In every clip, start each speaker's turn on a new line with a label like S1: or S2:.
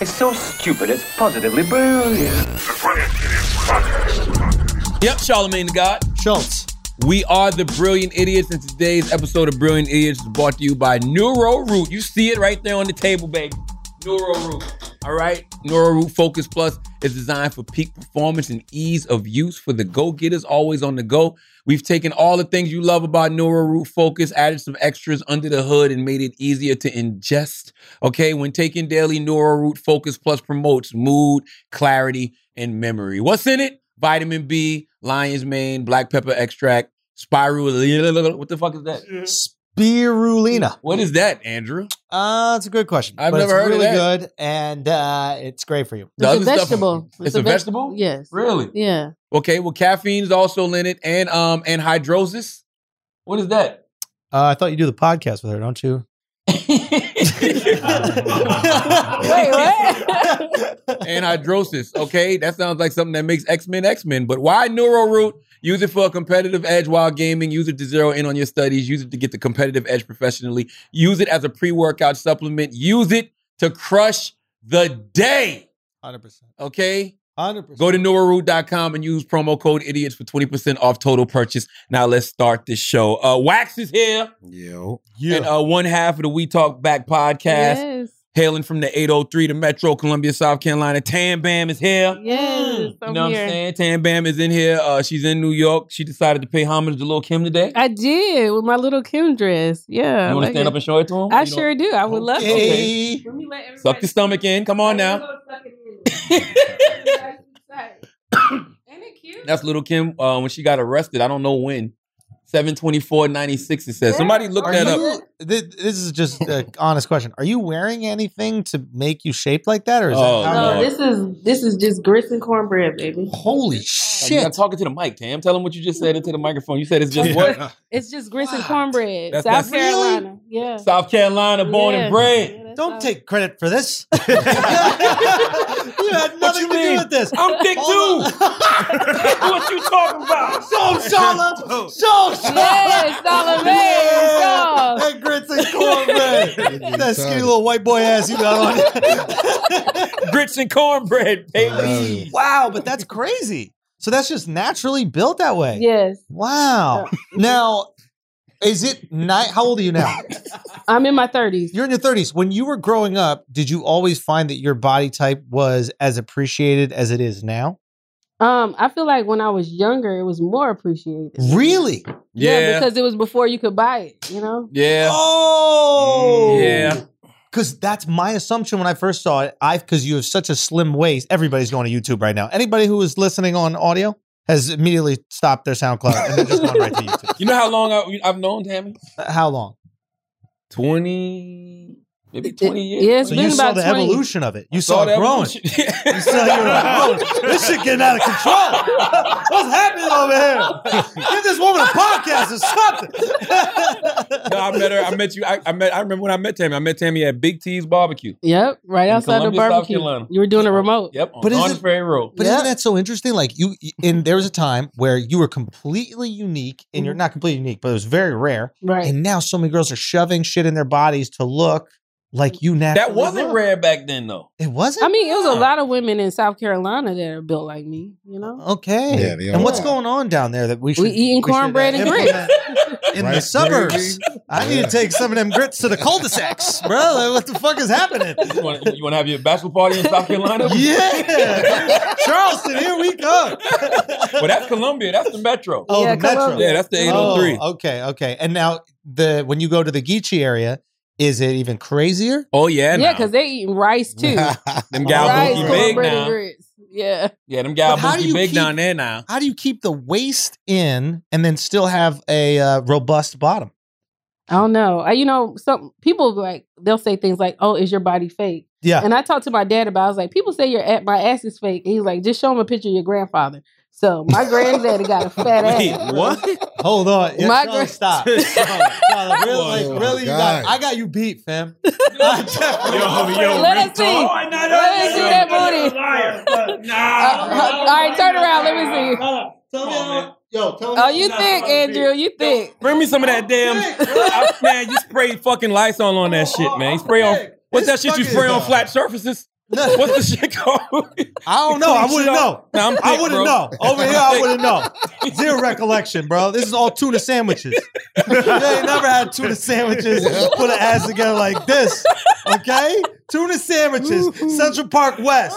S1: It's so stupid, it's positively brilliant.
S2: Yep, Charlemagne the God.
S3: Schultz.
S2: We are the Brilliant Idiots, and today's episode of Brilliant Idiots is brought to you by Neuro Root. You see it right there on the table, baby. Neuro Root. All right. Neuro Root Focus Plus is designed for peak performance and ease of use for the go getters, always on the go. We've taken all the things you love about Neuro Root Focus, added some extras under the hood, and made it easier to ingest. Okay. When taken daily, Neuro Root Focus Plus promotes mood, clarity, and memory. What's in it? Vitamin B, lion's mane, black pepper extract, spirulina. What the fuck is that?
S3: Spirulina.
S2: What is that, Andrew?
S3: Uh, that's a good question.
S2: I've
S3: but
S2: never
S3: it's
S2: heard of
S3: really
S2: that.
S3: good, and uh, it's great for you.
S2: The
S4: It's a
S2: other stuff-
S4: vegetable.
S2: It's a
S4: veg-
S2: vegetable?
S4: Yes.
S2: Really?
S4: Yeah.
S2: Okay, well, caffeine is also in it, and um, and hydrosis. What is that?
S3: Uh, I thought you do the podcast with her, don't you?
S4: Wait, what?
S2: and hydrosis. Okay, that sounds like something that makes X Men X Men. But why NeuroRoot? Use it for a competitive edge while gaming. Use it to zero in on your studies. Use it to get the competitive edge professionally. Use it as a pre workout supplement. Use it to crush the day.
S3: Hundred percent.
S2: Okay.
S3: Hundred percent.
S2: Go to neuroRoot.com and use promo code idiots for 20% off total purchase. Now let's start this show. Uh, Wax is here
S5: Yo.
S3: Yeah.
S2: and uh, one half of the We Talk Back podcast,
S4: yes.
S2: hailing from the 803 to Metro Columbia, South Carolina. Tam Bam is here.
S4: Yes. I'm
S2: you know Mm.
S4: here.
S2: what I'm saying? Tam Bam is in here. Uh, she's in New York. She decided to pay homage to Lil Kim today.
S4: I did with my little Kim dress. Yeah.
S2: you want to stand up and show it to him?
S4: I sure do. I would love to.
S2: Okay.
S4: Let me let
S2: Suck your stomach in. Come on now.
S4: Ain't it cute?
S2: That's Little Kim uh, when she got arrested. I don't know when. 724.96 it says. Somebody look
S3: Are
S2: that up.
S3: you, thi- this is just an honest question. Are you wearing anything to make you shaped like that, or is
S2: Oh,
S3: that how
S2: no.
S4: No, this is this is just grits and cornbread, baby.
S3: Holy
S2: You're not
S3: shit!
S2: talking to the mic, Tam. Tell them what you just said into the microphone. You said it's just what?
S4: It's just grits and
S3: What?
S4: cornbread.
S2: That's-
S4: South
S2: that's-
S4: Carolina. Yeah.
S2: South Carolina born
S4: Yeah.
S2: and bred.
S4: Yeah, that's
S3: Don't
S4: all.
S3: take credit for this. you had nothing
S2: you
S3: to
S2: mean?
S3: do with this.
S2: I'm thick
S3: All
S2: too. what you talking about?
S3: So Shala, Oh, so Shala.
S4: Yes,
S3: Yeah.
S4: Solomon. Go.
S3: That grits and cornbread. that skinny little white boy ass you got on.
S2: Grits and cornbread, baby.
S3: wow, but that's crazy. So that's just naturally built that way.
S4: Yes.
S3: Wow. Now, is it night? How old are you now?
S4: I'm in my 30s.
S3: You're in your 30s. When you were growing up, did you always find that your body type was as appreciated as it is now?
S4: Um, I feel like when I was younger, it was more appreciated.
S3: Really?
S4: Yeah,
S2: Yeah.
S4: because it was before you could buy it, you know?
S2: Yeah.
S3: Oh,
S2: Yeah.
S3: Because that's my assumption when I first saw it. I because you have such a slim waist. Everybody's going to YouTube right now. Anybody who is listening on audio has immediately stopped their SoundCloud and they're just gone right to YouTube.
S2: You know how long I, I've known Tammy?
S3: How long?
S2: 20, maybe
S4: It-
S2: 20 years.
S4: yeah, it's
S3: So
S4: been
S3: you saw
S4: about
S3: the
S4: 20.
S3: evolution of it. You
S2: I
S3: saw,
S2: that
S3: it growing.
S2: bullshit.
S3: You saw you were like, "Whoa, this shit getting out of control. What's happening over here? Give this woman a podcast or something.
S2: no, I met her. I met you. I, I met. I remember when I met Tammy. I met Tammy at Big T's Barbecue.
S4: Yep, right
S2: In
S4: outside
S2: Columbia,
S4: the
S2: South
S4: barbecue.
S2: Carolina.
S4: You were doing a remote.
S2: Yep. On
S3: But is it-
S2: Orange Ferry Road.
S3: But
S4: Yeah.
S3: isn't that so interesting? Like you, and there was a time where you were completely unique, and you're not completely unique, but it was very rare.
S4: Right.
S3: And now so many girls are shoving shit in their bodies to look like you naturally.
S2: That wasn't
S3: look.
S2: rare back then, though.
S3: It wasn't.
S4: I mean, it was a lot of women in South Carolina that are built like me, you know?
S3: Okay.
S5: Yeah, they
S3: and
S5: are.
S3: what's going on down there that we should
S4: We eating
S3: should, uh,
S4: cornbread and grits.
S3: implement in the
S5: Right,
S3: suburbs?
S5: baby?
S3: I need to
S5: Yeah.
S3: take some of them grits to the cul-de-sacs, bro. What the fuck is happening?
S2: You want to have your bachelor party in South Carolina?
S3: Yeah, Charleston, here we come.
S2: Well, that's Columbia. That's the metro.
S3: Oh,
S4: Yeah,
S3: the
S4: come
S3: metro.
S4: on.
S2: Yeah, that's the 803. Oh,
S3: Oh, okay, okay. And now the when you go to the Geechee area, is it even crazier?
S2: Oh, yeah.
S4: Oh. yeah,
S2: now.
S4: because they eating rice too.
S2: them gal
S4: rice,
S2: bookie big
S4: cornbread, and
S2: now.
S4: grits. Yeah.
S2: Yeah, them gal
S3: But how do
S2: bookie
S3: you
S2: big
S3: keep-
S2: down there now.
S3: How do you keep the waist in and then still have a uh, robust bottom?
S4: I don't know. I, you know, some people like they'll say things like, "Oh, is your body fake?"
S3: Yeah.
S4: And I talked to my dad about. it. I was like, "People say your at my ass is fake." And he's like, "Just show him a picture of your grandfather." So my granddaddy got a fat ass.
S2: Wait, what?
S3: Hold on. Yeah,
S4: My
S3: Charlie,
S4: gra-
S3: stop. Charlie, Charlie, really,
S2: Oh,
S3: like,
S5: my
S3: really, you got,
S5: God.
S3: I got you beat, fam. I definitely-
S2: Oh,
S4: Let us see. Let us see that booty. Uh, uh, all right, turn around. Let me see. Oh, you thick, Andrew. You thick.
S2: Bring me some of that damn. I- man, you sprayed fucking Lysol on that shit, man. You spray on. What's that shit you spray on flat surfaces? What's the shit called?
S3: I don't know. I
S2: Clean
S3: wouldn't
S2: shit
S3: know.
S2: up. Nah, I'm
S3: I
S2: thick,
S3: wouldn't
S2: bro.
S3: know. Over here, I wouldn't know. Zero recollection, bro. This is all tuna sandwiches. you ain't never had tuna sandwiches put an ass together like this. Okay? Tuna sandwiches, Central Park West.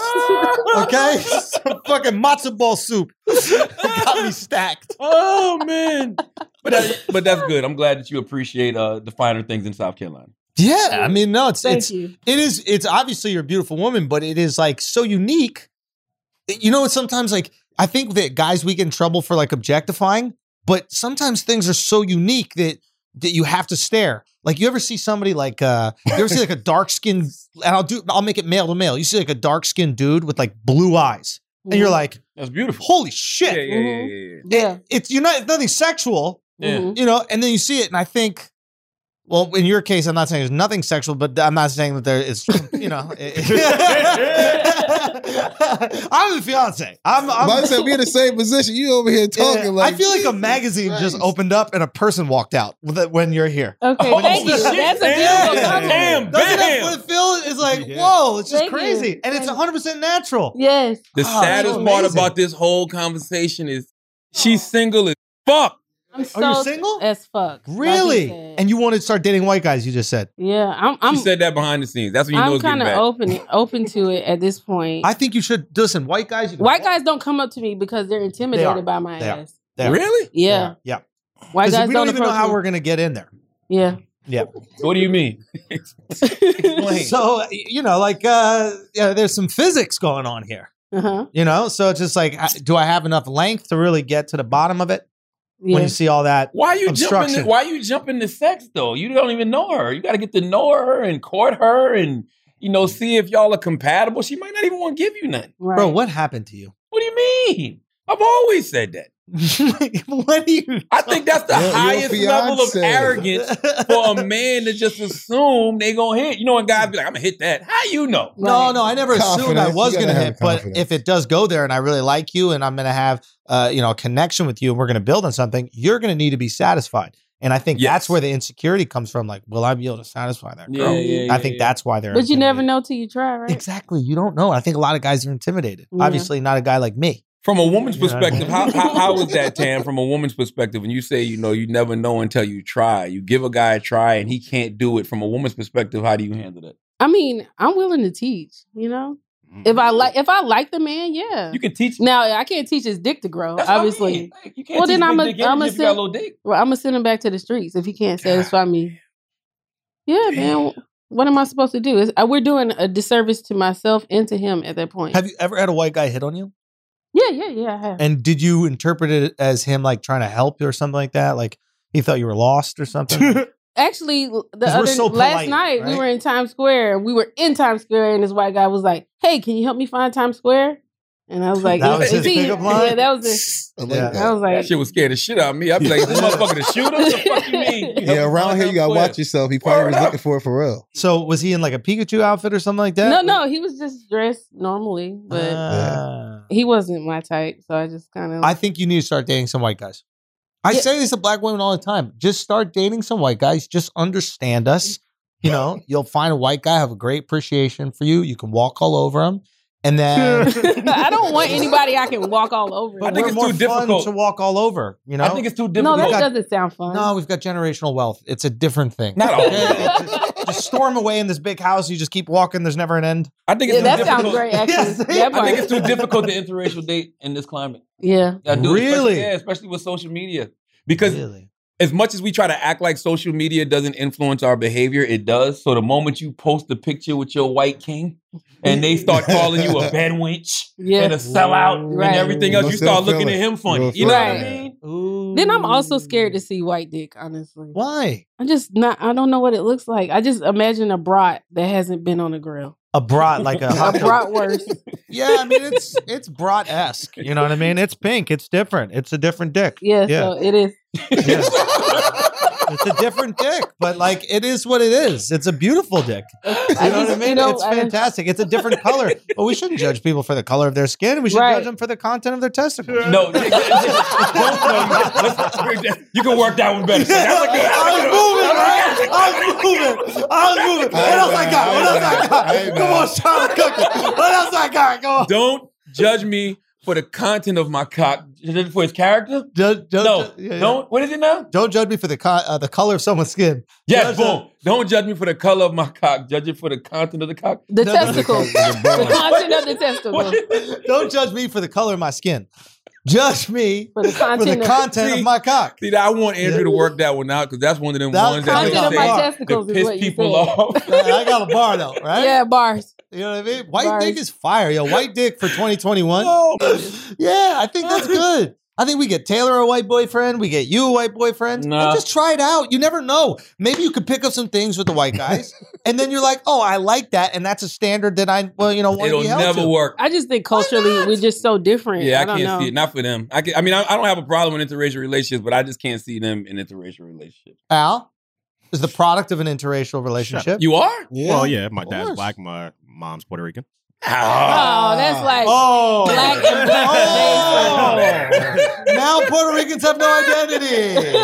S3: Okay? Some fucking matzo ball soup. Got me stacked.
S2: Oh man. But that's, but that's good. I'm glad that you appreciate uh, the finer things in South Carolina.
S3: Yeah, I mean, no, it's
S4: Thank
S3: it's
S4: you.
S3: it is it's obviously you're a beautiful woman, but it is like so unique. You know, it's sometimes like I think that guys we get in trouble for like objectifying, but sometimes things are so unique that that you have to stare. Like you ever see somebody like uh you ever see like a dark skinned and I'll do I'll make it male to male. You see like a dark skinned dude with like blue eyes, and you're like, "Eh,
S2: That's beautiful.
S3: holy shit.
S2: Yeah, yeah, yeah, yeah,
S4: Mm-hmm. yeah.
S3: It's you're not it's nothing sexual,
S2: yeah.
S4: Mhm.
S3: you know, and then you see it, and I think, well, in your case, I'm not saying there's nothing sexual, but I'm not saying that there is, you know. I'm the fiance. I'm.
S5: I'm about
S3: I'm
S5: to say, we in the same position. You over here talking like
S3: I feel like a magazine just opened up and a person walked out with it when you're here.
S4: Okay, thank you.
S2: Oh, shit.
S4: That's a
S3: Yeah.
S4: beautiful compliment.
S2: Damn,
S3: Doesn't that
S2: bam.
S3: what it feel? It's like,
S5: Yeah.
S3: whoa, it's just
S4: Thank you.
S3: crazy, and it's
S4: Thank you.
S3: 100 percent natural.
S4: Yes.
S2: The
S3: Oh,
S2: saddest
S3: that's
S2: part
S3: amazing.
S2: about this whole conversation is she's single as fuck.
S4: I'm so
S3: you single?
S4: as fuck.
S3: Really? and you want to start dating white guys? You just said.
S4: yeah, I'm. I'm
S2: She said that behind the scenes. That's when you know
S4: I'm
S2: it's getting
S4: kind of
S2: bad.
S4: open open to it at this point.
S3: I think you should listen. White guys. You can-
S4: White guys don't come up to me because they're intimidated
S3: They are.
S4: by my
S3: They are.
S4: ass.
S3: There.
S2: Really?
S4: Yeah.
S3: Yeah.
S4: White
S3: 'Cause
S4: guys
S3: we don't even know
S4: approach
S3: how
S4: me.
S3: we're gonna get in there.
S4: Yeah.
S2: What do you mean?
S3: So you know, like uh, yeah, there's some physics going on here.
S4: uh-huh.
S3: You know, so it's just like, I- do I have enough length to really get to the bottom of it? When
S4: Yeah.
S3: you see all that,
S2: Why you jumping?
S3: Obstruction.
S2: why you jumping to sex though? You don't even know her. You got to get to know her and court her and you know see if y'all are compatible. She might not even want to give you nothing.
S4: Right.
S3: bro, what happened to you?
S2: What do you mean? I've always said that.
S3: what do you?
S2: I think that's the
S5: Your- your
S2: highest level of
S5: fiancé.
S2: arrogance
S4: um,
S2: for a man to just assume they gonna hit. You know, and guys be like, "I'm gonna hit that." How you know?
S3: No, no, I never assumed I
S5: Confidence.
S3: was
S5: You gotta
S3: going to
S5: have
S3: hit,
S5: the
S3: but
S5: confidence.
S3: if it does go there, and I really like you, and I'm going to have, uh, you know, a connection with you, and we're going to build on something, you're going to need to be satisfied, and I think
S2: Yes.
S3: that's where the insecurity comes from. Like, will I be able to satisfy that girl?
S4: yeah,
S3: I think that's why they're.
S4: But you never
S3: intimidated.
S4: know till you try, right?
S3: Exactly. You don't know. I think a lot of guys are intimidated.
S4: Yeah.
S3: Obviously, not a guy like me.
S2: From a woman's
S3: You know what I
S2: perspective, how, how how is that, Tam? From a woman's perspective, when you say you know you never know until you try, you give a guy a try and he can't do it. From a woman's perspective, how do you handle that?
S4: I mean, I'm willing to teach. You know, if
S3: Mm-hmm.
S4: I like if I like the man, yeah.
S2: You can teach.
S4: now I can't teach his dick to grow,
S2: That's what I
S4: obviously.
S2: mean. Like, you can't
S4: Well,
S2: teach big
S4: then I'ma-
S2: dick energy
S4: I'ma
S2: if you got a
S4: send-
S2: little dick.
S4: Well, I'm gonna send him back to the streets if he can't satisfy me. Yeah, man. What am I supposed to do? It's, uh, we're doing a disservice to myself and to him at that point.
S3: Have you ever had a white guy hit on you?
S4: yeah, yeah, yeah. I have.
S3: And did you interpret it as him like trying to help you or something like that? Like he thought you were lost or something?
S4: Actually, l- the
S3: 'Cause we're
S4: other
S3: so
S4: last
S3: polite,
S4: night we
S3: right?
S4: were in Times Square. We were in Times Square, and this white guy was like, "Hey, can you help me find Times Square?" And I was like,
S3: That was
S4: "Is- is
S3: his
S4: he-"
S3: pickup line?
S4: Yeah, that was it.
S5: I like
S3: Yeah.
S5: that.
S4: I was like,
S2: That shit would scare the shit out of me. I'd be like, "This motherfucker to shoot him? What the fuck you mean?" You
S5: yeah, around here you gotta watch yourself. He probably
S2: Word
S5: was
S2: up.
S5: looking for it for real.
S3: so was he in like a Pikachu outfit or something like that?
S4: no, no, he was just dressed normally, but
S3: Ah.
S4: he wasn't my type, so I just kind of.
S3: I think you need to start dating some white guys. I
S4: Um. Yeah.
S3: say this to black women all the time. Just start dating some white guys. Just understand
S4: Mm.
S3: us. You know, you'll find a white guy have a great appreciation for you. You can walk all over him, and then
S4: I don't want anybody I can walk all over.
S2: I think
S3: we're
S2: it's
S3: more
S2: too
S3: fun
S2: difficult.
S3: to walk all over. You know,
S2: I think it's too
S4: no,
S2: difficult.
S4: that
S3: Got-
S4: doesn't sound fun.
S3: No, we've got generational wealth. It's a different thing.
S2: Not all.
S3: just storm away in this big house. You just keep walking. There's never an end.
S2: I think it's
S4: yeah,
S2: too
S4: that
S2: difficult.
S4: sounds great. Actually,
S3: Yes.
S4: that
S2: I
S4: part.
S2: think it's too difficult to interracial date in this climate.
S4: yeah,
S2: I do, especially-
S3: Really?
S2: Yeah, especially with social media. Because
S3: Really?
S2: as much as we try to act like social media doesn't influence our behavior, it does. So the moment you post a picture with your white king and they start calling you a bed wench
S4: yeah.
S2: and a sellout
S4: Right.
S2: and everything else,
S5: You'll
S2: you start
S5: still
S2: looking
S5: feel
S2: at
S5: it.
S2: him funny.
S5: You'll
S2: You know
S4: feel
S2: what I
S4: it.
S2: mean?
S4: then I'm also scared to see white dick. Honestly,
S3: Why
S4: I'm just not. I don't know what it looks like. I just imagine a brat that hasn't been on a grill.
S3: a brat like a
S4: A
S3: hot dog?
S4: bratwurst.
S3: Yeah, I mean it's it's brat esque. You know what I mean? It's pink. It's different. It's a different dick.
S4: Yeah, so it is.
S3: Yeah. it's a different dick, but like it is what it is. It's a beautiful dick. You know what I
S4: just-
S3: mean?
S4: you know,
S3: it's
S4: I-
S3: fantastic. It's a different color. But we shouldn't judge people for the color of their skin. We should
S4: Right.
S3: judge them for the content of their testicles.
S2: No, don't, no, you- let's- you can work that one better. son. That's a good-
S3: I was moving, man. I was moving. I was moving. What else I got? What else I
S5: Hey,
S3: got?
S5: man.
S3: Come on, Sean Cookie. What else I got? Go on.
S2: Don't judge me for the content of my cock, Judge for his character.
S3: Don't, don't,
S2: No, don't. What is it now?
S3: Don't judge me for the co- uh, the color of someone's skin.
S2: Yes,
S3: Judge
S2: boom. Don't judge me for the color of my cock. Judge it for the content of the cock.
S4: The
S3: No,
S4: testicles. The content of the testicles.
S3: Don't judge me for the color of my skin. Judge me
S4: For the
S3: for the
S4: content of
S3: content of my cock.
S2: See, I want Andrew to work that one out because that's one of them
S3: That
S2: ones that
S4: content
S2: they
S4: of my
S2: say
S4: testicles
S2: to
S4: is what
S2: piss
S4: you
S2: people
S4: said.
S2: off.
S3: Man, I got a bar though, right?
S4: Yeah, bars.
S3: You know what I mean? White
S4: Bars.
S3: dick is fire, yo. White dick for 2021.
S2: No.
S3: Yeah, I think that's good. I think we get Taylor a white boyfriend. We get you a white boyfriend. and
S2: Nah.
S3: just try it out. You never know. Maybe you could pick up some things with the white guys, and then you're like, "Oh, I like that," and that's a standard that I well, you know, want to
S2: It'll
S3: be held
S2: never
S3: to.
S2: work.
S4: I just think culturally we're just so different.
S2: Yeah, I,
S4: don't
S2: can't
S4: know.
S2: see it. Not for them. I, can, I mean, I, I don't have a problem with interracial relationships, but I just can't see them in interracial relationships.
S3: Al is the product of an interracial relationship.
S2: You are?
S5: Yeah.
S6: Well, yeah, my
S3: Of
S6: dad's
S3: course.
S6: black, my mom's Puerto Rican.
S2: Ah.
S4: Oh, that's like
S3: oh,
S4: black and black.
S3: Oh. now Puerto Ricans have no identity.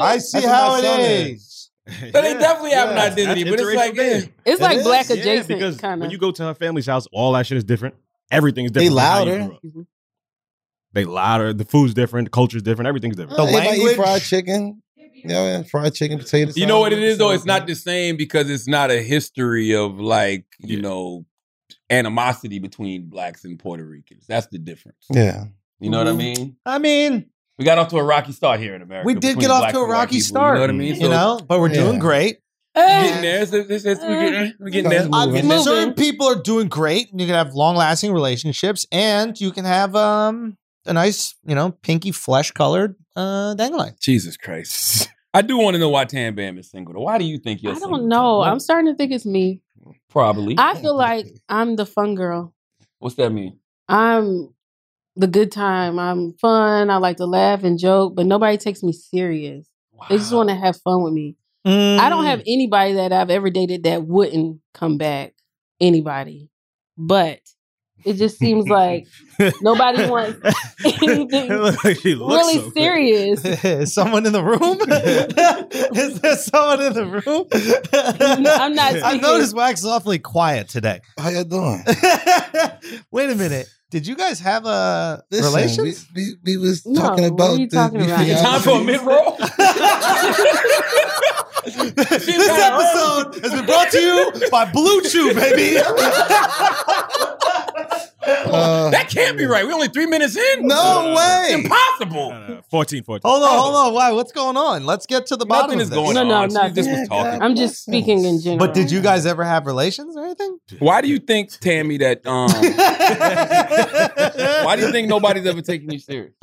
S3: I see
S5: That's what
S3: how
S5: my
S3: it
S5: son
S3: is.
S2: So they definitely have an
S5: yeah.
S2: identity,
S6: That's
S2: but it's
S6: interracial
S2: like, eh.
S6: dating.
S4: It's like
S5: is?
S4: black
S5: Yeah,
S4: adjacent
S6: because
S4: kind
S6: when
S4: of.
S6: you go to her family's house, all that shit is different. Everything's
S5: They
S6: different. from how you
S5: louder.
S6: grew up.
S4: Mhm.
S6: They louder. The food's different. The culture's different. Everything's different.
S3: The
S5: Everybody eat
S3: language-
S5: fried chicken. Yeah, man, fried chicken, potatoes.
S2: You know what it is though? It's not the same because it's not a history of like, you
S6: Yeah.
S2: know, animosity between blacks and Puerto Ricans. That's the difference.
S5: Yeah.
S2: You know what I
S4: Mhm.
S2: mean?
S3: I mean,
S2: We got off to a rocky start here in America.
S3: Mm-hmm. we did
S2: between
S3: get off
S2: blacks
S3: to a
S2: and white
S3: rocky
S2: people,
S3: start.
S2: You know what I mean? So
S3: You know, but we're doing
S5: Yeah.
S3: great.
S2: we're
S4: Eh,
S2: getting there. It's, it's, it's, we're getting, we're getting there.
S5: Okay.
S2: We're
S3: I,
S2: getting
S4: Moving.
S2: there.
S3: certain
S4: Moving.
S3: people are doing great, and you can have long-lasting relationships, and you can have um a nice, you know, pinky flesh-colored uh dangling.
S2: Jesus Christ. I do want to know why Tan Bam is single. though. Why do you think you're
S4: I
S2: single?
S4: don't know.
S2: Tan?
S4: I'm starting to think it's me.
S2: probably.
S4: I feel like I'm the fun girl.
S2: What's that mean?
S4: I'm the good time. I'm fun. I like to laugh and joke, but nobody takes me serious. They just want to have fun with me. I don't
S5: Mm.
S4: have anybody that I've ever dated that wouldn't come back. Anybody. But it just seems like nobody wants anything really serious.
S3: Is someone in the room? Is there someone in the room?
S4: No, I'm not
S3: I
S4: speaking.
S3: noticed Wax is awfully quiet today.
S5: How y'all doing?
S3: Wait a minute. Did you guys have a
S5: Listen,
S3: relations?
S5: We, we, we was
S4: No,
S5: talking
S4: what
S5: about
S4: are you
S5: the-
S4: talking about?
S5: yeah,
S4: It's
S2: Time for a mid roll?
S3: this episode has been brought to you by Blue Chew, baby.
S5: uh,
S2: That can't be right. We're only three minutes in.
S3: no way.
S2: Impossible.
S6: No, no, no. 14, 14.
S3: Hold on, hold on. Why? What's going on? Let's get to the bottom.
S2: Nothing
S3: of
S2: is
S3: this.
S2: going
S4: No, no,
S2: on. She
S4: nothing.
S2: just was talking.
S4: I'm just speaking in general.
S3: But did you guys ever have relations or anything?
S2: Why do you think, Tammy, that um why do you think nobody's ever taking you serious?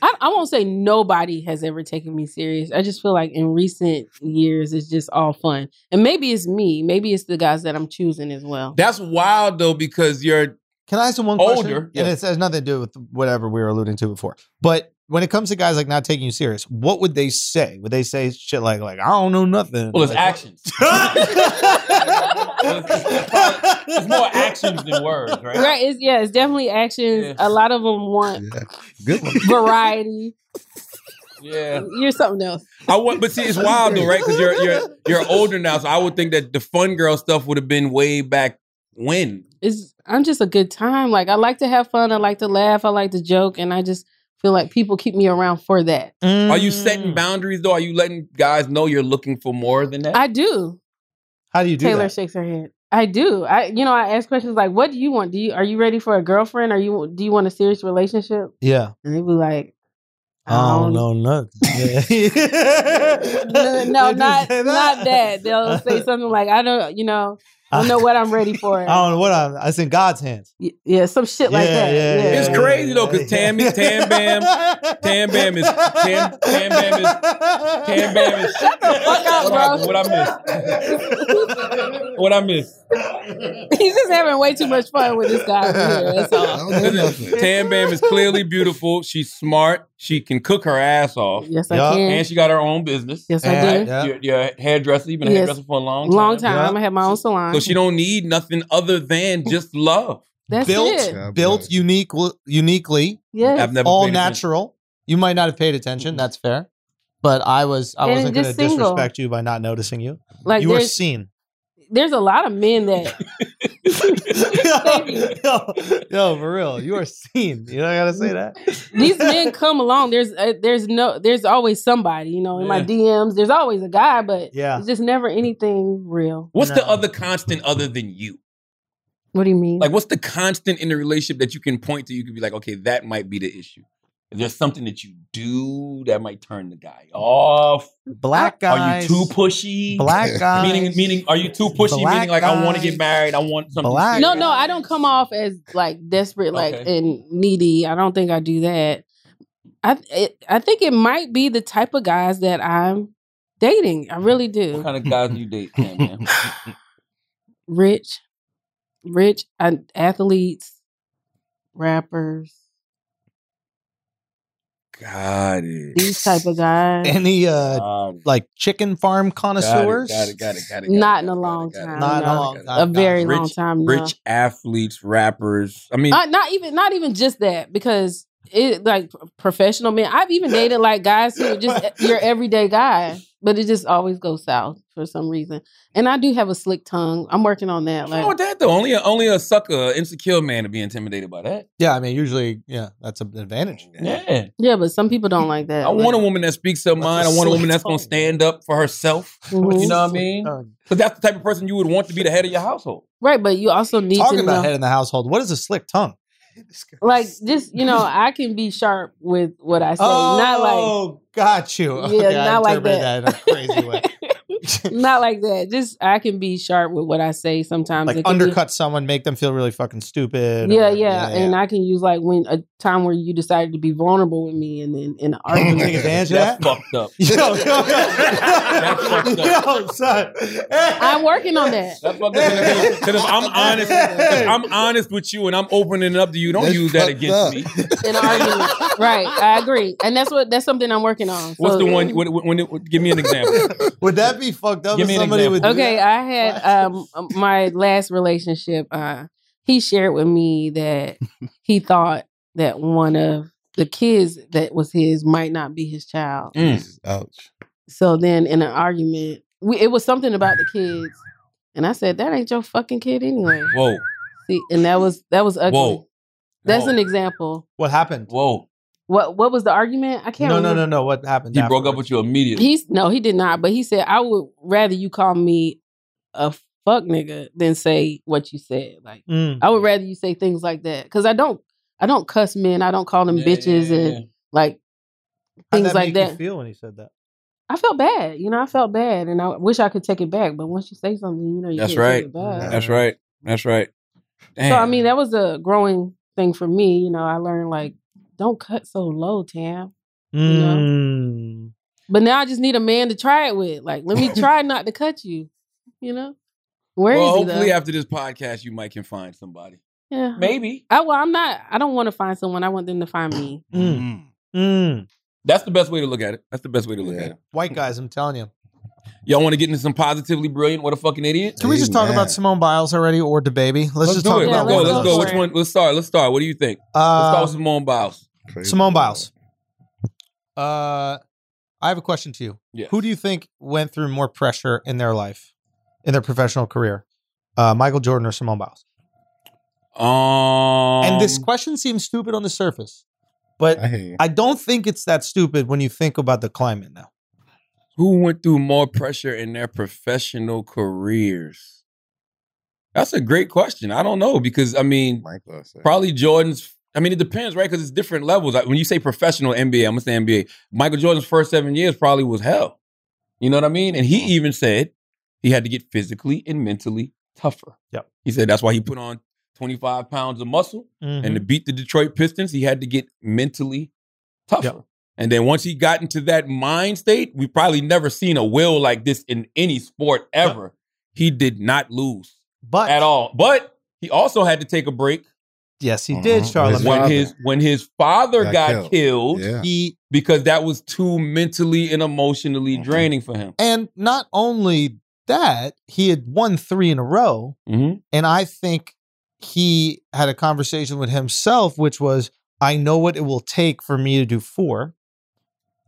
S4: I, I won't say nobody has ever taken me serious. I just feel like in recent years, it's just all fun. And maybe it's me. Maybe it's the guys that I'm choosing as well.
S2: That's wild though, because you're
S3: Can I ask you one question?
S2: Older,
S3: And
S2: yeah.
S3: it has nothing to do with whatever we were alluding to before. But when it comes to guys like not taking you serious, what would they say? Would they say shit like like I don't know nothing?
S2: well it's
S3: Like,
S2: actions. It's more actions than words, right?
S4: right? It's, yeah, it's definitely actions.
S2: Yeah.
S4: A lot of them want
S5: yeah. Good one.
S4: variety.
S2: Yeah.
S4: You're something else.
S2: I want but see it's wild though, right? Because you're you're you're older now, so I would think that the fun girl stuff would have been way back when.
S4: It's I'm just a good time. Like I like to have fun. I like to laugh. I like to joke, and I just feel like people keep me around for that.
S3: Mm.
S2: Are you setting
S4: Mm.
S2: boundaries though? Are you letting guys know you're looking for more than that?
S4: I do.
S3: How do you do
S4: Taylor
S3: that?
S4: shakes her head. I do. I you know I ask questions like, "What do you want? Do you are you ready for a girlfriend? Are you do you want a serious relationship?"
S3: Yeah.
S4: And they be like,
S3: I don't know nothing.
S4: Oh,
S3: no,
S4: No, no, not not that. They'll say something like, "I don't," you know. I don't know what I'm ready for.
S3: I don't know what I'm. It's in God's hands.
S4: Y- yeah, some shit like that. Oh. Yeah,
S2: It's crazy though, 'cause Tam- Tam Bam- Tam Bam is- Tam- Tam Bam
S3: is
S2: Tam Bam is shut the fuck
S4: up, bro.
S2: What I miss? What I miss?
S4: He's just having way too much fun with this guy. over here, That's
S5: I
S4: all.
S5: don't know nothing.
S2: Tam Bam is clearly beautiful. She's smart. She can cook her ass off,
S4: Yes, I
S3: Yeah.
S4: can.
S2: Oh. and she got her own business.
S4: Yes, I
S3: Yeah,
S4: do.
S3: yeah.
S2: You're, you're a hairdresser. You've been a
S4: Yes.
S2: hairdresser for a long time.
S4: Long time.
S3: Yeah.
S4: I'm gonna have my own salon.
S2: So she don't need nothing other than just love.
S4: That's
S3: built,
S4: it.
S5: Yeah,
S3: built unique, uniquely,
S4: Yeah.
S2: I've never
S3: all
S2: paid attention.
S3: natural. You might not have paid attention. That's fair. But I was. I
S4: And
S3: wasn't going to
S4: just single.
S3: disrespect you by not noticing you.
S4: Like
S3: you were
S4: there's
S3: seen.
S4: there's a lot of men that
S3: yo, yo, yo, for real, you are seen. You know, I gotta say that.
S4: these men come along. There's uh, there's no there's always somebody. You know, in my
S2: Yeah.
S4: DMs, there's always a guy, but
S3: Yeah.
S4: it's just never anything real.
S2: What's
S3: No.
S2: the other constant other than you?
S4: What do you mean?
S2: Like, what's the constant in the relationship that you can point to? You could be like, okay, that might be the issue. Is there something that you do that might turn the guy off?
S3: Black
S2: Are you
S3: guys.
S2: too pushy?
S3: Black guys.
S2: meaning, meaning, are you too pushy?
S3: Black
S2: meaning, like, I want to
S3: guys.
S2: get married. I want something.
S3: Black
S2: serious.
S4: no, no, I don't come off as like desperate, like
S2: Okay.
S4: and needy. I don't think I do that. I it, I think it might be the type of guys that I'm dating. I really
S2: What
S4: do.
S2: kind of guys do you date, Tam, man?
S4: Rich, rich uh, athletes, rappers,
S2: Got it.
S4: these type of guys.
S3: Any uh,
S2: Got it.
S3: like chicken farm connoisseurs?
S2: Got it. Got it. Got it. got it,
S4: Not
S2: got
S4: in a
S2: it, got it,
S4: long
S2: got it,
S4: time,
S3: Not in a
S2: got it,
S3: long
S2: got it.
S3: time.
S4: a very
S2: Rich-
S4: long time. no.
S2: Rich athletes, rappers. I mean,
S4: Uh, not even not even just that because it like professional men. I've even dated like guys who are just e, your everyday guy, but it just always goes south for some reason. And I do have a slick tongue. I'm working on that.
S2: what's wrong with
S4: Like
S2: that though? Only a, only a sucker, insecure man to be intimidated by that.
S3: Yeah, I mean, usually, yeah, that's an advantage.
S2: Yeah.
S4: yeah, but some people don't like that.
S2: I want a woman that speaks her mind. I want a woman that's going
S3: Someone-
S2: to stand up for herself.
S4: Mhm.
S2: You know what I mean?
S3: Uh,
S2: Because that's the type of person you would want to be the head of your household.
S4: right, but you also need
S3: talking
S4: to
S3: about
S4: know,
S3: head in the household, what is a slick tongue?
S4: like just you know, I can be sharp with what I say, not like
S3: oh, got you. Okay,
S4: Yeah,
S3: I
S4: not like
S3: interpreted
S4: that.
S3: in a crazy way.
S4: not like that. Just I can be sharp with what I say sometimes.
S3: like
S4: It can be-
S3: undercut someone, make them feel really fucking stupid.
S4: yeah,
S3: or-
S4: yeah, and I can use like when a time where you decided to be vulnerable with me, and then in an
S3: You
S4: argument.
S3: take advantage of that.
S2: That's fucked up.
S3: Yo, yo,
S2: That's fucked
S3: yo,
S2: up.
S3: yo, son.
S4: I'm working on that.
S2: That's fucked up. Because if I'm honest, if I'm honest with you and I'm opening it up to you, don't
S5: That's
S2: use that
S5: fucked
S2: against
S5: up.
S2: me.
S4: in an argument. right, I agree, and that's what that's something I'm working on.
S2: What's
S4: So-
S2: the one? What, what, when it- give me an example.
S3: Would that be fucked up
S2: Give
S3: if
S2: me an
S3: somebody would do
S4: Okay,
S3: that?
S4: I had um my last relationship. Uh, he shared with me that he thought that one of the kids that was his might not be his child.
S2: Mm.
S5: Ouch.
S4: So then, in an argument, we, it was something about the kids, and I said that ain't your fucking kid anyway.
S2: Whoa,
S4: See, and that was that was ugly.
S2: Whoa.
S4: That's
S2: Whoa.
S4: an example.
S3: What happened?
S2: whoa.
S4: What what was the argument? I can't.
S3: No, no,
S4: remember.
S3: no, no. What happened?
S2: He broke up with you immediately.
S4: He's no, he did not. But he said, "I would rather you call me a fuck nigga than say what you said. Like
S3: you. Mm.
S4: I would
S2: Mm-hmm.
S4: rather you say things like that because I don't, I don't cuss men. I don't call them
S2: Yeah,
S4: bitches
S2: yeah, yeah,
S4: and like
S3: How'd
S4: things
S3: that
S4: like
S3: make
S4: that.
S3: You feel when he said that?
S4: I felt bad. You know, I felt bad, and I wish I could take it back. But once you say something, you know, you
S2: That's
S4: can't
S2: right.
S4: Take it back.
S2: That's right. That's right. Damn.
S4: So I mean, that was a growing thing for me. You know, I learned like don't cut so low, Tam. know?
S3: Mm.
S4: But now I just need a man to try it with. Like, let me try not to cut you. You know, where is
S2: well,
S4: he, though? Mm-hmm.
S2: hopefully after this podcast, you might can find somebody.
S4: Yeah.
S2: Maybe.
S4: I, well, I'm not. I don't want to find someone. I want them to find me.
S3: Mm.
S6: Mm-hmm.
S3: Mm.
S2: That's the best way to look at it. That's the best way to look
S5: Yeah.
S2: at it.
S3: White guys, I'm telling you.
S2: Y'all want to get into some positively brilliant? What a fucking idiot!
S3: Can we just talk
S5: Amen.
S3: about Simone Biles already or the baby? Let's, just
S2: do
S3: talk
S2: it.
S4: Yeah,
S3: about
S2: let's go.
S3: one
S4: let's
S3: of
S2: Let's go.
S4: go
S3: those.
S4: for
S2: Which
S4: it.
S2: one? Let's start. Let's start. What do you think? let's start
S3: Uh,
S2: with Simone Biles.
S5: Crazy.
S3: Simone Biles. uh, I have a question to you.
S2: Yes.
S3: Who do you think went through more pressure in their life, in their professional career, uh, Michael Jordan or Simone Biles?
S2: Um,
S3: and this question seems stupid on the surface, but
S5: I hear you.
S3: I don't think it's that stupid when you think about the climate now.
S2: who went through more pressure in their professional careers? That's a great question. I don't know because I mean,
S5: Michael. I said.
S2: probably Jordan's. I mean, it depends, right? Because it's different levels. Like, when you say professional NBA, I'm gonna say NBA. Michael Jordan's first seven years probably
S3: Uh-huh.
S2: was hell. You know what I mean? And he even said he had to get physically and mentally tougher.
S3: Yep.
S2: He said that's why he put on 25 pounds of muscle.
S3: Mhm.
S2: And to beat the Detroit Pistons, he had to get mentally tougher.
S3: Yep.
S2: And then once he got into that mind state, we probably never seen a will like this in any sport ever. He did not lose
S3: but
S2: at all. But he also had to take a break
S3: Yes, he did,
S5: Mhm.
S3: Charlotte.
S5: His
S2: when
S5: father
S2: his when his father got,
S5: got
S2: killed
S5: killed. Yeah.
S3: He
S2: because that was too mentally and emotionally
S3: Mm-hmm.
S5: Mhm.
S2: draining for him.
S3: and not only that, he had won three in a row.
S2: Mm-hmm.
S3: And I think he had a conversation with himself, which was, I know what it will take for me to do four.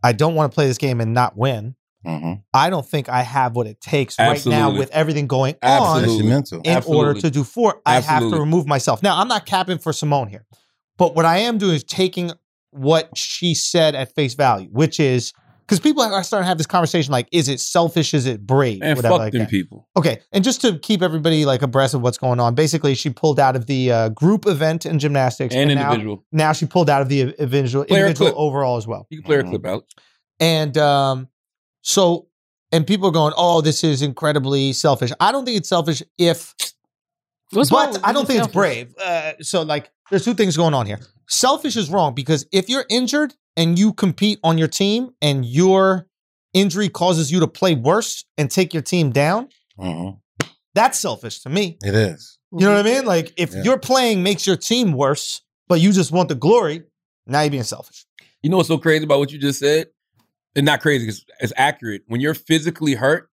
S3: I don't want to play this game and not win.
S5: hmm
S3: I don't think I have what it takes right now
S2: Absolutely.
S3: with everything going
S2: Absolutely.
S3: on
S5: That's your mental.
S3: in order
S2: Absolutely.
S3: to do four. I have to
S2: Absolutely.
S3: remove myself. Now, I'm not capping for Simone here, but what I am doing is taking what she said at face value, which is because people are starting to have this conversation like, is it selfish? Is it brave?
S2: And
S3: Whatever
S2: fuck
S3: like
S2: them
S3: that.
S2: people.
S3: Okay, and just to keep everybody like abreast of what's going on, basically she pulled out of the uh, group event in gymnastics,
S2: And
S3: now-
S2: individual.
S3: Now, she pulled out of the individual
S2: Player
S3: individual
S2: clip.
S3: overall as well,
S2: you can play a
S5: Mhm.
S2: clip out.
S3: and um, so and people are going, "Oh, this is incredibly selfish." I don't think it's selfish if,
S4: What's wrong
S3: but
S4: with
S3: I don't
S4: being
S3: think it's
S4: selfish?
S3: brave. Uh, so like, there's two things going on here. Selfish is wrong because if you're injured and you compete on your team and your injury causes you to play worse and take your team down,
S5: hmm
S3: that's selfish to me.
S5: It is.
S3: You know what I mean? Like if
S5: Yeah.
S3: your playing makes your team worse, but you just want the glory, now you're being selfish.
S2: You know what's so crazy about what you just said? And not crazy, it's, it's accurate. When you're physically hurt,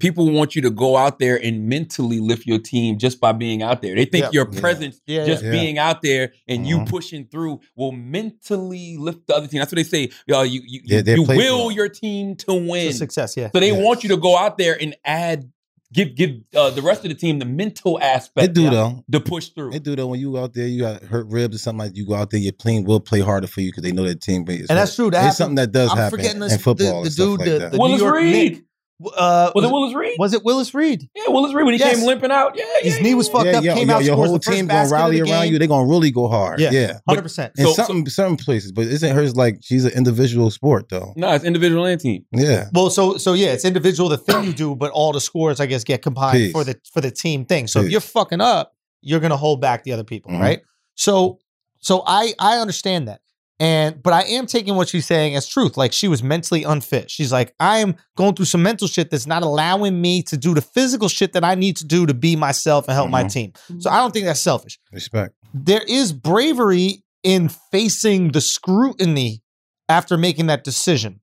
S2: people want you to go out there and mentally lift your team just by being out there. They think
S3: Yeah.
S2: your
S5: Yeah.
S2: presence,
S3: Yeah,
S2: just
S5: yeah.
S2: being out there and you
S5: Mhm.
S2: pushing through, will mentally lift the other team. That's what they say. Y'all, you you,
S5: Yeah, they
S2: you
S5: play
S2: will
S5: for it.
S2: your team to
S3: It's
S2: win.
S3: a
S2: So
S3: success. Yeah,
S2: they
S5: Yes.
S2: want you to go out there and add, give give uh, the rest of the team the mental
S5: They
S2: aspect
S5: do though.
S2: to push through.
S5: They do though. When you out there, you got hurt ribs or something like you go out there, your team will play harder for you because they know that team. rate is
S3: and
S5: hurt.
S3: that's true. That
S5: it's
S3: happened.
S5: something that does
S3: I'm
S5: happen
S3: forgetting this-
S5: in football.
S3: the-
S5: and
S3: the dude
S5: stuff
S3: that-
S5: like
S3: the-
S5: that.
S2: Willis
S3: New York
S2: Reed.
S3: Knicks. Uh,
S2: was
S3: was,
S2: it Willis Reed?
S3: it, was it Willis Reed?
S2: yeah, Willis Reed when he
S3: Yes.
S2: came limping out. Yeah, yeah.
S3: His knee was
S2: yeah.
S3: fucked up.
S5: yeah,
S3: came
S5: yo,
S3: out,
S5: your
S3: scores
S5: whole
S3: the first
S5: team gonna
S3: basket of
S5: rally
S3: the
S5: around
S3: game.
S5: you. They're gonna really go hard.
S3: Yeah.
S5: Yeah,
S3: hundred percent.
S5: in
S2: So-
S5: some certain places, but isn't hers like she's an individual sport though?
S3: Mm.
S2: No, it's individual and team.
S5: Yeah,
S3: Well, so so yeah, it's individual the thing you do, but all the scores I guess get combined
S5: Peace.
S3: for the for the team thing. So if
S5: Peace.
S3: you're fucking up, you're gonna hold back the other people,
S5: Mhm.
S3: right? So so I I understand that. And but I am taking what she's saying as truth. Like she was mentally unfit. She's like, I am going through some mental shit that's not allowing me to do the physical shit that I need to do to be myself and help my
S5: Mhm.
S3: team. So I don't think that's selfish
S5: respect.
S3: there is bravery in facing the scrutiny after making that decision.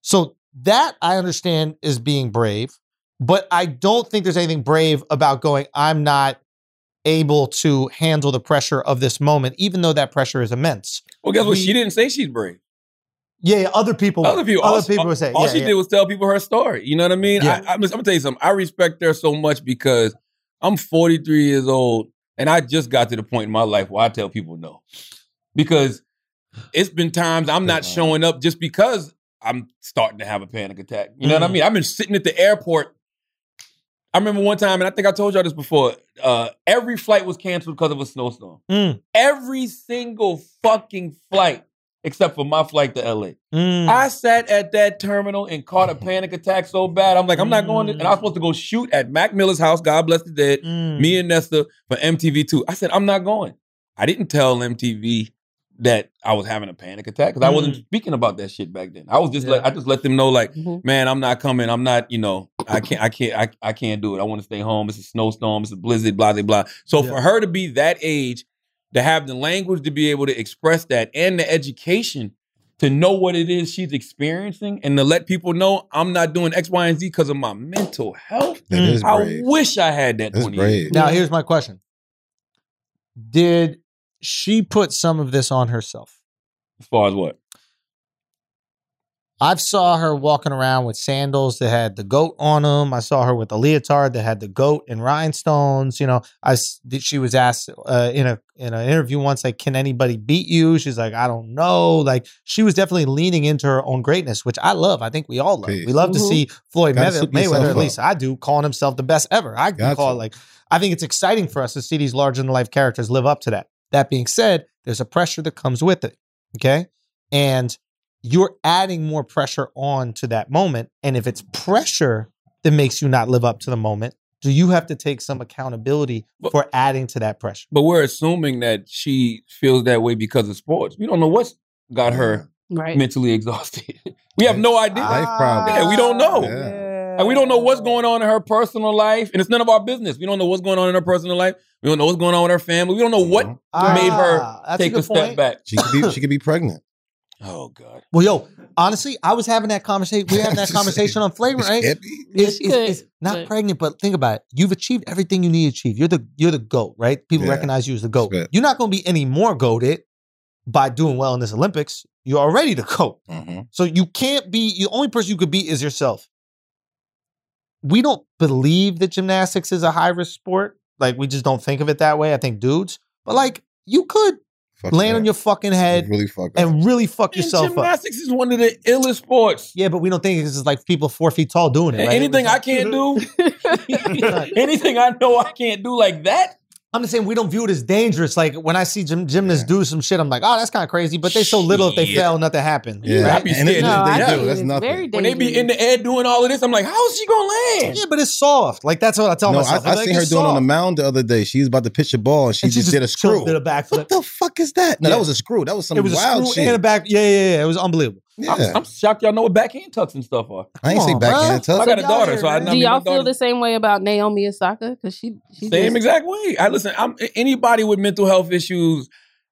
S3: So that I understand is being brave, but I don't think there's anything brave about going, I'm not able to handle the pressure of this moment, even though that pressure is immense.
S2: Well, guess what?
S3: We-
S2: she didn't say she's brave.
S3: Yeah, yeah, other people
S2: Other people,
S3: other
S2: all,
S3: people
S2: all-
S3: would say
S2: all
S3: yeah,
S2: she
S3: yeah.
S2: did was tell people her story. You know what I mean?
S3: Yeah.
S2: I, I'm, just, I'm gonna tell you something. I respect her so much because I'm 43 years old, and I just got to the point in my life where I tell people no, because it's been times I'm not
S5: Yeah.
S2: showing up just because I'm starting to have a panic attack. You know what I
S3: Mm.
S2: mean? I've been sitting at the airport. I remember one time, and I think I told y'all this before. Uh, every flight was canceled because of a snowstorm.
S3: Mm,
S2: every single fucking flight except for my flight to LA.
S3: mm.
S2: I sat at that terminal and caught a panic attack so bad. I'm like, I'm not going to, and I was supposed to go shoot at Mac Miller's house, God bless the dead,
S3: Mm.
S2: me and Nesta for MTV2. I said, I'm not going. I didn't tell MTV that I was having a panic attack because I wasn't speaking about that shit back then. I was just
S3: Yeah.
S2: like, I just let them know, like,
S4: Mhm.
S2: man, I'm not coming. I'm not, you know, I can't, I can't, I, I can't do it. I want to stay home. It's a snowstorm. It's a blizzard, blah, blah, blah. So
S3: Yeah.
S2: for her to be that age, to have the language to be able to express that and the education to know what it is she's experiencing and to let people know I'm not doing X, Y, and Z because of my mental health.
S5: That
S3: Mm.
S5: is
S2: I
S5: brave.
S2: wish I had that
S5: That's
S2: 20 years.
S5: brave.
S3: Now,
S4: Yeah.
S3: here's my question Did she put some of this on herself?
S2: As far as what?
S3: I've saw her walking around with sandals that had the goat on them. I saw her with a leotard that had the goat and rhinestones. You know, I s- did- she was asked uh, in a in an interview once, like, "Can anybody beat you?" She's like, "I don't know." Like, she was definitely leaning into her own greatness, which I love. I think we all love.
S5: Peace.
S3: We love to
S4: Mhm.
S3: see Floyd
S5: Gotta
S3: Maywe-
S5: soup yourself
S3: Mayweather, at
S5: up.
S3: least I do, calling himself the best ever. I do
S5: Got
S3: call it
S5: to.
S3: like I think it's exciting for us to see these larger than life characters live up to that. That being said, there's a pressure that comes with it. Okay. And you're adding more pressure on to that moment. And if it's pressure that makes you not live up to the moment, So you have to take some accountability
S2: But-
S3: for adding to that pressure.
S2: But we're assuming that she feels that way because of sports. We don't know what's got her
S4: Mm-hmm. Right.
S2: mentally exhausted. we have no idea.
S5: Life problem.
S2: Yeah, we don't know.
S5: Yeah.
S2: Like, we don't know what's going on in her personal life, and it's none of our business. We don't know what's going on in her personal life. We don't know what's going on with her family. We don't know what
S5: Mhm.
S2: made her
S3: Ah, that's
S2: take a,
S3: good
S2: step
S3: point.
S2: back.
S5: She could be she could be pregnant.
S2: Oh God,
S3: Well, yo, honestly, I was having that conversation. We had that conversation on Flavor,
S5: It's
S3: right?
S5: iffy.
S4: Yeah,
S3: It's,
S4: she
S3: it's-
S4: could,
S3: it's not
S4: but-
S3: pregnant, but think about it. You've achieved everything you need to achieve. You're the you're the goat, right? People
S5: Yeah.
S3: recognize you as the goat.
S5: Respect.
S3: You're not going to be any more goated by doing well in this Olympics. You're already the goat,
S5: Mhm.
S3: so you can't be. The only person you could be is yourself. We don't believe that gymnastics is a high risk sport. Like we just don't think of it that way. I think dudes, but like you could
S5: Fuck
S3: land
S5: that.
S3: on your fucking
S5: You
S3: head
S5: Really fuck up.
S3: and really fuck yourself
S2: And
S3: up.
S2: gymnastics is one of the illest sports.
S3: Yeah, but we don't think it's just like people four feet tall doing it. Right?
S2: Anything I can't do, anything I know I can't do like that.
S3: I'm just saying we don't view it as dangerous. Like when I see gym, gymnasts
S5: Yeah.
S3: do some shit, I'm like, oh, that's kind of crazy. But they so little if they
S2: Shit.
S3: fail, nothing happened.
S5: Yeah.
S2: I'd
S3: Right?
S2: be
S5: And
S2: scared.
S5: it-
S2: No,
S5: they
S2: I
S5: do.
S2: think
S5: That's nothing.
S2: When they be in the air doing all of this, I'm like, how is she gonna land?
S3: Yeah, but it's soft. Like that's what I tell
S5: no,
S3: myself.
S5: I, I
S3: I'm like,
S5: seen her
S3: it's
S5: doing on the
S3: soft.
S5: mound the other day. She was about to pitch a ball and she,
S3: And
S5: just, did a screw.
S3: Did a
S5: What
S3: backflip.
S5: the fuck is that? No,
S3: Yeah.
S5: that was a screw. That was some
S3: It was a
S5: wild
S3: screw
S5: shit.
S3: and a back. Yeah, yeah, yeah. It was unbelievable.
S5: yeah.
S2: I'm, I'm shocked y'all know what backhand tucks and stuff are.
S5: I ain't
S3: Come
S5: say
S3: on,
S5: backhand
S3: bruh.
S5: tuck.
S2: I got a
S3: y'all
S2: daughter,
S3: here,
S2: so I
S3: man.
S2: know.
S4: Do y'all feel
S2: daughter,
S4: the same way about Naomi Osaka? Because she, she
S2: same
S4: just-
S2: exact way. I listen. I'm a- anybody with mental health issues.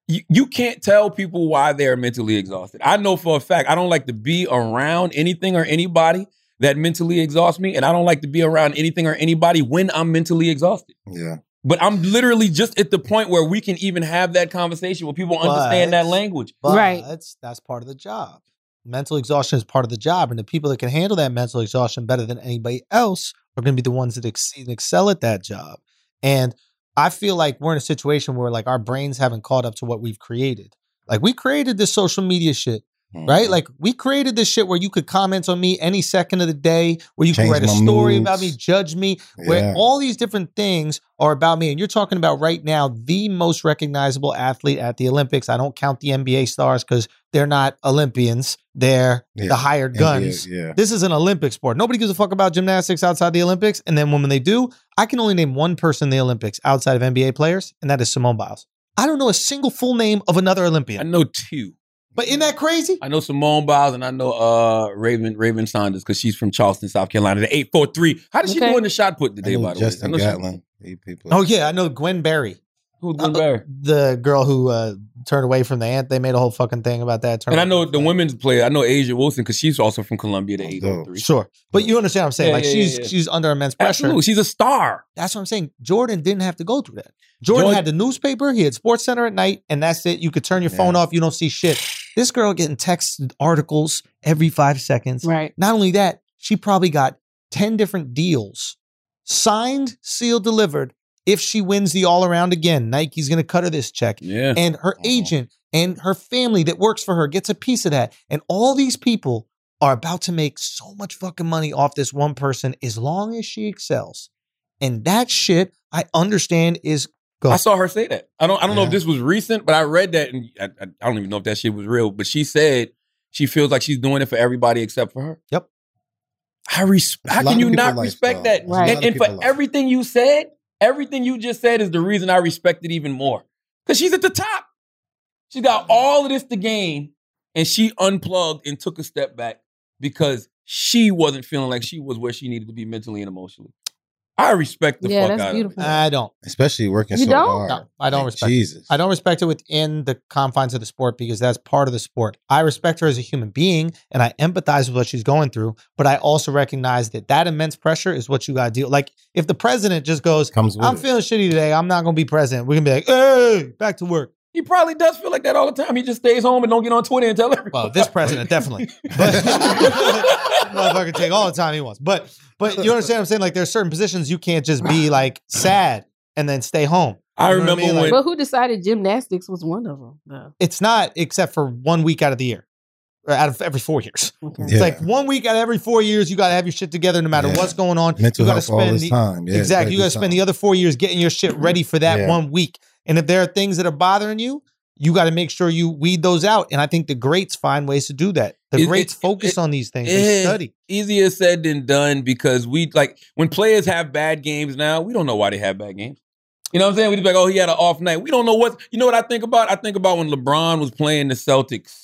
S2: You, you can't tell people why they're mentally exhausted. I know for a fact I don't like to be around anything or anybody that mentally exhausts me, and I don't like to be around anything or anybody when I'm mentally exhausted.
S5: Yeah.
S2: But I'm literally just at the point where we can even have that conversation where people understand that
S3: But-
S2: language.
S3: But
S4: Right.
S3: That's that's part of the job. Mental exhaustion is part of the job, and the people that can handle that mental exhaustion better than anybody else are going to be the ones that exceed and excel at that job. And I feel like we're in a situation where like our brains haven't caught up to what we've created. Like we created this social media shit,
S5: Mm-hmm.
S3: right? Like we created this shit where you could comment on me any second of the day, where you could
S5: Change
S3: write a
S5: my
S3: story about me,
S5: moods.
S3: judge me, where
S5: Yeah.
S3: all these different things are about me. And you're talking about right now the most recognizable athlete at the Olympics. I don't count the NBA stars because they're not Olympians, they're
S5: Yeah.
S3: the hired
S5: NBA,
S3: guns.
S5: Yeah.
S3: This is an Olympic sport. Nobody gives a fuck about gymnastics outside the Olympics. And then when they do, I can only name one person in the Olympics outside of NBA players, and that is Simone Biles. I don't know a single full name of another
S2: I
S3: Olympian.
S2: know two.
S3: But isn't that crazy?
S2: I know Simone Biles and I know uh, Raven Raven Saunders because she's from Charleston, South Carolina. The eight four three. How did she
S4: Okay.
S2: do in the shot put
S5: I
S2: today?
S5: know
S2: By the way,
S5: Justin
S2: I know she-
S5: Gatlin. Eight people.
S3: Oh, yeah. I know Gwen Berry.
S2: Who's
S3: Uh,
S2: Gwen Berry?
S3: the girl who uh, turned away from the ant. They made a whole fucking thing about that.
S2: And I know the women's player. I know Asia Wilson because she's also from Columbia. The
S5: Oh,
S2: eight
S5: dope.
S2: oh three.
S3: Sure, but you understand what I'm saying?
S2: Yeah,
S3: like
S2: yeah, yeah,
S3: she's
S2: yeah.
S3: she's under immense pressure.
S2: Absolutely, she's a star.
S3: That's what I'm saying. Jordan didn't have to go through that. Jordan
S2: Jordan-
S3: had the newspaper. He had Sports Center at night, and that's it. You could turn your phone
S5: Yeah.
S3: off. You don't see shit. This girl getting texted articles every five seconds.
S4: Right.
S3: Not only that, she probably got ten different deals signed, sealed, delivered. If she wins the all around again, Nike's going to cut her this check.
S2: Yeah.
S3: and her
S5: Mhm.
S3: agent and her family that works for her gets a piece of that. And all these people are about to make so much fucking money off this one person as long as she excels. And that shit, I understand, is go.
S2: I saw her say that. I don't. I don't know if
S5: Yeah.
S2: this was recent, but I read that, and I, I, I don't even know if that shit was real. But she said she feels like she's doing it for everybody except for her.
S3: Yep.
S2: I respect.
S5: That's a
S2: How
S5: lot
S2: can
S5: of uh,
S2: you
S5: people's
S2: not
S5: life,
S2: respect that?
S5: though. That's a
S4: Right.
S5: lot
S2: And,
S5: of
S2: and for
S5: people's life.
S2: everything you said, everything you just said is the reason I respect it even more. Because she's at the top. She got all of this to gain, and she unplugged and took a step back because she wasn't feeling like she was where she needed to be mentally and emotionally. I respect the fuck
S4: Yeah, that's
S2: out of it.
S4: beautiful.
S3: I don't.
S5: Especially working
S4: You
S5: so
S4: don't?
S5: hard.
S3: No, I don't
S5: Like,
S3: respect.
S5: Jesus.
S3: I don't respect her within the confines of the sport because that's part of the sport. I respect her as a human being and I empathize with what she's going through, but I also recognize that that immense pressure is what you got to deal. Like if the president just goes,
S5: Comes with
S3: "I'm
S5: it.
S3: feeling shitty today. I'm not going to be president." We're going to be like, "Hey, back to work."
S2: He probably does feel like that all the time. He just stays home and don't get on Twitter and tell everybody.
S3: Well, this president definitely, but motherfucker take all the time he wants. But but you understand what I'm saying? Like there's certain positions you can't just be like sad and then stay home.
S2: I
S3: You know what
S2: remember
S3: mean? Like,
S2: when-
S4: But who decided gymnastics was one of them? Though.
S3: it's not except for one week out of the year, or out of every four years.
S4: Okay.
S5: Yeah.
S3: It's like one week out of every four years, you got to have your shit together no matter
S5: Yeah.
S3: what's going on.
S5: Mental
S3: you gotta
S5: health all this
S3: the,
S5: time. Yeah,
S3: exactly. You got to spend the other four years getting your shit ready for that
S5: Yeah.
S3: one week. And if there are things that are bothering you, you got to make sure you weed those out. And I think the greats find ways to do that. The
S2: It-
S3: greats
S2: it-
S3: focus
S2: it-
S3: on these things. They
S2: Yeah.
S3: study.
S2: Easier said than done because we like when players have bad games now, we don't know why they have bad games. You know what I'm saying? We just be like, oh, he had an off night. We don't know what. You know what I think about? I think about when LeBron was playing the Celtics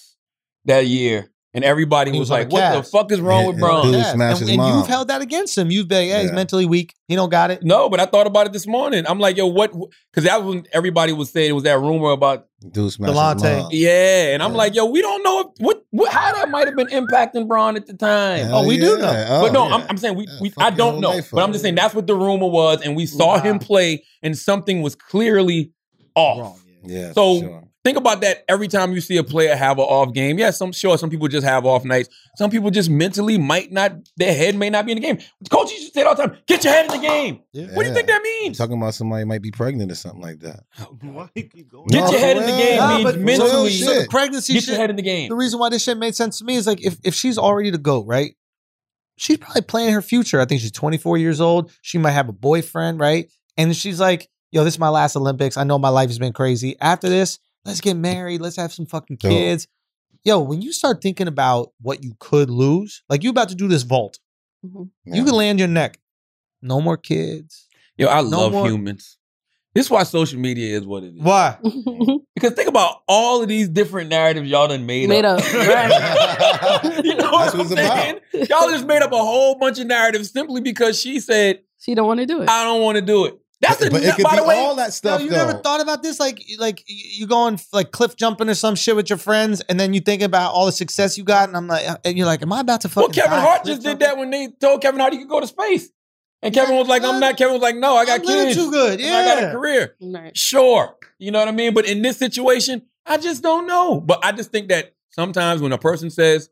S2: that year, and everybody
S3: He
S2: was,
S3: was on
S2: like,
S3: the
S2: "What the
S3: Cavs.
S2: fuck is wrong
S5: Yeah,
S2: with
S5: yeah,
S2: Bron?"
S5: dude.
S3: Oh, Yeah.
S5: smashed
S3: And,
S5: his
S3: and
S5: mom.
S3: you've held that against him. You've been, yeah, he's
S5: Yeah.
S3: mentally weak. He don't got it.
S2: No, but I thought about it this morning. I'm like, yo, what? Because that was when everybody was saying it was that rumor about
S5: Dude smashed his
S3: Delonte.
S5: mom.
S2: yeah, and I'm
S5: Yeah.
S2: like, yo, we don't know if, what, what how that might have been impacting Braun at the time.
S5: Hell
S3: Oh, we do
S5: yeah.
S3: know.
S5: Oh,
S2: but no,
S5: yeah.
S2: I'm, I'm saying we,
S5: Yeah,
S2: we
S5: fuck
S2: I
S5: your
S2: don't
S5: whole
S2: know.
S5: life
S2: But I'm
S5: up.
S2: just saying that's what the rumor was, and we saw
S4: Nah.
S2: him play, and something was clearly off.
S5: yeah.
S2: So-
S5: for sure.
S2: Think about that every time you see a player have an off game. Yeah, some sure some people just have off nights. Some people just mentally might not, their head may not be in the game. Coaches used to say it all the time, get your head in the game. What do you
S5: Yeah.
S2: think that
S5: I'm
S2: means?
S5: talking about somebody might be pregnant or something like that.
S6: Why you
S3: Mm.
S6: keep going?
S2: Get
S5: No,
S2: your head
S5: for
S2: in the
S5: real.
S2: game
S5: Nah,
S2: means
S5: but
S3: so,
S2: mentally.
S5: real
S3: so the
S5: shit.
S3: pregnancy
S2: Get
S3: shit,
S2: your head in the game.
S3: the reason why this shit made sense to me is like if, if she's already to go, right? She's probably planning her future. I think she's 24 years old. She might have a boyfriend, right? And she's like, yo, this is my last Olympics. I know my life has been crazy. After this, let's get married. Let's have some fucking
S5: Dope.
S3: kids. Yo, when you start thinking about what you could lose, like you about to do this vault, you can land your neck. No more kids.
S2: Yo, I
S3: No
S2: love
S3: more-
S2: humans. This is why social media is what it is.
S3: Why?
S2: Because think about all of these different narratives y'all done made,
S4: Made
S2: up.
S4: up.
S5: Right.
S2: you know what
S5: That's
S2: I'm
S5: what it's about.
S2: saying? Y'all just made up a whole bunch of narratives simply because she said,
S4: she don't want to do it.
S2: I don't want to do it. That's a,
S5: but it could
S2: by
S5: be
S2: the way,
S5: all that
S3: No,
S5: stuff.
S3: you
S5: though.
S3: never thought about this? Like, like you going like cliff jumping or some shit with your friends, and then you think about all the success you got, and I'm like, uh, and you're like, am I about to fucking?
S2: well, Kevin
S3: die
S2: Hart
S3: cliff
S2: just did
S3: jumping?
S2: that when they told Kevin Hart he could go to space. And Kevin was like, I'm
S3: I'm-
S2: not. Kevin was like, no, I got
S3: I'm living
S2: kids.
S3: Too good,
S2: and I got a
S3: yeah.
S2: career.
S4: Right.
S2: Sure. You know what I mean? But in this situation, I just don't know. But I just think that sometimes when a person says,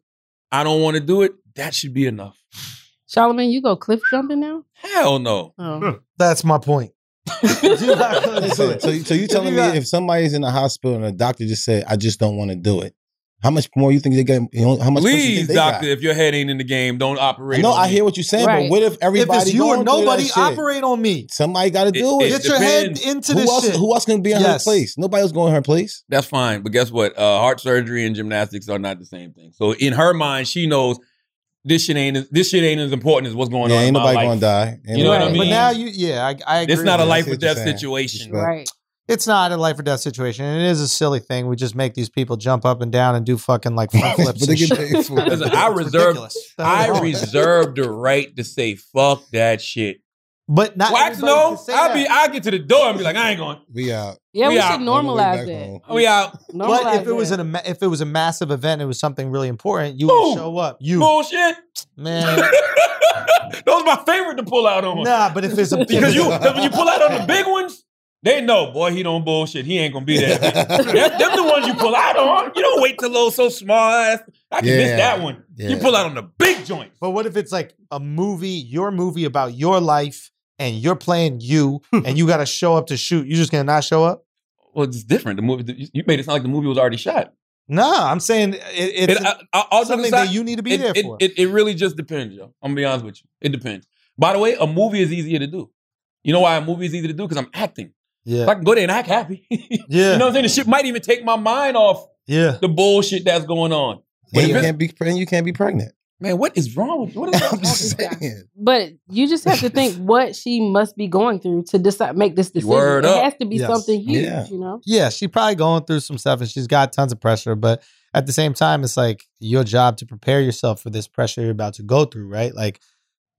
S2: I don't want to do it, that should be enough.
S4: Charlamagne, you go cliff jumping now?
S2: Hell no.
S4: Oh.
S3: That's my point.
S5: Listen, so, so you telling me
S3: got-
S5: if somebody's in the hospital and a doctor just said, "I just don't want to do it," how much more you think they get? You know, how much? push you
S2: Please,
S5: think they
S2: doctor,
S5: got?
S2: if your head ain't in the game, don't operate.
S5: No,
S2: on
S5: I
S2: me.
S5: hear what you're saying,
S4: Right.
S5: but what if
S3: if
S5: everybody
S3: it's you or
S5: going through
S3: nobody,
S5: that shit?
S3: operate on me.
S5: Somebody got to do
S2: It-
S5: it.
S2: it
S3: Get your
S2: depends.
S3: head into
S5: who
S3: this
S5: else?
S3: shit.
S5: Who else can be in
S3: Yes.
S5: her place? Nobody else going in her place.
S2: That's fine, but guess what? Uh, heart surgery and gymnastics are not the same thing. So in her mind, she knows this shit ain't as- this shit ain't as important as what's going
S5: yeah,
S2: on.
S5: ain't
S2: in my
S5: nobody
S2: life.
S5: going to die. Ain't
S2: You know what I
S5: nobody-
S2: mean?
S3: But now you, yeah, I, I agree.
S2: It's not a
S3: with you.
S5: I
S2: life
S5: see
S2: or
S5: what you're
S2: death
S5: saying.
S2: situation.
S5: Respect.
S4: Right.
S3: It's not a life or death situation, and it is a silly thing. We just make these people jump up and down and do fucking like front flips.
S5: but they
S3: and
S5: get
S3: shit.
S5: paid for it.
S2: Listen, I
S3: It's
S2: reserve
S3: ridiculous.
S2: I
S3: That's wrong.
S2: reserve the right to say fuck that shit.
S3: But not
S2: Well, actually,
S3: everybody
S2: no,
S3: can say
S2: I'll
S3: that.
S2: be I get to the door and be like, I ain't going.
S5: We out.
S4: Yeah, we,
S2: We out.
S4: should normalize
S5: We'll go back
S4: that.
S5: home.
S2: We out.
S4: Normalize
S3: But if it was
S4: that.
S3: an ama- if it was a massive event, it was something really important. You
S2: Boom.
S3: would show up. You
S2: Bullshit.
S3: man.
S2: that was my favorite to pull out on.
S3: nah, but if it's a
S2: Because you 'cause when you pull out on the big ones, they know, boy, he don't bullshit. He ain't gonna be there. That's them the ones you pull out on. You don't wait till those so small ass. I can miss
S5: Yeah.
S2: that one. You
S5: Yeah.
S2: pull out on the big joint.
S3: But what if it's like a movie, your movie about your life, and you're playing you, and you got to show up to shoot? You just gonna not show up?
S2: Well, it's different. The movie you made it sound like the movie was already shot.
S3: Nah, I'm saying it, it's
S2: It, uh, I, I, all
S3: something
S2: jokes
S3: that
S2: aside,
S3: you need to be
S2: it,
S3: there
S2: it,
S3: for.
S2: It, it really just depends, yo. I'm gonna be honest with you. It depends. By the way, a movie is easier to do. You know why a movie is easy to do? Because I'm acting.
S3: yeah,
S2: So I can go there and act happy. you
S3: yeah,
S2: know what I'm saying? The shit might even take my mind off
S3: yeah.
S2: the bullshit that's going on.
S5: And you
S2: Yeah.
S5: can't be and you can't be pregnant.
S2: Man, what is wrong with what is
S5: I'm
S2: that?
S5: just saying.
S4: But you just have to think what she must be going through to decide make this decision.
S2: Word
S4: it
S2: up.
S4: has to be
S3: Yes.
S4: something huge,
S5: Yeah.
S4: you know.
S3: Yeah, she's probably going through some stuff and she's got tons of pressure, but at the same time, it's like your job to prepare yourself for this pressure you're about to go through, right? Like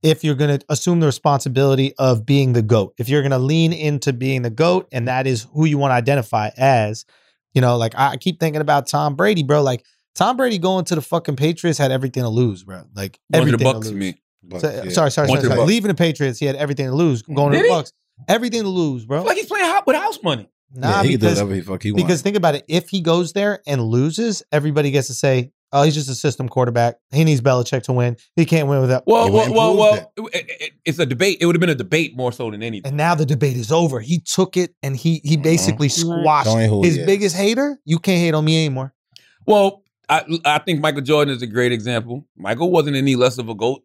S3: if you're going to assume the responsibility of being the GOAT, if you're going to lean into being the GOAT and that is who you want to identify as, you know, like I I keep thinking about Tom Brady, bro. Like Tom Brady going to the fucking Patriots had everything to lose, bro. Like
S2: Going to the
S3: everything
S2: Bucks,
S3: to
S2: you
S3: lose.
S2: mean?
S5: But,
S3: So-
S5: yeah.
S3: Sorry,
S2: Going
S3: sorry, sorry.
S2: to the
S3: sorry.
S2: Bucks.
S3: Leaving the Patriots, he had everything to lose. Going
S2: Did
S3: to the
S2: he?
S3: Bucks, everything to lose, bro.
S2: Like he's playing hot with house money.
S3: Nah,
S5: yeah, he can do
S3: because
S5: whatever he fuck he
S3: because
S5: wants.
S3: think about it. If he goes there and loses, everybody gets to say, "Oh, he's just a system quarterback. He needs Belichick to win. He can't win without."
S2: Well, well,
S5: It wouldn't
S2: well,
S5: prove
S2: well it- it- it's a debate. It would have been a debate more so than anything.
S3: And now the debate is over. He took it and he
S2: Mm-hmm.
S3: he basically
S4: Mhm.
S3: squashed
S5: Showing who he
S3: his
S5: is.
S3: biggest hater. You can't hate on me anymore.
S2: Well, I I think Michael Jordan is a great example. Michael wasn't any less of a goat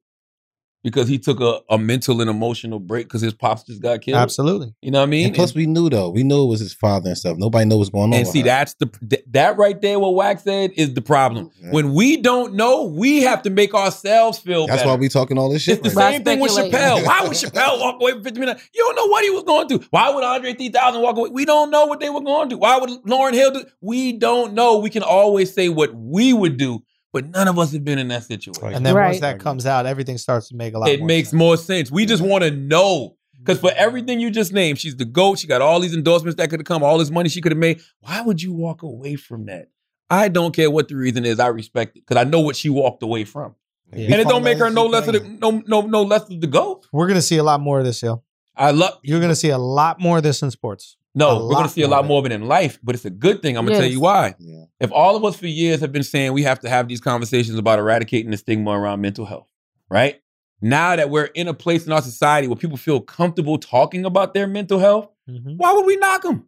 S2: because he took a, a mental and emotional break because his pops just got killed.
S3: Absolutely.
S2: You know what I mean?
S5: And plus, we knew though. We knew it was his father and stuff. Nobody know what's going on.
S2: And
S5: with
S2: see,
S5: her.
S2: that's the th- that right there. What Wax said is the problem.
S5: Yeah.
S2: When we don't know, we have to make ourselves feel.
S5: That's
S2: better.
S5: why we talking all this shit.
S2: It's the
S5: right
S4: By
S2: same thing with
S4: speculating.
S2: Chappelle. Why would Chappelle walk away from 50 million? You don't know what he was going through. Why would Andre 3000 walk away? We don't know what they were going to do. Why would Lauren Hill do? We don't know. We can always say what we would do, but none of us have been in that situation.
S5: Right.
S3: And then once
S4: Right.
S3: that comes out, everything starts to make a lot.
S2: It
S3: more
S2: makes
S3: sense. Mm-hmm.
S2: more sense. We just want to know. Because for everything you just named, she's the GOAT. She got all these endorsements that could have come, all this money she could have made. Why would you walk away from that? I don't care what the reason is. I respect it because I know what she walked away from,
S5: now. We
S2: and it
S5: found
S2: don't make
S5: out
S2: her no
S5: she
S2: less of the,
S5: pregnant.
S2: no no no less of the goat.
S3: We're gonna see a lot more of this, yo.
S2: I love
S3: You're gonna see a lot more of this in sports. A
S2: No, we're
S3: lot
S2: gonna see a
S3: more of
S2: lot
S3: it.
S2: more of it in life, but it's a good thing. I'm gonna tell
S4: Yes.
S2: you why.
S5: Yeah.
S2: If all of us for years have been saying we have to have these conversations about eradicating the stigma around mental health, right? Now that we're in a place in our society where people feel comfortable talking about their mental health,
S3: Mhm.
S2: why would we knock them?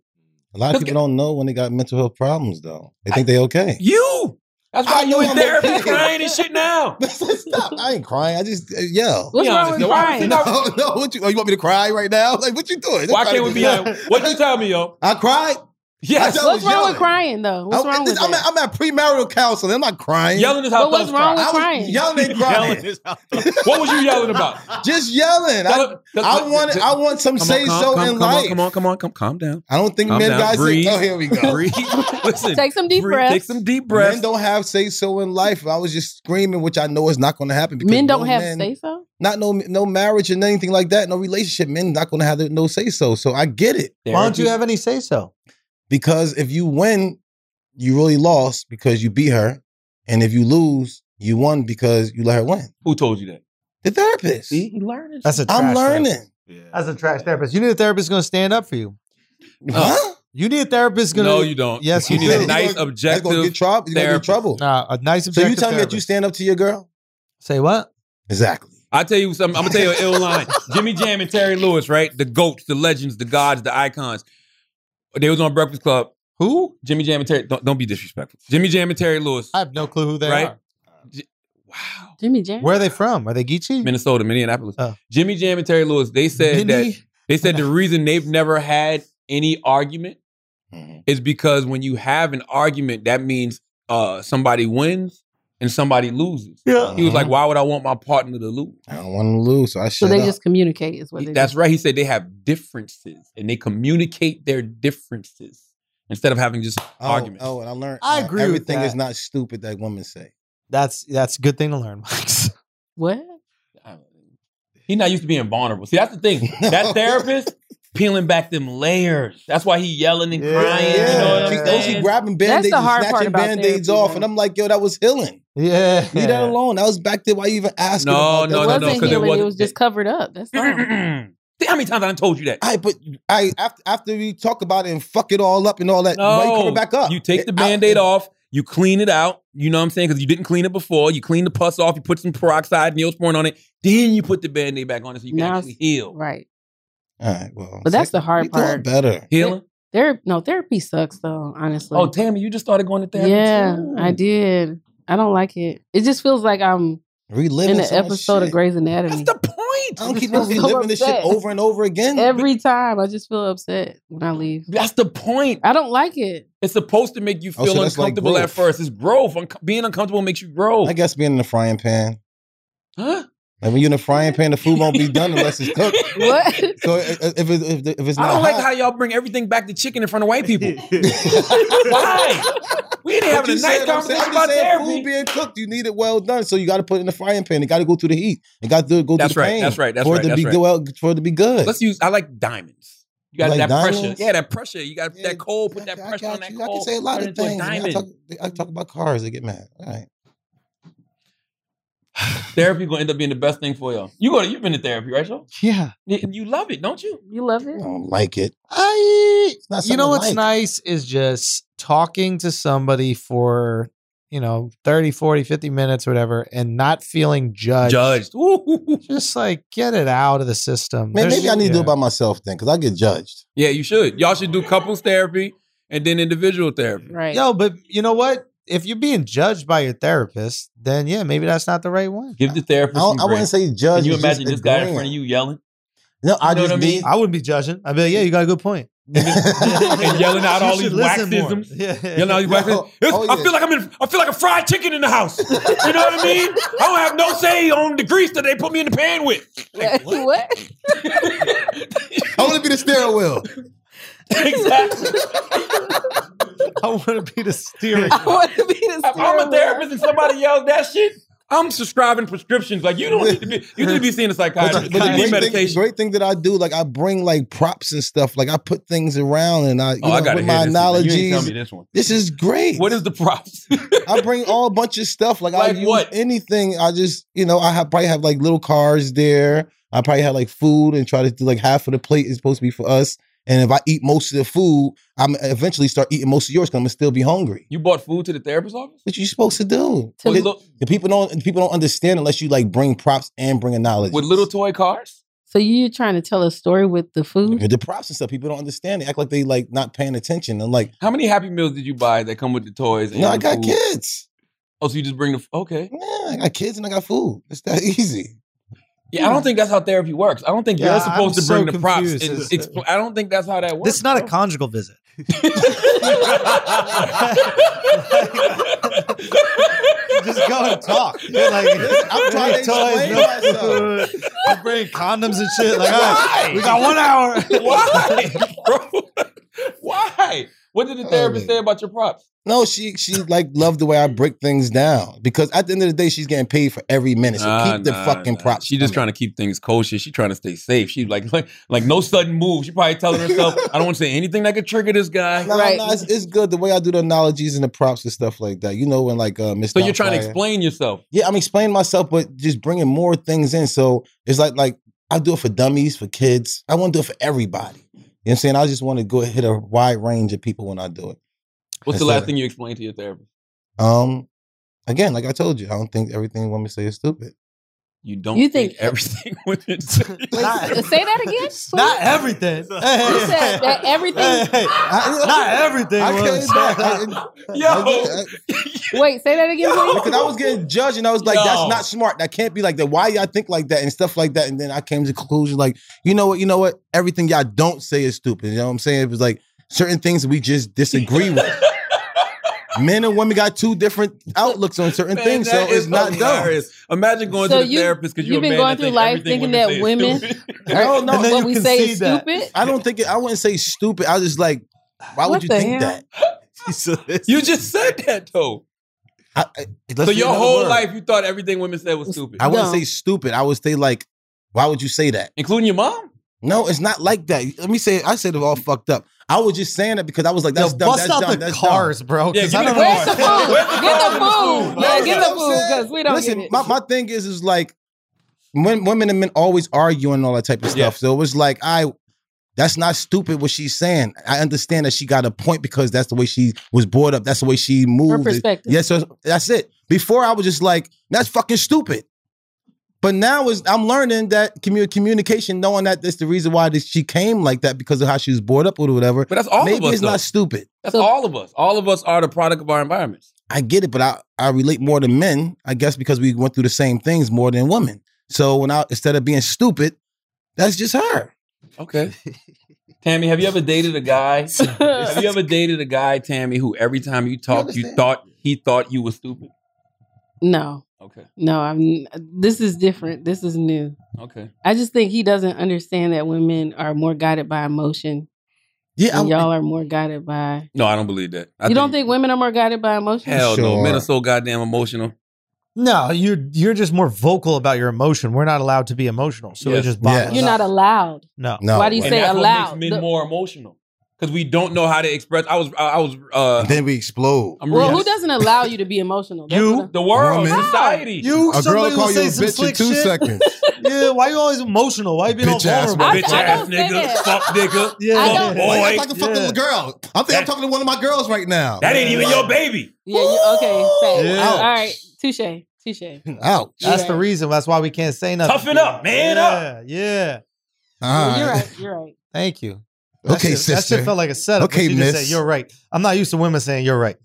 S5: A lot of
S2: Look
S5: people don't know when they got mental health problems though. They think they okay.
S2: You. That's why
S5: I
S2: you
S5: know
S2: in
S5: I'm
S2: therapy
S5: okay.
S2: crying and shit now.
S5: Stop! I ain't crying. I just uh, yell.
S4: What's
S2: Yeah,
S4: wrong with
S2: no, I-
S4: crying?
S2: no.
S5: No, no. What you? Oh, you want me to cry right now? Like what you doing? Don't
S2: Why
S5: try
S2: can't
S5: to
S2: we
S5: do
S2: be
S5: that.
S2: honest? What you tell me, yo?
S5: I cried.
S2: Yes.
S5: I
S4: What's
S5: was
S4: wrong
S5: yelling.
S4: with crying though? What's
S5: I'm,
S4: wrong with
S5: I'm,
S4: that?
S5: at, I'm at premarital counseling. I'm not crying.
S2: Yelling is how
S4: But what's
S2: thugs
S4: wrong
S2: cry.
S4: with
S5: I
S4: crying?
S5: was yelling and crying.
S6: Yelling is out
S2: What was you yelling about?
S5: Just yelling. I,
S2: Tell-
S5: I want. I want some
S2: Come on,
S5: say
S2: calm-
S5: so
S2: calm-
S5: in
S2: come on,
S5: life.
S2: Come on, come on, come calm down.
S5: I don't think
S2: Calm
S5: men
S2: down.
S5: guys.
S2: Breathe.
S5: Say, oh, here we go.
S2: Breathe. Listen.
S4: Take some deep
S2: breathe,
S4: breaths.
S2: Take some deep
S5: Men
S2: breaths.
S5: don't have say so in life. I was just screaming, which I know is not going to happen. Because
S4: Men don't
S5: no
S4: have
S5: men-
S4: say so.
S5: Not no no marriage and anything like that. No relationship. Men not going to have no say so. So I get it
S3: Why don't you have any say so?
S5: because if you win, you really lost because you beat her, and if you lose, you won because you let her win.
S2: Who told you that?
S5: The therapist.
S2: he learning.
S3: That's a trash
S5: I'm
S3: therapist.
S5: learning.
S3: That's a trash therapist. You need a therapist going to stand up for you.
S5: Huh?
S3: You need a therapist going to.
S2: No, you don't.
S3: Yes,
S2: you
S3: you
S2: need
S3: do.
S2: a nice
S5: That's gonna That's
S2: objective.
S5: gonna get trouble. You're gonna get
S2: therapist.
S5: trouble.
S3: Nah, a nice.
S5: So you
S3: objective
S5: tell me that you
S3: therapist.
S5: stand up to your girl?
S3: say what?
S5: Exactly.
S2: I tell you something. I'm gonna tell you an ill line. Jimmy Jam and Terry Lewis, right? The goats, the legends, the gods, the icons. They was on Breakfast Club. Who? Jimmy Jam and Terry. Don't, don't be disrespectful. Jimmy Jam and Terry Lewis.
S3: I have no clue who they
S2: Right?
S3: are.
S2: wow.
S4: Jimmy Jam.
S3: Where are they from? Are they Geechee?
S2: Minnesota, Minneapolis.
S3: Oh.
S2: Jimmy Jam and Terry Lewis. They said that
S3: Minnie?
S2: They said the reason they've never had any argument
S5: Mhm.
S2: is because when you have an argument, that means uh, somebody wins and somebody loses. He was
S5: Uh-huh.
S2: like, "Why would I want my partner to lose?"
S5: I don't want to lose, so I
S4: So
S5: shut
S4: they
S5: up.
S4: just communicate is what they do.
S2: That's right. He said they have differences and they communicate their differences instead of having just
S5: oh,
S2: arguments.
S5: Oh, and I learned.
S3: I
S5: uh,
S3: agree with
S5: Everything
S3: that.
S5: is not stupid that women say.
S3: That's that's a good thing to learn, Max.
S4: What?
S2: He's not used to being vulnerable. See, that's the thing. That therapist peeling back them layers. That's why he yelling and crying. You know what
S5: she,
S2: I'm
S5: oh,
S2: saying?
S5: she grabbing band-aids
S4: the
S5: and
S4: hard part
S5: snatching
S4: about
S5: band-aids
S4: therapy,
S5: off,
S4: man.
S5: and I'm like, yo, that was healing.
S3: Yeah.
S5: Leave that alone. That was back there. Why you even asking?
S2: No,
S5: about
S2: no,
S5: that?
S4: it
S2: no,
S4: wasn't
S2: 'cause it
S4: healing. It,
S2: wasn't-
S4: was just covered up. That's all.
S2: See how many times I done told you that?
S5: All right, but I after after we talk about it and fuck it all up and all that, why you
S2: No.
S5: cover back up?
S2: You take the
S5: It- I-
S2: band aid off, you clean it out, you know what I'm saying? Because you didn't clean it before. You clean the pus off, you put some peroxide, neosporin on it, then you put the band aid back on it so you can
S4: Now
S2: actually heal.
S4: Right.
S5: All right, well,
S4: But that's the hard
S5: we doing
S4: part.
S5: Better.
S2: Healing?
S4: Therapy, no, therapy sucks though, honestly.
S2: Oh, Tammy, you just started going to therapy.
S4: yeah,
S2: too.
S4: I did. I don't like it. It just feels like I'm
S5: Reliving
S4: in an
S5: so much
S4: episode of
S5: shit.
S4: Grey's
S2: That's
S4: Anatomy.
S2: the point.
S5: I don't keep on
S4: I'm so
S5: reliving this shit
S4: upset.
S5: over and over again.
S4: Every time I just feel upset when I leave.
S2: That's the point.
S4: I don't like it.
S2: It's supposed to make you
S5: Oh,
S2: feel
S5: so that's like
S2: uncomfortable at
S5: growth.
S2: first. It's growth. Unco- being uncomfortable makes you grow.
S5: I guess being in the frying pan.
S2: Huh?
S5: Like when you're in the frying pan, the food won't be done unless it's cooked.
S4: What?
S5: So i- i- if it, if, the- if it's
S2: I
S5: not
S2: don't like
S5: hot,
S2: how y'all bring everything back to chicken in front of white people.
S6: Why?
S2: Why? We ain't
S5: But
S2: having
S5: you
S2: a nice
S5: said- I'm saying-
S2: conversation
S5: I'm just
S2: about
S5: saying
S2: therapy.
S5: Food being cooked, you need it well done, so you got to put it in the frying pan. It got to go through the heat. It got to go
S2: That's
S5: through the
S2: right,
S5: pan.
S2: that's right, that's
S5: for
S2: right,
S5: It to
S2: that's
S5: be
S2: right.
S5: good, well- for it to be good.
S2: Let's use. I like diamonds. You got
S5: You like
S2: that
S5: diamonds?
S2: pressure. Yeah, that pressure. You got
S5: Yeah,
S2: that cold. Put that
S5: I- I
S2: pressure
S5: got
S2: on that
S5: you.
S2: cold.
S5: I can say a lot
S2: turn it
S5: of
S2: into
S5: things. I
S2: diamond.
S5: talk, I talk about cars. They get mad. All right.
S2: Therapy gonna end up being the best thing for y'all. You go. to- You've been to therapy, right, Joe?
S3: Yeah.
S2: You you love it, don't you?
S4: You love
S5: I
S4: it?
S5: don't like it.
S3: I
S5: not
S3: you know
S5: something
S3: what's
S5: like.
S3: nice is just talking to somebody for you know 30 40 50 minutes whatever and not feeling judged
S2: Judged. Ooh.
S3: just like get it out of the system
S5: Man,
S3: There's-
S5: maybe I need to do
S3: yeah.
S5: it by myself then, because I get judged.
S2: Yeah, you should. Y'all should do couples therapy and then individual therapy.
S4: Right.
S3: yo but you know what if you're being judged by your therapist, then yeah, maybe that's not the right one.
S2: Give the therapist.
S5: I, don't-
S2: some
S5: I wouldn't
S2: grace.
S5: say judge.
S2: Can you
S5: it's
S2: imagine
S5: just
S2: this guy in
S5: agreeing.
S2: front of you yelling
S5: No, I
S2: You know
S5: just
S2: what I mean?
S5: need.
S3: I wouldn't be judging. I'd be like, yeah, you gotta good point.
S2: and yelling out
S3: You
S2: all
S3: should
S2: these
S3: listen more.
S2: waxisms?
S3: Yeah.
S2: You know, you
S5: Yo,
S2: breakfast-
S5: oh,
S2: It's- I
S5: yeah.
S2: feel like I'm in. I feel like a fried chicken in the house. you know what I mean? I don't have no say on the grease that they put me in the pan with.
S4: Like, what?
S5: I want to be the steering wheel.
S2: exactly.
S3: I want to be the steering.
S4: I want to be the
S2: If I'm a
S4: steering wheel.
S2: therapist and somebody yells that shit, I'm subscribing prescriptions. Like you don't need to be. You need to be seeing a psychiatrist.
S5: But
S2: You
S5: the
S2: need
S5: great thing,
S2: medication.
S5: great thing that I do, like I bring like props and stuff. Like I put things around and I, you
S2: Oh, I
S5: know,
S2: gotta
S5: with
S2: hear
S5: my
S2: this. You ain't tell me
S5: analogies.
S2: this one.
S5: This is great.
S2: What is the props?
S5: I bring all a bunch of stuff. Like,
S2: Like
S5: I use
S2: what?
S5: anything. I just, you know, I have, probably have like little cars there. I probably have like food and try to do like half of the plate is supposed to be for us. And if I eat most of the food, I'm eventually start eating most of yours because I'm gonna still be hungry.
S2: you bought food to the therapist's office?
S5: What you supposed to do?
S4: To
S5: It-
S2: look-
S5: the people don't the people don't understand unless you like bring props and bring a knowledge.
S2: With little toy cars?
S4: So you're trying to tell a story with the
S2: Mm-hmm.
S4: food?
S5: the props and stuff, people don't understand. They act like they like not paying attention. And like,
S2: How many Happy Meals did you buy that come with the toys? and
S5: no, I
S2: the
S5: got
S2: food?
S5: kids.
S2: Oh, so you just bring the okay?
S5: Yeah, I got kids and I got food. It's that easy.
S2: Yeah, I don't think that's how therapy works. I don't think
S3: Yeah,
S2: you're supposed to
S3: I'm
S2: bring
S3: so
S2: the props. And
S3: confused.
S2: expl- I don't think that's how that works.
S3: This is not a conjugal visit. Just go and talk. You're like,
S5: I'm trying to explain myself.
S3: You bring condoms and shit. Like, all right, we got one hour.
S2: Why, bro? Why? What did the therapist
S5: Oh.
S2: say about your props?
S5: No, she she like loved the way I break things down because at the end of the day, she's getting paid for every minute. So keep the fucking props.
S2: She just trying to keep things kosher. She trying to stay safe. She like like like no sudden move. She probably telling herself, I don't want to say anything that could trigger this guy.
S5: No,
S4: Right.
S5: no, it's, it's good the way I do the analogies and the props and stuff like that. You know when like uh, Miss.
S2: So you're trying to
S5: Doubtfire-
S2: explain yourself.
S5: Yeah, I'm explaining myself, but just bringing more things in. So it's like like I do it for dummies, for kids. I want to do it for everybody. You know what I'm saying? I just want to go hit a wide range of people when I do it.
S2: What's the
S5: Instead
S2: last
S5: of-
S2: thing you explained to your therapist?
S5: Um, again, like I told you, I don't think everything women say is stupid.
S2: You don't
S4: You
S2: think,
S4: think-
S2: everything women say.
S4: Wait, say that again.
S3: Not
S4: please.
S3: everything.
S4: You said that everything.
S3: Hey,
S5: I-
S3: not everything.
S5: I
S3: was-
S5: came back. I-
S2: Yo,
S4: Wait, say that again, please.
S5: Because I was getting judged and I was like,
S2: Yo.
S5: that's not smart. That can't be like that. Why y'all think like that and stuff like that? And then I came to the conclusion, like, you know what, you know what? Everything y'all don't say is stupid. You know what I'm saying? It was like certain things we just disagree with. Men and women got two different outlooks on certain
S2: Man,
S5: things, so
S2: that
S5: it's
S2: is
S5: not done.
S2: hilarious. Imagine going
S4: So
S2: to the
S4: you-
S2: therapist because you're
S4: you've
S2: a
S4: been
S2: man
S4: going
S2: that
S4: through
S2: think
S4: life
S2: everything
S4: thinking that
S2: say is
S4: women-
S2: stupid.
S5: No, no,
S3: And then
S4: what
S3: you
S4: we say
S3: concede
S4: is
S3: that.
S4: stupid.
S5: I don't think it. I wouldn't say stupid. I was just like, why
S4: What
S5: would you
S4: the
S5: think
S4: hell?
S5: that?
S2: You just said that though.
S5: I, I- let's
S2: so
S5: say
S2: your
S5: another
S2: whole
S5: word.
S2: life you thought everything women said was stupid,
S5: I
S4: No.
S5: wouldn't say stupid. I would say like, why would you say that?
S2: including your mom.
S5: No, it's not like that. Let me say, it. I said it all fucked up. I was just saying it because I was like, that's
S3: Yo,
S5: dumb.
S3: bust
S5: That's
S3: out
S5: dumb.
S3: the
S5: That's
S3: cars, bro.
S2: Yeah,
S3: 'cause
S2: give
S3: I
S2: me
S3: don't
S2: the
S3: know
S4: Where's
S2: Where's the
S4: the
S3: why.
S4: food?
S2: cars? Where's the cars in the
S4: Get the food.
S2: food?
S4: Yeah,
S5: No,
S4: get
S5: that's
S4: the
S5: what I'm
S4: food
S5: saying.
S4: because we don't
S5: Listen,
S4: get it.
S5: my, my thing is, is like, when women and men always argue and all that type of stuff.
S2: Yeah.
S5: So it was like, I, that's not stupid what she's saying. I understand that she got a point because that's the way she was brought up. That's the way she
S4: Her
S5: moved.
S4: perspective.
S5: Yes, sir. That's it. Before I was just like, that's fucking stupid. But now is I'm learning that commu- communication, knowing that that's the reason why this, she came like that because of how she was brought up or whatever.
S2: But that's all
S5: Maybe
S2: of us.
S5: it's
S2: though.
S5: not stupid.
S2: that's
S4: So-
S2: all of us. All of us are the product of our environments.
S5: I get it, but I, I relate more to men, I guess, because we went through the same things more than women. So when I instead of being stupid, that's just her.
S2: Okay. Tammy, have you ever dated a guy? have you ever dated a guy, Tammy, who every time you talked, you
S5: understand?
S2: thought he thought you was stupid?
S4: No,
S2: Okay.
S4: no. I'm. This is different. This is new.
S2: Okay.
S4: I just think he doesn't understand that women are more guided by emotion,
S5: Yeah,
S4: and
S5: I,
S4: y'all are more guided by.
S2: No, I don't believe that. I
S4: you don't think women are more guided by emotion?
S2: Hell no.
S5: Sure.
S2: Men are so goddamn emotional.
S3: No, you're you're just more vocal about your emotion. We're not allowed to be emotional, so it
S2: Yes.
S3: just bothers.
S4: You're
S3: us.
S4: not allowed.
S3: No,
S5: no.
S4: Why do you
S5: way.
S2: and
S4: say
S2: that's
S4: aloud.
S2: what makes men
S4: The-
S2: more emotional because we don't know how to express. I was, I, I was, uh,
S5: then we explode.
S2: I'm
S4: Well,
S2: reading
S4: who doesn't allow you to be emotional? That's
S3: You-
S4: what I-
S2: the world,
S5: Woman.
S2: society.
S3: you.
S5: a girl
S3: somebody will
S5: call you a
S3: say some
S5: bitch in
S3: slick
S5: two
S3: shit.
S5: seconds.
S3: Yeah, why you always emotional? Why you being all
S5: Bitch ass
S3: vulnerable?
S5: mother-
S4: I-
S2: bitch
S4: I
S2: ass
S4: don't say
S2: nigga,
S4: that.
S2: fuck nigga,
S3: Yeah.
S4: I
S2: fuck
S4: don't-
S5: Why you
S2: boy.
S5: act like a fucking
S3: Yeah.
S5: little girl. I think I'm
S2: That-
S5: talking to one of my girls right now.
S2: That ain't even your baby.
S4: Yeah. You, okay. Facts.
S3: Yeah.
S4: All right. Touche. Touche.
S5: Ouch.
S3: That's
S4: Yeah.
S3: the reason. That's why we can't say nothing.
S2: Toughen up, man
S3: yeah,
S2: up.
S3: Yeah.
S5: All right.
S4: You're right. You're right.
S3: Thank you. That
S5: Okay,
S3: shit, That
S5: sister.
S3: shit felt like a setup.
S5: Okay,
S3: Okay, miss.
S5: miss.
S3: Said, you're right. I'm not used to women saying you're right.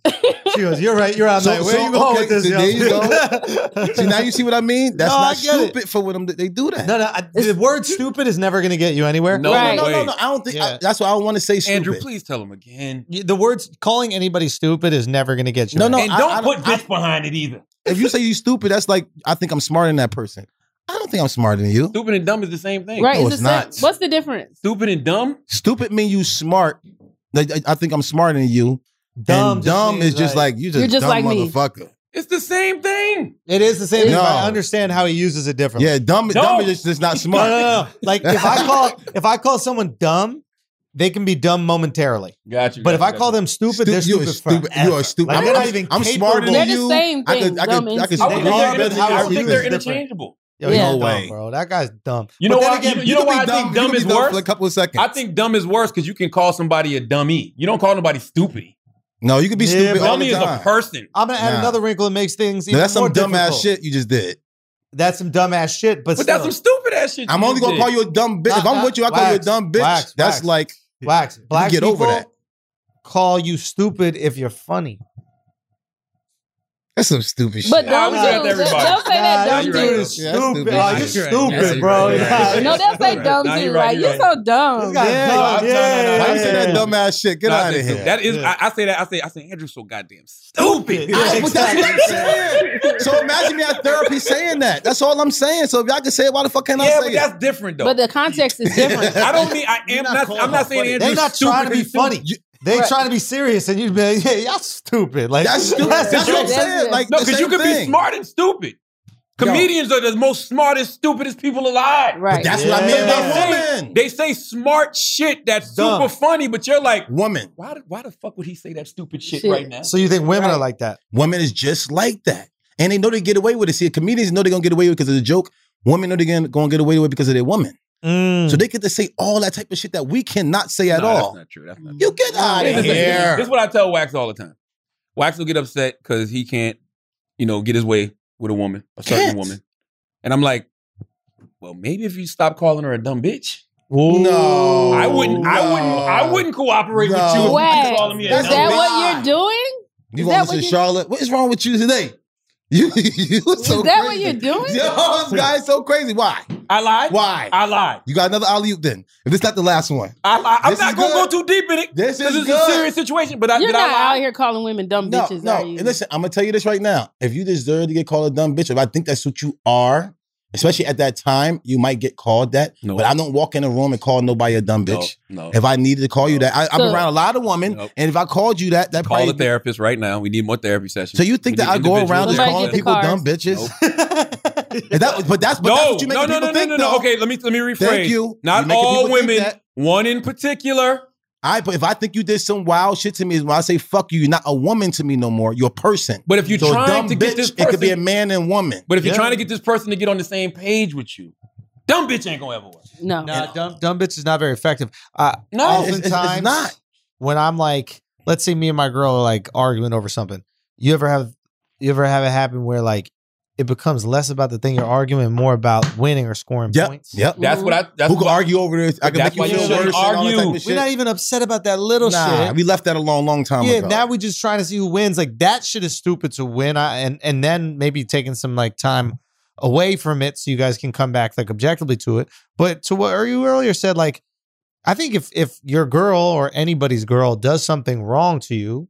S3: She goes, "You're right. You're on
S5: So-
S3: that. Where
S5: so,
S3: you going
S5: okay,
S3: with this?"
S5: so
S3: yo?"
S5: there you go. See, now you see what I mean? That's
S3: No, I
S5: not
S3: get it.
S5: stupid for what them. They do that.
S3: no, no. I, the word "stupid" is never going to get you anywhere.
S2: No,
S4: Right.
S5: no, no,
S2: way.
S5: no. I don't think
S3: Yeah.
S5: I, that's why I don't want to say stupid.
S2: Andrew, please tell him again.
S3: Y- The words calling anybody stupid is never going to get you.
S5: No,
S3: anywhere.
S2: and
S5: I-
S2: don't
S5: I-
S2: put
S5: I-
S2: bitch behind it either.
S5: If you say you stupid, that's like I think I'm smarter than that person. I don't think I'm smarter than you.
S2: Stupid and dumb is the same thing.
S4: Right?
S5: No,
S4: the
S5: it's
S4: same-
S5: not.
S4: What's the difference?
S2: Stupid and dumb.
S5: Stupid mean you smart. Like, I I think I'm smarter than you.
S3: Dumb
S5: and
S3: just
S5: dumb
S3: means
S5: is just
S3: like-
S5: like, you just,
S4: You're just
S5: dumb
S4: like me.
S5: motherfucker.
S2: It's the same thing.
S3: it is the same.
S5: No.
S3: thing, but I understand how he uses it differently.
S5: Yeah, dumb,
S2: No.
S5: dumb is just, just not
S3: No,
S5: smart.
S3: no, no. Like if I call if I call someone dumb, they can be dumb momentarily.
S2: Got you.
S3: But if I call them stupid,
S5: Stu-
S3: they're
S5: you a
S3: stupid.
S5: stupid. You are
S3: forever.
S5: stupid.
S3: Like,
S5: I'm,
S3: they're
S5: not
S3: not even
S5: I'm smarter
S3: capable.
S5: than
S4: They're the
S5: you.
S4: same
S5: I could,
S4: thing,
S5: I
S4: dumb
S5: could, I could
S4: and
S2: I
S3: stupid.
S2: don't
S5: speak
S2: think
S3: They
S5: law
S3: are
S2: they're,
S5: better
S2: inter-
S5: than
S3: how
S2: I
S5: you.
S2: don't
S3: we
S2: think
S3: do
S2: they're
S3: this
S2: interchangeable.
S3: Yo, he's
S4: Yeah.
S5: No way.
S3: bro. That guy's dumb.
S2: You
S3: But
S2: know
S3: then
S2: why-
S3: again,
S2: you- you know
S5: could
S2: why
S5: be
S2: I think
S5: you
S2: dumb
S5: could
S2: is
S5: be dumb
S2: worse?
S5: For a couple of seconds.
S2: I think dumb is worse because you can call somebody a dummy. You don't call nobody stupid.
S5: no, you could be
S3: Yeah,
S5: stupid
S3: but-
S5: all
S2: Dummy
S5: the
S2: is a
S5: time.
S2: person.
S3: I'm gonna add
S5: Nah.
S3: another wrinkle that makes things.
S5: Now,
S3: Even
S5: that's
S3: more
S5: some dumb ass
S3: difficult.
S5: shit you just did.
S3: That's some dumb ass shit. But,
S2: But that's some
S3: still.
S2: stupid ass shit.
S5: I'm
S2: you
S5: only gonna
S2: did.
S5: call you a dumb bitch.
S3: Nah,
S5: If I'm
S3: nah,
S5: with you, I call you a
S3: wax,
S5: dumb bitch.
S3: wax,
S5: that's
S3: wax.
S5: like
S3: Wax. Black
S5: get
S3: people
S5: over that.
S3: call you stupid if you're funny.
S5: that's some stupid shit.
S4: But
S2: Yeah,
S4: dumb
S2: we do that to
S4: too. They'll
S2: everybody.
S4: they'll say that
S2: Nah,
S4: dumb
S2: you
S4: too.
S2: right.
S3: dude is
S5: Yeah, that's
S3: stupid.
S5: stupid.
S3: Like, you're
S2: Nah, you're right.
S3: stupid,
S2: Yeah,
S3: bro.
S2: you're right.
S3: Yeah.
S4: No, they'll say
S2: Nah,
S4: dumb
S2: you're right,
S4: too. Like
S2: you're
S4: you're so dumb.
S3: This guy's
S5: Yeah,
S3: dumb.
S2: no, no, no,
S3: Yeah,
S5: I say
S3: yeah,
S5: that dumb ass shit. Get
S2: No, I
S5: out of
S2: think so.
S5: here.
S2: That is,
S3: Yeah.
S2: I, I say that. I say, I say, Andrew's so goddamn stupid.
S3: Yeah.
S5: Oh, But that's what I'm saying. So imagine me at therapy saying that. That's all I'm saying. So if y'all can say it, why the fuck can't
S2: Yeah,
S5: I
S2: but
S5: say it?
S2: that's different though.
S4: But the context is different.
S2: I don't mean I am
S5: not
S2: not.
S5: calling
S2: I'm
S5: her
S2: not saying
S5: funny.
S2: Andrew's
S3: They're not
S2: stupid.
S3: trying to be
S2: He's
S3: funny. They trying to be serious, and you'd be like, "Yeah, y'all stupid." Like
S5: That's stupid. That's, what I'm
S4: That's
S5: saying.
S4: it.
S5: Like
S2: No,
S5: the
S2: because you
S5: same
S2: can be
S5: thing.
S2: smart and stupid. Comedians are the most smartest, stupidest people alive.
S4: Right.
S5: That's what
S3: Yeah.
S5: I meant by woman.
S2: They say smart shit that's
S3: Dumb.
S2: super funny, but you're like,
S5: Woman.
S2: why, the- why the fuck would he say that stupid shit,
S4: Shit.
S2: right now?
S3: So you think women are like that?
S5: Women is just like that. And they know they get away with it. See, comedians know they're gonna get away with it because of the joke. Women know they're gonna get away with it because of their woman.
S2: Hmm.
S5: So they get to say all that type of shit that we cannot say at
S2: Nah,
S5: all.
S2: That's not true. That's not
S5: You get out
S2: true.
S5: of here.
S2: This is what I tell Wax all the time. Wax will get upset because he can't, you know, get his way with a woman, a certain
S5: Can't.
S2: woman. And I'm like, well, maybe if you stop calling her a dumb bitch.
S5: No.
S2: I wouldn't. I wouldn't. I wouldn't cooperate with
S5: Oh, No.
S2: you. if you keep
S4: Wax.
S2: calling me a
S5: That's
S4: Is
S2: dumb
S4: that
S2: bitch.
S4: what you're doing?
S5: You
S4: Is
S5: gonna
S4: that
S5: listen
S4: what
S5: to
S4: you-
S5: Charlotte? What is wrong with you today? You, you so
S4: Is that what
S5: crazy.
S4: you're doing?
S5: Yo, this guy's so crazy. Why?
S2: I lied.
S5: Why?
S2: I lied.
S5: You got another alley oop then. If it's not the last one.
S2: I lied. I'm
S5: This
S2: not
S5: is
S2: gonna
S5: good.
S2: go too deep in it.
S5: This
S2: This
S5: is
S2: is a
S5: good.
S2: serious situation. But I,
S4: You're
S2: did
S4: not
S2: I lie?
S4: out here calling women dumb
S5: No,
S4: bitches,
S5: no.
S4: are you?
S5: And listen, I'm gonna tell you this right now. If you deserve to get called a dumb bitch, if I think that's what you are, especially at that time, you might get called that.
S2: No.
S5: But I don't walk in a room and call nobody a dumb bitch.
S2: No.
S5: If I needed to call you that, I, I've been
S4: So-
S5: around a lot of women,
S2: Nope.
S5: and if I called you that, that
S2: Call
S5: probably
S2: a therapist right now. We need more therapy sessions.
S5: So you think
S2: We
S5: that I
S2: need
S5: go
S2: individual
S5: around just
S4: Somebody
S5: calling
S4: get the
S5: people
S4: cars.
S5: dumb bitches?
S2: Nope.
S3: Mm.
S5: Is that- but that's but
S2: no,
S5: that's what you make
S2: no,
S5: people
S2: no, no,
S5: think.
S2: no, no, no.
S5: though.
S2: Okay, let me let me rephrase.
S5: Thank you. You
S2: Not
S5: making people
S2: all
S5: think
S2: women.
S5: that.
S2: One in particular.
S5: All right, but if I think you did some wild shit to me, when I say fuck you, you're not a woman to me no more. You're a person.
S2: But if you're
S5: So a
S2: trying
S5: dumb
S2: to get this
S5: bitch,
S2: person,
S5: it could be a man and woman.
S2: but if you're
S3: Yeah.
S2: trying to get this person to get on the same page with you, dumb bitch ain't gonna ever work.
S4: no.
S3: Nah, Uh, dumb dumb bitch is not very effective. Uh,
S2: No,
S5: it's, it's- it's
S3: Oftentimes-
S5: not.
S3: when I'm like, let's say me and my girl are like arguing over something. You ever have you ever have it happen where like it becomes less about the thing you're arguing, and more about winning or scoring
S5: Yep.
S3: points?
S5: Yep.
S2: that's what I. That's
S5: Who can
S2: what-
S5: argue over this? I can
S2: That's
S5: make
S2: why
S5: you
S3: you
S5: feel worse.
S3: shouldn't
S5: and all that
S2: argue.
S5: type of
S3: We're
S5: shit.
S3: not even upset about that little
S5: nah,
S3: shit.
S5: we left that a long, long time
S3: yeah,
S5: ago.
S3: now we're just trying to see who wins. Like that shit is stupid to win. I, and and then maybe taking some like time away from it so you guys can come back like objectively to it. But to what you earlier said, like I think if if your girl or anybody's girl does something wrong to you,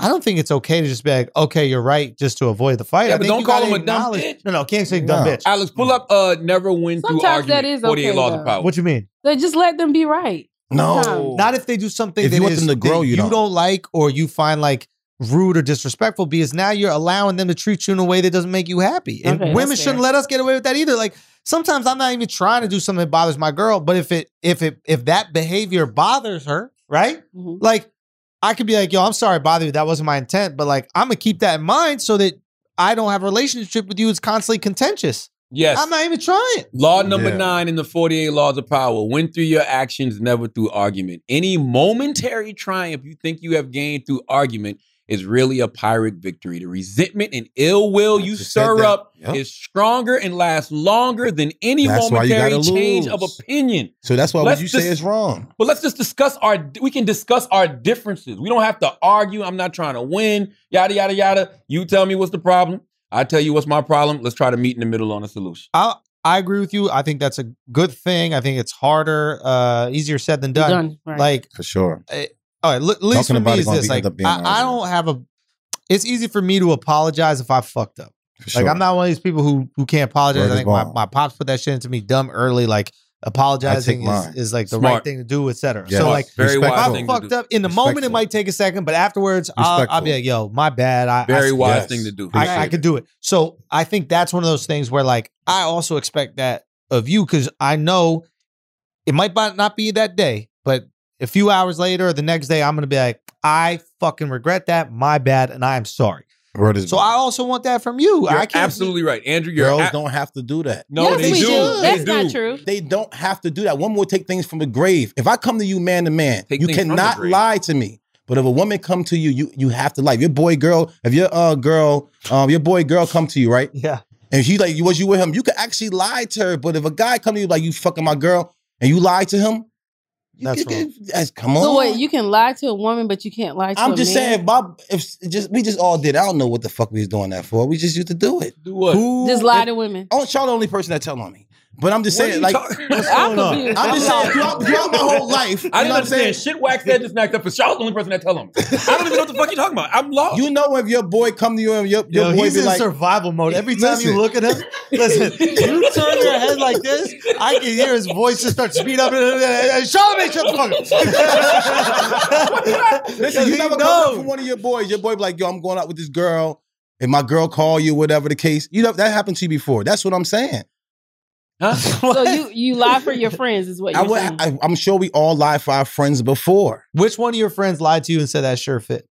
S3: I don't think it's okay to just be like, okay, you're right, just to avoid the fight.
S2: Yeah,
S3: I
S2: but
S3: think
S2: don't
S3: you
S2: call
S3: gotta
S2: them a dumb
S3: acknowledge-
S2: bitch.
S3: No, no, can't say dumb
S5: No.
S3: bitch.
S2: Alex, pull up. Uh, never win
S4: Sometimes
S2: through argument.
S4: that is
S2: Forty-eight
S4: okay,
S2: laws of
S4: though.
S2: power.
S3: what you mean?
S4: So just let them be right.
S5: no.
S4: Sometimes.
S3: Not if they do something
S5: If
S3: that
S5: you want
S3: is-
S5: them to grow,
S3: that
S5: you don't.
S3: like or you find like rude or disrespectful because now you're allowing them to treat you in a way that doesn't make you happy. And
S4: Okay,
S3: women
S4: that's
S3: shouldn't
S4: fair.
S3: let us get away with that either. Like sometimes I'm not even trying to do something that bothers my girl, but if it if it if that behavior bothers her, right?
S4: Mhm.
S3: Like I could be like, yo, I'm sorry to bother you. That wasn't my intent, but like I'm gonna keep that in mind so that I don't have a relationship with you. It's constantly contentious.
S2: Yes.
S3: I'm not even trying.
S2: Law number
S5: Yeah.
S2: nine in the 48 laws of power win through your actions, never through argument. Any momentary triumph you think you have gained through argument is really a pirate victory. The resentment and ill will you
S5: Just said
S2: stir
S5: that.
S2: up
S5: Yep.
S2: is stronger and lasts longer than any
S5: That's why you
S2: momentary
S5: gotta
S2: change of
S5: lose.
S2: opinion.
S5: So that's why
S2: Let's
S5: what you say
S2: just-
S5: is wrong.
S2: But let's just discuss our. We can discuss our differences. We don't have to argue. I'm not trying to win. Yada yada yada. You tell me what's the problem. I tell you what's my problem. Let's try to meet in the middle on a solution.
S3: I I agree with you. I think that's a good thing. I think it's harder, uh, easier said than done.
S4: Done. Right.
S3: Like,
S5: For sure.
S3: all right, l- at least for
S5: Talking about
S3: me
S5: it
S3: is
S5: gonna
S3: this:
S5: be-
S3: like,
S5: end up being an
S3: I, I don't have a. It's easy for me to apologize if I fucked up.
S5: For
S3: Like,
S5: sure.
S3: I'm not one of these people who who can't apologize.
S5: Word
S3: I
S5: is
S3: think my,
S5: bond.
S3: my pops put that shit into me dumb early. Like, apologizing
S5: mine.
S3: is, is like the
S2: Smart.
S3: right thing to do, etc.
S5: Yes.
S3: So
S5: Smart.
S3: like.
S2: very
S5: respectful.
S2: wise
S3: If I
S2: thing to
S3: fucked
S2: do.
S3: up in the moment, it
S5: Respectful.
S3: might take a second, but afterwards, I'll, I'll be
S5: Respectful.
S3: like, "Yo, my bad." I,
S2: Very
S3: I,
S2: wise
S5: yes.
S2: thing to do.
S3: I, I could do it. So I think that's one of those things where like I also expect that of you because I know it might bi- not be that day, but a few hours later or the next day, I'm gonna be like, I fucking regret that. My bad, and I am sorry.
S5: Word is
S3: So
S5: bond.
S3: I also want that from you.
S2: You're
S3: I can't
S2: absolutely right, Andrew. You're
S5: girls
S2: ab-
S5: don't have to do that.
S2: no,
S4: yes,
S2: they
S4: we
S2: do.
S4: do.
S2: They
S4: That's
S2: do.
S4: not true.
S5: They don't have to do that. One will take things from the grave. If I come to you man to man,
S2: Take
S5: you
S2: things from the
S5: cannot
S2: grave.
S5: lie to me. But if a woman come to you, you you have to lie. If Your boy girl, if your uh girl, um your boy girl come to you, right?
S3: Yeah,
S5: And she like, was you with him? You could actually lie to her. But if a guy come to you like, you fucking my girl, and you lie to him, you
S3: That's
S5: could-
S3: wrong.
S5: that's- come on.
S4: So wait, you can lie to a woman, but you can't lie to a
S5: I'm just
S4: man?
S5: saying, Bob. If just we just all did. I don't know what the fuck we was doing that for. We just used to do it.
S2: Do what?
S5: Who?
S4: Just lie to women.
S5: Oh, y'all the only person that tell on me. But I'm just
S2: What are
S5: saying,
S2: you
S5: like,
S2: talking-
S4: I'm confused.
S5: I'm just saying,
S4: sorry.
S5: throughout, throughout my whole life, you
S2: I
S5: know
S2: didn't
S5: what I'm saying?
S2: understand. Shit wax said just knocked up. But y'all the only person that tell him. I don't even know what the fuck you're talking about. I'm lost.
S5: You know if your boy come to you and your, your
S3: Yo,
S5: boy
S3: he's
S5: be
S3: in
S5: like,
S3: survival mode. Every time
S5: Listen.
S3: you look at him, listen, you turn your head like this, I can hear his voice just start to speed up. Charlamagne, shut the fuck up.
S5: listen, you
S3: He
S5: never come up
S3: knows.
S5: from one of your boys. Your boy be like, yo, I'm going out with this girl. If my girl call you, whatever the case, you know that happened to you before. That's what I'm saying.
S2: Huh?
S4: So you, you lie for your friends is what
S5: I
S4: you're
S5: would,
S4: saying.
S2: Mm-hmm.
S5: I, I'm sure we all lie for our friends before.
S3: Which one of your friends lied to you and said that sure fit?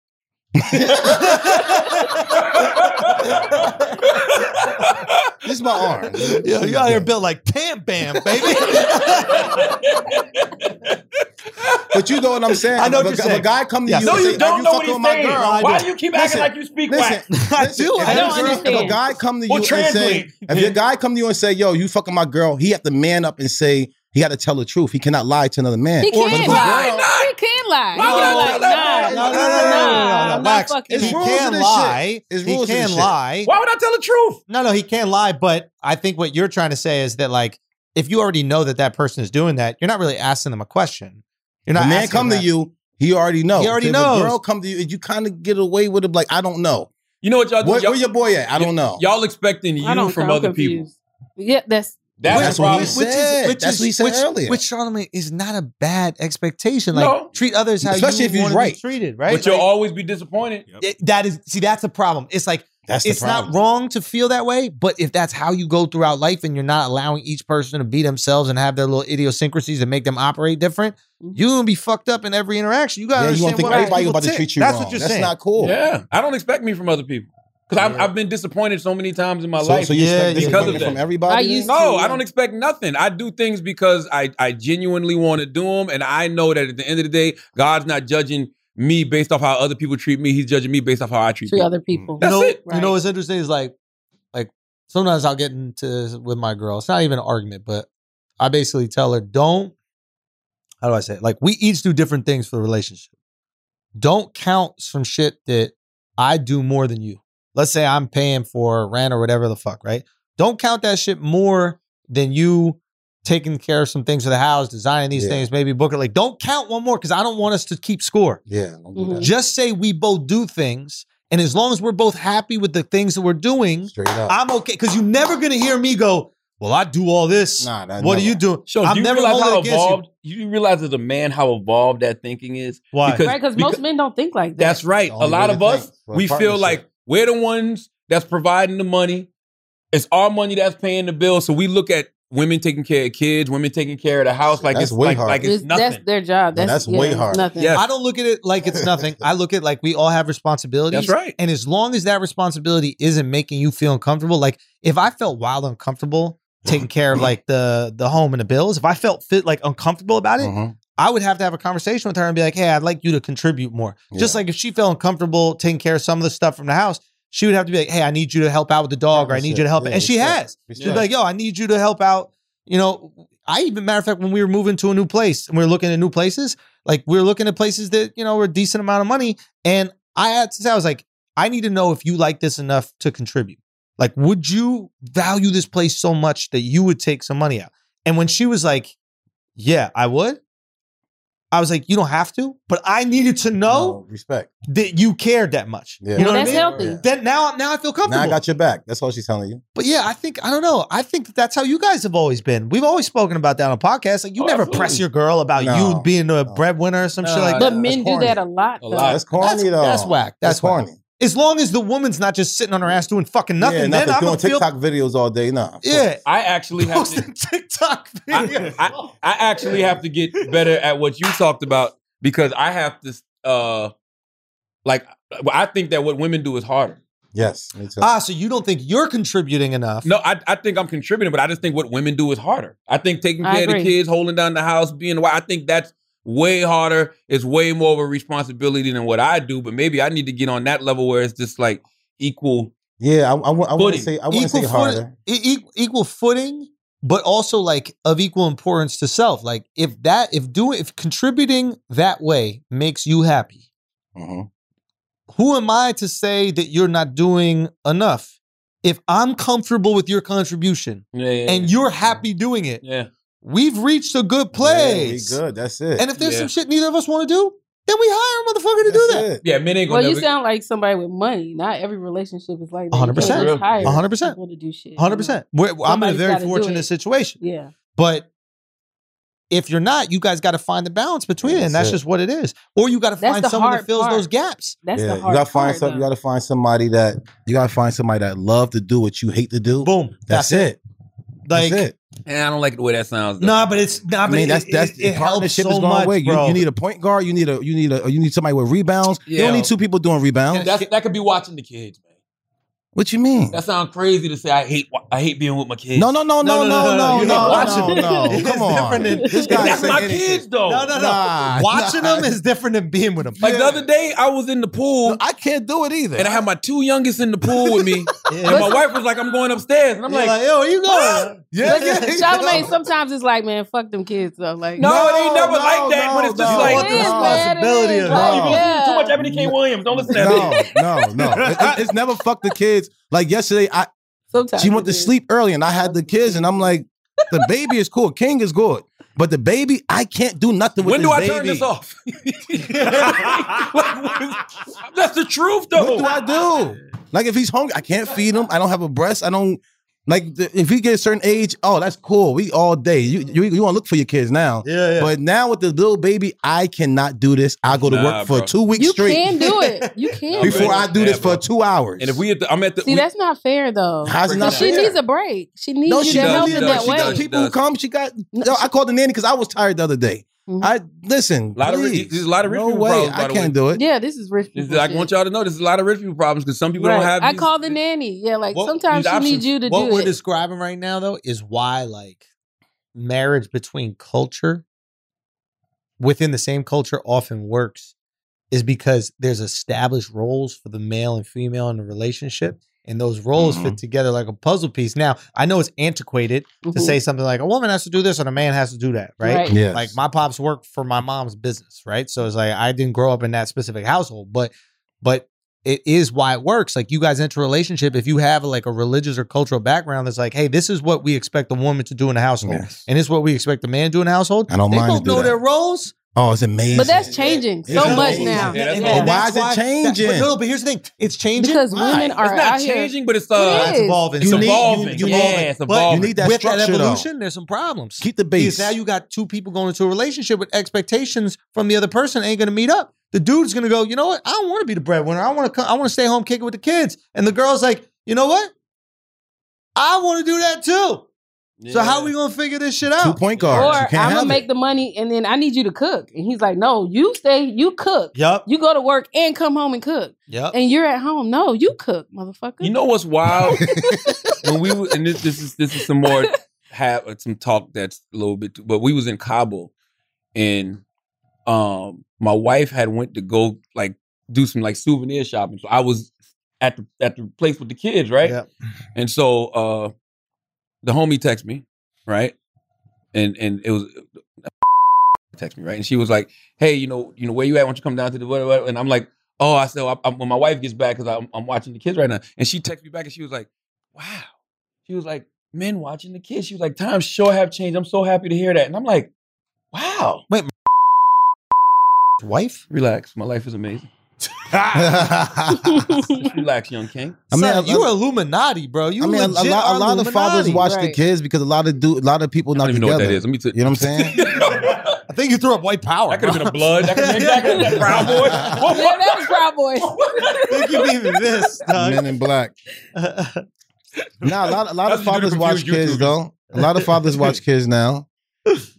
S5: This is my arm.
S3: Yo, you out here built like Pam Bam, baby.
S5: But you know what I'm saying.
S3: I know what
S5: if
S3: you're
S5: a, gu- if
S3: saying.
S5: a guy come to
S3: Yeah.
S5: you,
S3: No,
S5: and
S3: you
S5: say,
S3: don't
S5: "Have you
S2: know
S5: fucked
S2: what he's
S5: with my
S2: saying.
S5: girl?"
S3: I
S2: Why
S3: do.
S2: do you keep acting
S5: Listen,
S2: like you speak
S5: Listen,
S2: wax?
S3: I
S5: listen,
S3: do.
S5: If,
S3: I
S5: your
S4: don't
S5: girl- if a
S4: understand.
S5: guy come to you
S2: Well,
S5: and say,
S2: translate.
S5: if your guy come to you and say, "Yo, you fucking my girl," he have to man up and say he got to tell the truth. He cannot lie to another man.
S4: He
S5: But if
S4: can
S5: a
S4: lie.
S5: girl-
S4: He can lie.
S2: Why would I
S4: He
S2: tell
S4: can
S2: that
S4: lie.
S2: man?
S3: No,
S4: Nah,
S3: no, no,
S4: nah,
S3: no,
S4: nah,
S3: no, no,
S4: I'm
S3: no.
S4: not
S3: Wax,
S4: fucking.
S5: It's
S3: he
S4: lying.
S5: rules to
S3: can
S5: this
S3: lie.
S5: shit. It's
S3: He
S5: rules to this
S3: can
S5: shit.
S3: lie.
S2: Why would I tell the truth?
S3: No, no, he can lie. But I think what you're trying to say is that, like, if you already know that that person is doing that, you're not really asking them a question. You're
S5: The
S3: not
S5: man
S3: asking
S5: come
S3: them
S5: to
S3: that.
S5: you, he already knows.
S3: He already
S5: if
S3: knows.
S5: A girl come to you, you kind of get away with it. Like I don't know.
S2: You know what y'all do?
S5: Where,
S2: y'all,
S5: where your boy at? I don't know.
S2: y'all expecting
S4: I
S2: you
S4: don't
S2: from
S4: care. I'm
S2: other people.
S4: confused. Yeah, that's
S2: That's,
S5: That's
S2: the
S5: what
S2: problem.
S5: he said. That's what he said
S3: which,
S5: earlier.
S3: Which Charlamagne is not a bad expectation. Like
S2: No.
S3: treat others how
S5: Especially
S3: you
S5: if he's
S3: want to
S5: right.
S3: be treated, right?
S2: But you'll
S3: Like,
S2: always be disappointed.
S3: it- that is see, that's the problem. It's like
S5: That's the
S3: it's not
S5: problem.
S3: wrong to feel that way, but if that's how you go throughout life and you're not allowing each person to be themselves and have their little idiosyncrasies and make them operate different, you're gonna be fucked up in every interaction. You gotta
S5: Yeah,
S3: understand
S5: you want to think
S3: what other
S5: everybody
S3: people
S5: about to
S3: tick.
S5: treat you
S3: That's
S5: wrong.
S3: what you're
S5: That's
S3: saying.
S5: not cool.
S2: Yeah, I don't expect me from other people because I've, I've been disappointed so many times in my
S5: So,
S2: life.
S5: so you
S3: Yeah,
S5: expect
S2: Because
S3: yeah.
S2: of
S5: disappointment from
S2: that.
S4: I
S5: everybody?
S4: used-
S5: then?
S2: No,
S4: Yeah.
S2: I don't expect nothing. I do things because I, I genuinely want to do them. And I know that at the end of the day, God's not judging me based off how other people treat me. He's judging me based off how I treat
S4: to
S2: people.
S4: other people.
S2: That's
S3: you know,
S2: it.
S3: You
S4: Right.
S3: know what's interesting is like, like sometimes I'll get into with my girl. It's not even an argument, but I basically tell her, don't. How do I say it? Like we each do different things for the relationship. Don't count some shit that I do more than you. Let's say I'm paying for rent or whatever the fuck, right? Don't count that shit more than you taking care of some things for the house, designing these
S5: Yeah.
S3: things, maybe booking. Like, don't count one more because I don't want us to keep score.
S5: Yeah. don't do
S4: Mhm.
S5: that.
S3: Just say we both do things, and as long as we're both happy with the things that we're doing,
S5: Straight up.
S3: I'm okay. Because you're never gonna hear me go, "Well, I do all this."
S5: Nah, nah,
S3: what
S5: never.
S3: are you doing?
S2: So
S3: I'm
S2: do you
S3: never
S2: realize
S3: holding
S2: how
S3: it against
S2: evolved you. realize as a man how evolved that thinking is?
S3: you. Why?
S2: because-
S4: Right, because
S2: because-
S4: most men don't think like that.
S2: That's right.
S5: The
S2: A
S5: only
S2: lot
S5: way
S2: of
S5: to
S2: us,
S5: think for a
S2: we feel
S5: partnership.
S2: like we're the ones that's providing the money. It's our money that's paying the bill. So we look at women taking care of kids, women taking care of the house like
S5: That's
S2: it's
S5: way
S2: like,
S5: harder.
S2: like it's
S4: that's
S2: nothing.
S4: their job.
S5: Yeah,
S4: That's,
S5: that's way
S4: yeah,
S5: harder.
S4: Nothing.
S2: Yeah.
S3: I don't look at it like it's nothing. I look at it like we all have responsibilities.
S2: That's right.
S3: And as long as that responsibility isn't making you feel uncomfortable, like if I felt wild uncomfortable taking care of like the the home and the bills, if I felt fit like uncomfortable about it,
S5: Mhm.
S3: I would have to have a conversation with her and be like, hey, I'd like you to contribute more. Just like if she felt uncomfortable taking care of some of the stuff from the house, she would have to be like, hey, I need you to help out with the dog, or I need you to help.
S5: Yeah,
S3: and she
S5: respect.
S3: has. She'd be like, yo, I need you to help out. You know, I even, matter of fact, when we were moving to a new place and we were looking at new places, like we were looking at places that, you know, were a decent amount of money. And I had to say, I was like, I need to know if you like this enough to contribute. Like, would you value this place so much that you would take some money out? And when she was like, yeah, I would. I was like, you don't have to, but I needed to know
S5: No, respect.
S3: that you cared that much.
S5: Yeah.
S3: You know
S4: Well,
S3: what I
S4: that's
S3: mean?
S4: healthy.
S5: Yeah.
S3: Then now, now I feel comfortable.
S5: Now I got your back. That's all she's telling you.
S3: But yeah, I think I don't know. I think that that's how you guys have always been. We've always spoken about that on podcasts. Like you
S2: Oh,
S3: never
S2: absolutely.
S3: press your girl about
S5: No.
S3: you being a breadwinner or some
S2: No,
S3: shit like that.
S4: But men do
S5: corny.
S4: that a lot.
S2: A
S4: though.
S2: lot.
S5: That's corny
S3: That's-
S5: though.
S3: that's whack. That's whack.
S5: corny.
S3: As long as the woman's not just sitting on her ass doing fucking nothing,
S5: Yeah,
S3: then
S5: nothing.
S3: I'm
S5: doing
S3: gonna feel
S5: TikTok videos all day. Nah.
S3: yeah.
S2: I actually have to.
S3: Posting TikTok
S2: I,
S3: videos.
S2: I, I actually have to get better at what you talked about because I have to, uh, like, I think that what women do is harder.
S5: Yes. Me too.
S3: ah, so you don't think you're contributing enough?
S2: No, I, I think I'm contributing, but I just think what women do is harder. I think taking
S4: I
S2: care of the
S4: agree.
S2: kids, holding down the house, being the wife, I think that's way harder. It's way more of a responsibility than what I do, but maybe I need to get on that level where it's just like equal.
S5: yeah. I, I, wa- I want
S2: Footing.
S5: to say. I want to say
S3: foot-
S5: harder.
S3: e- e- equal footing, but also like of equal importance to self. Like if that, if doing, if contributing that way makes you happy,
S5: Mhm.
S3: who am I to say that you're not doing enough? If I'm comfortable with your contribution
S2: Yeah, yeah,
S3: and you're happy doing it,
S2: yeah.
S3: we've reached a good
S5: Yeah, we
S3: place.
S5: good. That's it.
S3: And if there's
S2: Yeah.
S3: some shit neither of us want to do, then we hire a motherfucker to do
S5: That's
S3: that.
S5: it.
S2: yeah, men ain't
S4: Well,
S2: gonna.
S4: you
S2: never-
S4: sound like somebody with money. Not every relationship is like that.
S3: 100%.
S4: You can't just hire
S3: 100%.
S4: people to do shit.
S3: 100%. We're- I'm in a
S4: Somebody's
S3: very
S4: gotta do
S3: fortunate
S4: it.
S3: situation.
S4: Yeah.
S3: But if you're not, you guys got to find the balance between it. And
S5: That's
S3: that's
S5: it.
S3: just what it is. Or you got to
S4: That's
S3: find
S4: the
S3: someone that
S4: hard
S3: fills
S4: part.
S3: those gaps.
S4: That's
S5: yeah.
S4: the hard
S5: you gotta find
S4: part,
S5: some, You
S4: though.
S5: gotta find somebody that you gotta find somebody that love to do what you hate to do.
S3: Boom.
S5: That's, it.
S3: Like,
S5: that's it.
S2: Yeah, I don't like the way that sounds. though.
S3: nah, but it's nah,
S5: I
S3: but
S5: mean, that's
S3: it,
S5: that's
S3: it, it helps
S5: partnership
S3: so
S5: is going
S3: much,
S5: away. You,
S3: bro.
S5: you need a point guard. You need a you need a you need somebody with rebounds. You
S2: Yeah.
S5: don't need two people doing rebounds.
S2: That's, that could be watching the kids, man.
S5: What you mean?
S2: That sounds crazy to say. I hate. wa- I hate being with my kids.
S5: No, no, no, no, no, no, no,
S3: you
S5: no,
S3: watch
S5: no,
S3: it.
S5: no.
S3: It's
S5: Come on,
S3: different than-
S5: this guy
S2: that's
S5: say
S2: my
S5: anything.
S2: kids though.
S3: No, no, no.
S5: Nah,
S3: Watching
S5: nah.
S3: them is different than being with them.
S2: Like the
S5: Yeah.
S2: other day, I was in the pool
S5: I can't do it either.
S2: and I had my two youngest in the pool with me, and
S3: yeah.
S2: my wife was like, "I'm going upstairs," and I'm
S3: I'm like,
S2: like,
S3: yo, where you going?
S5: yeah, yeah, yeah.
S4: Charlamagne, sometimes it's like, man, fuck them kids though. Like,
S2: "No, it ain't never
S5: No,
S2: like that."
S5: no,
S2: but it's just
S5: no.
S2: like,
S3: What
S4: it
S3: the
S4: is, man, it
S3: responsibility
S4: is.
S3: of
S4: Like,
S5: No.
S4: yeah.
S2: too much Evan K. Williams. Don't listen to that.
S5: no, no, no. It- it- it's never fuck the kids. Like yesterday, I
S4: Sometimes
S5: she went
S4: it
S5: to
S4: is.
S5: sleep early, and I had the kids, and I'm like, the baby is cool, King is good, but the baby, I can't do nothing with
S2: When do
S5: this
S2: I
S5: baby.
S2: turn this off? Like, that's the truth, though.
S5: What do I do? Like if he's hungry, I can't feed him. I don't have a breast. I don't like the, if he gets a certain age. Oh, that's cool. We all day. You you, you want to look for your kids now.
S3: Yeah, yeah.
S5: But now with the little baby, I cannot do this. I go to
S2: Nah,
S5: work for
S2: bro.
S5: two weeks
S4: You
S5: straight
S4: can do it. You can. do
S5: before
S4: it.
S5: I do
S2: Yeah,
S5: this
S2: bro.
S5: for two hours.
S2: And if we, at the, I'm at the.
S4: See,
S2: we-
S4: that's not fair though.
S5: how's it
S2: No,
S5: not
S4: she
S5: fair?
S4: needs a break. She needs
S5: no,
S4: you
S5: she
S4: to help
S2: doesn't
S4: her
S5: does. She
S2: need a break.
S4: that
S5: does. She
S4: way.
S2: does.
S5: does.
S2: She
S5: People who come, she got. No, I called the nanny because I was tired the other day.
S4: Mhm.
S5: I listen.
S2: Lot of rich-
S5: please.
S2: there's a lot of rich
S5: no
S2: people
S5: way.
S2: problems, by
S5: I
S2: the
S5: can't
S2: way.
S5: do it.
S4: Yeah, this is rich
S2: this
S4: people.
S2: is- I
S4: shit.
S2: want y'all to know this is a lot of rich people problems because some people
S4: Right.
S2: don't have.
S4: I
S2: these-
S4: call the nanny. Yeah, like
S2: What-
S4: sometimes
S2: these
S4: she
S2: options.
S4: needs you to
S3: what
S4: do
S3: we're
S4: it.
S3: describing right now though is why like marriage between culture within the same culture often works is because there's established roles for the male and female in the relationship and those roles fit together like a puzzle piece now i know it's antiquated to
S4: Mhm.
S3: say something like a woman has to do this and a man has to do that right,
S4: Right.
S5: Yeah.
S3: like my pops worked for my mom's business right so it's like i didn't grow up in that specific household but but it is why it works like you guys enter a relationship if you have like a religious or cultural background that's like hey this is what we expect the woman to do in the household
S5: Yes.
S3: and this is what we expect the man to do in the household
S5: I don't
S3: they
S5: mind to
S3: both
S5: do
S3: know
S5: that.
S3: their roles
S5: Oh, it's amazing.
S4: But that's changing
S5: It's
S4: so
S5: amazing.
S4: much now.
S2: Yeah, that's
S3: And-
S2: why-
S3: and that's
S5: Why is it changing?
S3: that- but no but here's the thing it's changing
S4: Because
S3: Why?
S4: women
S2: It's
S4: are out
S2: not
S4: here.
S2: changing, but it's
S4: It
S2: uh,
S4: is.
S3: it's evolving
S2: It's
S5: You need-
S2: evolving.
S5: you- you
S2: yeah,
S5: need-
S2: it's
S3: but
S2: evolving.
S5: You need that
S3: with that
S5: structure, though.
S3: evolution there's some problems
S5: Keep the
S3: because
S5: base.
S3: now you got two people going into a relationship with expectations from the other person ain't going to meet up. The dude's going to go, you know what? I don't want to be the breadwinner. I want to come. I want to stay home, kick it with the kids. And the girl's like, you know what? I want to do that too. So how we going to figure this shit
S5: two
S3: out?
S5: point
S4: Or
S5: guards. you
S4: I'm
S5: can't have
S4: gonna
S5: it.
S4: make the money and then I need you to cook. And he's like, No, you stay, you cook.
S3: Yep.
S4: You go to work and come home and cook.
S3: Yep.
S4: And you're at home. No, you cook, motherfucker.
S2: You know what's wild? when we were, and this, this is this uh, is some more have some talk that's a little bit, but we was in Cabo, and um my wife had went to go like do some like souvenir shopping. So I was at the at the place with the kids, right?
S3: Yep.
S2: And so uh the homie texted me, right? And and it was text me, right? And she was like, "Hey, you know, you know where you at? Why don't you come down to the what?" what- And I'm like, "Oh, I said well, I, I'm, when my wife gets back because I'm, I'm watching the kids right now." And she texted me back and she was like, "Wow." She was like, "Men watching the kids." She was like, "Times sure have changed. I'm so happy to hear that." And I'm like, "Wow."
S3: wife.
S2: Relax, my life is amazing.
S6: Ah.
S2: Relax, young king.
S5: I mean,
S3: Son,
S5: I-
S3: you
S5: I-
S3: Illuminati, bro. You
S5: I mean, a, a
S3: legit
S5: lot,
S3: are
S5: a lot of fathers
S3: Illuminati.
S5: watch the
S4: Right.
S5: kids because a lot of do, a lot of people
S2: I
S5: not
S2: don't even know
S5: together.
S2: what that is. Let me tell
S5: You know what I'm saying?
S2: that
S3: I think you threw up white power.
S2: could have
S3: bro.
S2: been a blood. That could have been that could have been Proud Boy. What-
S4: Yeah, that was
S2: what-
S4: Proud Boys.
S3: think you mean this, dog.
S5: Men in black. Nah, a lot, a lot
S2: That's what you do
S5: of fathers
S2: to
S5: watch
S2: confuse
S5: kids
S2: YouTubers.
S5: though. A lot of fathers watch kids now.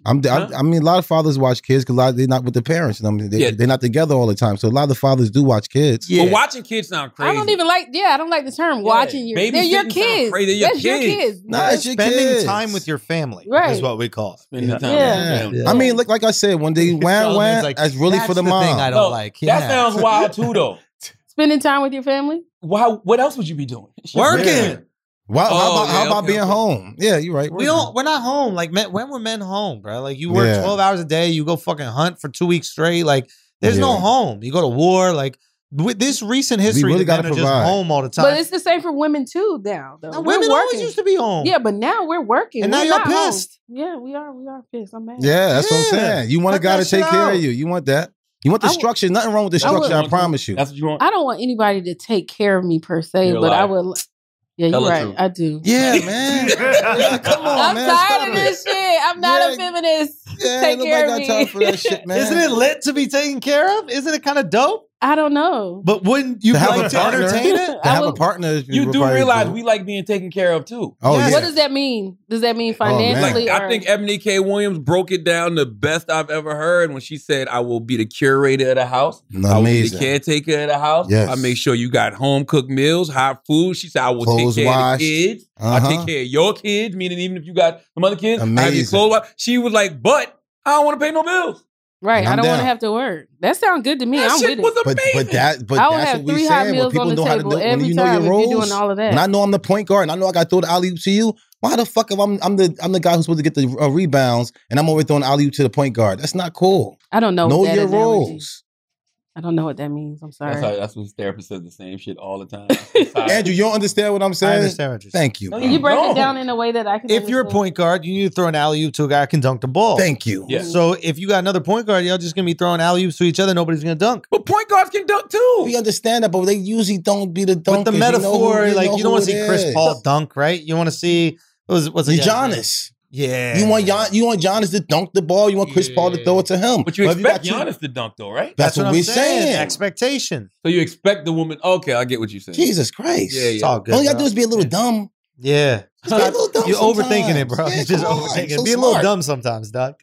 S5: I'm, I'm, I mean, a lot of fathers watch kids because they're not with their parents. And I mean, they,
S2: Yeah.
S5: they're not together all the time. So a lot of the fathers do watch kids.
S2: But watching kids sound crazy.
S4: I don't even like. Yeah, I don't like the term watching your.
S2: Babysitting
S4: They're your
S2: sound
S4: kids.
S2: crazy. They're your
S4: That's your
S2: kids.
S4: kids.
S5: Nah, it's your
S3: Spending
S5: kids.
S3: time with your family is
S4: Right.
S3: what we call. it.
S2: Spending
S3: Yeah.
S2: time
S4: Yeah.
S2: with them.
S3: Yeah.
S5: I mean, look, like I said, when they wham
S3: Charlamagne's
S5: wham,
S3: like,
S5: that's really for the,
S3: That's Thing I
S5: mom.
S3: don't
S2: No,
S3: like.
S2: That sounds wild too, though.
S4: Spending time with your family.
S2: Why? What else would you be doing? Shit,
S3: Working.
S2: man.
S5: Wow, how
S2: Oh,
S5: about, how
S2: yeah,
S5: about
S2: okay,
S5: being
S2: okay.
S5: home? Yeah, you're right.
S3: We don't. We're not home. Like men, when were men home, bro? Like you work
S5: Yeah.
S3: twelve hours a day. You go fucking hunt for two weeks straight. Like there's no
S5: Yeah.
S3: home. You go to war. Like with this recent history,
S5: really
S3: the men
S5: gotta
S3: are just
S5: provide.
S3: home all the time.
S4: But it's the same for women too now. Though
S3: Now,
S4: We're
S3: women
S4: working.
S3: always used to be home.
S4: Yeah, but now we're working.
S3: And now
S4: We're
S3: y'all
S4: not home.
S3: pissed.
S4: Yeah, we are. We are pissed. I'm mad.
S5: Yeah, that's what I'm
S3: Yeah.
S5: saying. You want a
S3: Cut
S5: guy to
S3: that shit
S5: take care
S3: out.
S5: of you. You want that. You want the
S4: I would-
S5: structure. Nothing wrong with the
S2: That's what
S5: structure.
S2: you
S5: I
S2: want, too?
S5: promise you.
S2: That's what you want.
S4: I don't want anybody to take care of me per se,
S2: You're
S4: but I
S2: alive.
S4: would. Yeah,
S2: Tell
S4: you're
S2: the
S4: right.
S2: truth. Oh,
S4: I do.
S5: Yeah, man. Yeah, come on,
S4: I'm
S5: man.
S4: tired
S5: Stop
S4: of
S5: it.
S4: this shit. I'm not
S5: Yeah.
S4: a feminist.
S5: Yeah,
S4: Take
S5: nobody
S4: care of
S5: got
S4: me.
S5: time for that shit, man.
S3: Isn't it lit to be taken care of? Isn't it kind of dope?
S4: I don't know.
S3: But wouldn't you
S5: To have
S3: like
S5: a
S3: to
S5: partner.
S3: entertain it?
S5: To
S4: I
S5: have a
S4: would-
S5: partner. is
S2: You do
S5: required
S2: realize
S5: to-
S2: we like being taken care of too.
S5: Oh
S3: Yes.
S5: yeah.
S4: What does that mean? Does that mean
S5: man.
S4: financially?
S2: Like I
S4: or-
S2: think Ebony K. Williams broke it down the best I've ever heard when she said, "I will be the curator of the house. I will be the
S5: Amazing.
S2: caretaker of the house.
S5: Yes.
S2: I make sure you got home cooked meals, hot food." She said, "I will
S5: Clothes
S2: take care
S5: washed.
S2: of the kids. I
S5: Uh-huh.
S2: take care of your kids. Meaning, even if you got some other kids, I have your
S5: Amazing.
S2: clothes." washed." She was like, "But I don't want to pay no bills."
S4: right.
S5: I'm
S4: I don't want to
S5: down.
S4: have to work. That sounds good to me.
S2: that
S4: I'm
S2: shit
S4: with
S2: was
S4: it.
S5: But
S2: amazing.
S5: but that but
S4: I will
S5: that's
S4: have
S5: what we
S4: three hot
S5: saying. When
S4: meals
S5: people
S4: on the
S5: know how to
S4: table
S5: do, when
S4: every
S5: you know
S4: time.
S5: your
S4: If
S5: roles,
S4: you're doing all of
S5: when I
S4: that,
S5: know I'm the point guard, and I know I got to throw the alley oop to you. Why the fuck if I'm I'm the I'm the guy who's supposed to get the uh, rebounds, and I'm over throwing alley oop to the point guard? That's not cool.
S4: I don't know.
S5: know
S4: that
S5: your
S4: analogy.
S5: roles.
S4: I don't know what that means. I'm sorry.
S2: That's, how, that's what his therapist says the same shit all the time. It's tired.
S5: Andrew, you don't understand what I'm
S3: I
S5: saying.
S3: understand what you're saying.
S5: Thank you.
S2: No,
S5: bro.
S4: Can you break
S2: No.
S4: it down in a way that I can?
S3: If you're a
S4: understand?
S3: point guard, you need to throw an alley oop to a guy who can dunk the ball.
S5: Thank you.
S2: Yeah.
S3: So if you got another point guard, y'all just gonna be throwing alley oops to each other. Nobody's gonna dunk.
S2: but point guards can dunk too.
S5: We understand that, but they usually don't be the
S3: But
S5: dunkers.
S3: the
S5: You know
S3: metaphor,
S5: who-
S3: like
S5: know
S3: you don't
S5: who
S3: want to
S5: it
S3: see Chris
S5: is.
S3: Paul dunk, right? You want to see it was was it
S5: Giannis.
S3: Yeah,
S5: You want Gian, you want Giannis to dunk the ball. You want Chris Paul to throw it to him.
S2: But you
S5: if
S2: expect
S5: got two-
S2: Giannis to dunk though, right?
S5: That's, what,
S3: I'm
S5: we're saying.
S3: Expectation.
S2: So you expect the woman? Okay, I get what you're saying.
S5: Jesus Christ.
S2: Yeah, yeah.
S3: It's all good.
S5: All you gotta
S3: bro.
S5: do is be a little dumb.
S3: yeah.
S5: Just be a little dumb.
S3: You're overthinking it,
S5: sometimes.
S3: bro.
S5: Yeah,
S3: You're just
S5: come on.
S3: overthinking.
S5: So
S3: it. be a little
S5: smart.
S3: dumb sometimes, doc.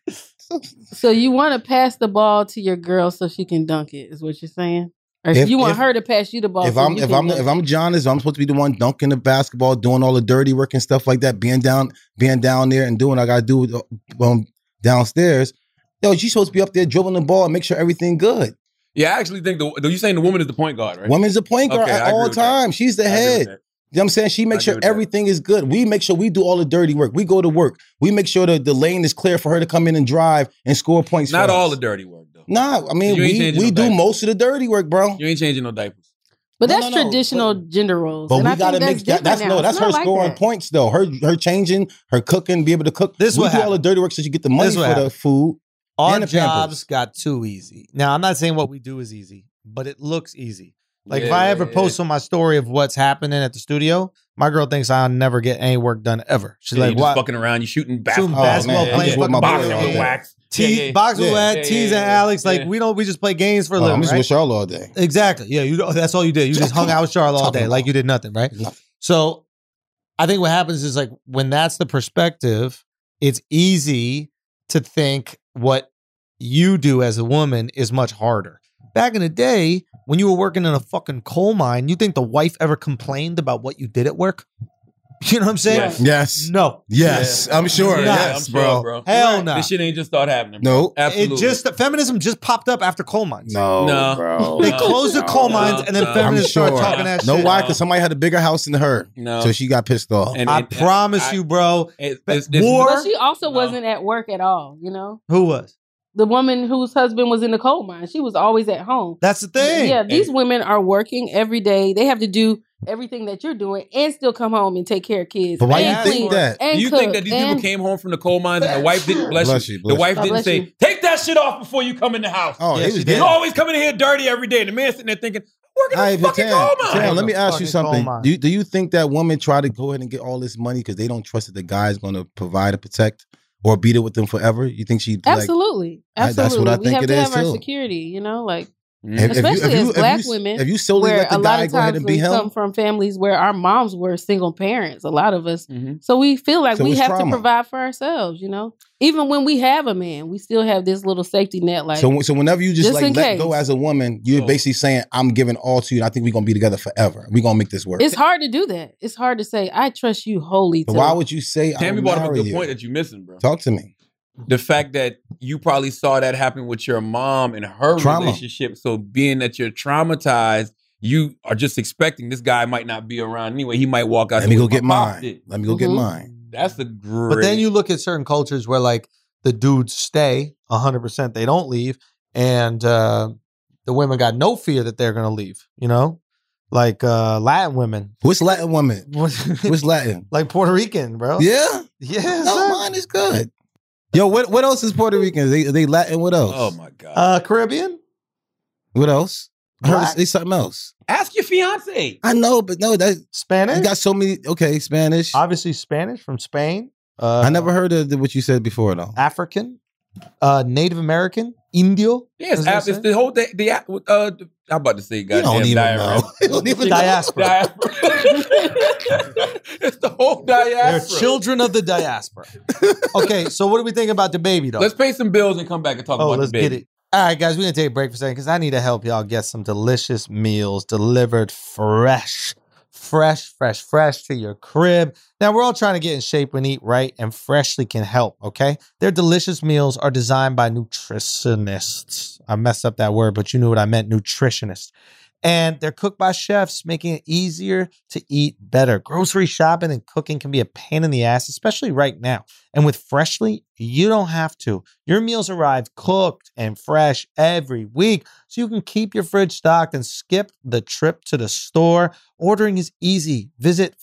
S4: So you want to pass the ball to your girl so she can dunk it? Is what you're saying? Or
S5: If-
S4: you want
S5: if-
S4: her to pass you the ball?
S5: If
S4: so
S5: I'm
S4: you
S5: if
S4: can
S5: I'm
S4: dunk
S5: if I'm Giannis, I'm supposed to be the one dunking the basketball, doing all the dirty work and stuff like that, being down being down there and doing what I gotta do with, um, downstairs. Yo, you supposed to be up there dribbling the ball and make sure everything good.
S2: Yeah, I actually think the though you saying the woman is the point guard, right?
S5: Women's the point guard
S2: Okay, I
S5: at
S2: agree
S5: all
S2: with that.
S5: times. She's the
S2: I agree with
S5: head.
S2: that.
S5: You know what I'm saying? She
S2: I
S5: makes
S2: agree
S5: sure
S2: with that.
S5: everything is good. We make sure we do all the dirty work. We go to work. We make sure the, the lane is clear for her to come in and drive and score points.
S2: Not
S5: for
S2: all
S5: us.
S2: the dirty work though.
S5: Nah, I mean
S2: You ain't
S5: we,
S2: changing no
S5: we do
S2: diapers.
S5: most of the dirty work, bro.
S2: You ain't changing no diapers.
S4: But
S5: No,
S4: that's
S5: no, no,
S4: traditional gender roles.
S5: But
S4: and I
S5: we gotta
S4: think
S5: make that,
S4: different
S5: that's
S4: now.
S5: no, that's
S4: It's not
S5: her
S4: like
S5: scoring
S4: that.
S5: points though. Her her changing, her cooking, be able to cook.
S3: This is
S5: we
S3: what
S5: do all the
S3: happened.
S5: dirty work so she get the money
S3: This is
S5: for
S3: what
S5: the
S3: happened.
S5: food.
S3: Our
S5: And the Pampers.
S3: jobs got too easy. Now I'm not saying what we do is easy, but it looks easy. Like if I ever post on my story of what's happening at the studio, my girl thinks I'll never get any work done ever. She's
S2: yeah,
S3: like,
S2: you just
S3: "What?
S2: fucking around, you shooting
S3: Shooting
S2: basketball,
S3: basketball,
S5: man, I just
S3: playing
S5: with my
S2: boxing
S3: fucking
S5: boxing
S3: video
S5: on
S2: on
S3: games.
S2: wax.
S3: T-
S2: Yeah, yeah.
S3: Box with
S5: Yeah.
S3: Wad,
S2: Yeah, yeah,
S3: T's and
S2: yeah.
S3: Alex. Like
S2: Yeah.
S3: we don't. We just play games for a
S5: Oh,
S3: little.
S5: I'm just
S3: right?
S5: with Charlotte all day.
S3: Exactly. Yeah. You. That's all you did. You just hung out with Charlotte all day. Like you did nothing, right?
S5: Nothing.
S3: So, I think what happens is like when that's the perspective, it's easy to think what you do as a woman is much harder. Back in the day, when you were working in a fucking coal mine, you think the wife ever complained about what you did at work? You know what I'm saying?
S2: Yes.
S5: Yes.
S3: No.
S5: Yes. I'm sure.
S3: Yeah,
S5: yes,
S2: I'm sure,
S5: bro.
S3: Hell
S2: Right.
S3: no.
S2: This shit ain't just start happening. bro.
S5: No.
S2: Absolutely.
S3: It just feminism just popped up after coal mines.
S5: No.
S2: No.
S5: Bro.
S3: They
S2: No.
S3: closed the coal mines and then
S2: No.
S5: I'm
S3: feminists started
S5: sure.
S3: talking that
S5: No,
S3: shit.
S5: why?
S2: No.
S5: Because somebody had a bigger house than her,
S2: no.
S5: so she got pissed off.
S2: Um, And-
S3: I
S2: and-
S3: promise
S2: I-
S3: you, bro.
S2: it-
S3: But
S2: it's- it's-
S3: war-
S4: But she also
S2: No.
S4: wasn't at work at all, you know?
S3: Who was?
S4: The woman whose husband was in the coal mine, she was always at home.
S3: That's the thing.
S4: Yeah, these women are working every day. They have to do everything that you're doing and still come home and take care of kids.
S5: but why
S4: and
S5: you think
S4: clean
S5: that?
S4: And
S2: Do you
S4: cook
S2: think that these
S4: and
S2: people came home from the coal mines and the wife didn't bless,
S5: Bless
S2: you?
S5: you, bless
S2: the wife
S4: you.
S2: didn't
S4: God bless
S2: say,
S4: you.
S2: "Take that shit off before you come in the house."
S5: Oh,
S3: Yes, she
S5: it was
S3: did.
S5: dead.
S2: you always coming in here dirty every day. And the man's sitting there thinking, "Working
S5: All
S2: in
S5: right,
S2: a
S5: but
S2: fucking coal
S5: Tam,
S2: mine."
S5: Tam, let me
S3: Fucking
S5: ask you
S3: coal
S5: something.
S3: mine.
S5: Do you, do you think that women try to go ahead and get all this money because they don't trust that the guy's going to provide and protect or beat it with them forever? You think she like
S4: Absolutely.
S5: I- that's
S4: Absolutely.
S5: what I
S4: we
S5: think
S4: have
S5: it
S4: to
S5: is,
S4: have our
S5: too.
S4: security, you know, like
S5: if-
S2: Mm-hmm.
S5: if you-
S4: Especially
S5: if you-
S4: as
S5: if you-
S4: black women,
S5: If you solely
S4: where
S5: let
S4: a
S5: the
S4: lot
S5: guy
S4: of
S5: go ahead
S4: times
S5: and be
S4: we
S5: him,
S4: come from families where our moms were single parents, a lot of us.
S2: Mhm.
S4: So we feel like
S5: So
S4: we
S5: it's
S4: have to
S5: trauma.
S4: provide for ourselves, you know? Even when we have a man, we still have this little safety net like
S5: so so whenever you just,
S4: Just in
S5: like let
S4: case.
S5: go as a woman, you're
S2: Oh.
S5: basically saying, "I'm giving all to you, and I think we're going to be together forever. We're going to make this work."
S4: it's hard to do that. It's hard to say, I trust you wholly.
S5: But
S4: to-
S5: why would you say?
S2: Tammy
S5: I'll
S2: brought up a
S5: marry
S2: good
S5: you?
S2: point that you're missing, bro.
S5: Talk to me.
S2: The fact that you probably saw that happen with your mom and her
S5: Trauma.
S2: relationship. So being that you're traumatized, you are just expecting this guy might not be around anyway. He might walk out.
S5: Let
S2: the
S5: me
S2: way
S5: go
S2: my
S5: get
S2: pops
S5: mine.
S2: did.
S5: Let me go get
S4: Mhm.
S5: mine.
S2: That's a great.
S3: But then you look at certain cultures where like the dudes stay 100%, they don't leave and uh the women got no fear that they're going to leave, you know? Like uh Latin women.
S5: What's Latin woman? What's Latin?
S3: like Puerto Rican, bro.
S5: Yeah.
S3: Yeah.
S5: No,
S3: son.
S5: mine is good. Yo, what what else is Puerto Rican? They they Latin. What else?
S2: Oh my god!
S3: Uh Caribbean?
S5: What else? I heard
S3: Black.
S5: it's, it's something else.
S2: Ask your fiance.
S5: I know, but no, that
S3: Spanish?
S5: you got so many. Okay, Spanish. I,
S3: Obviously Spanish from Spain. Uh
S5: never heard of the- what you said before though.
S3: African, uh Native American, Indio.
S2: Yes,
S3: Is that
S2: ab- it's
S3: it?
S2: the whole day. The uh, the- I'm about to say,
S5: You
S2: goddamn
S5: don't even
S2: diarrhea.
S5: know. You don't even know.
S3: diaspora.
S2: Diaspora. it's the whole
S3: They're
S2: diaspora.
S3: children of the diaspora. okay, so what do we think about the baby though?
S2: Let's pay some bills and come back and talk
S3: oh,
S2: about
S3: let's
S2: the baby.
S3: get it. All right, guys, we're gonna take a break for a second because I need to help y'all get some delicious meals delivered fresh, fresh, fresh, fresh to your crib. Now we're all trying to get in shape and eat right, and freshly can help. Okay, their delicious meals are designed by nutritionists. I messed up that word, but you knew what I meant, nutritionists. And they're cooked by chefs, making it easier to eat better. Grocery shopping and cooking can be a pain in the ass, especially right now. And with Freshly, you don't have to. Your meals arrive cooked and fresh every week, so you can keep your fridge stocked and skip the trip to the store. Ordering is easy. Visit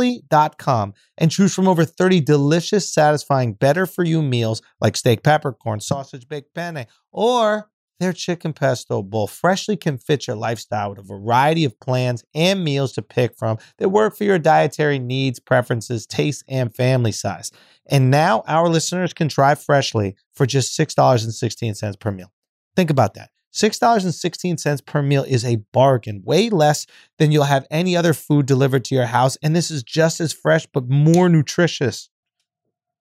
S3: freshly.com and choose from over 30 delicious, satisfying, better for you meals like steak peppercorn, sausage baked penne, or their chicken pesto bowl. Freshly can fit your lifestyle with a variety of plans and meals to pick from that work for your dietary needs, preferences, taste, and family size. And now our listeners can try Freshly for just $6.16 per meal. Think about that. $6.16 per meal is a bargain, way less than you'll have any other food delivered to your house. And this is just as fresh, but more nutritious.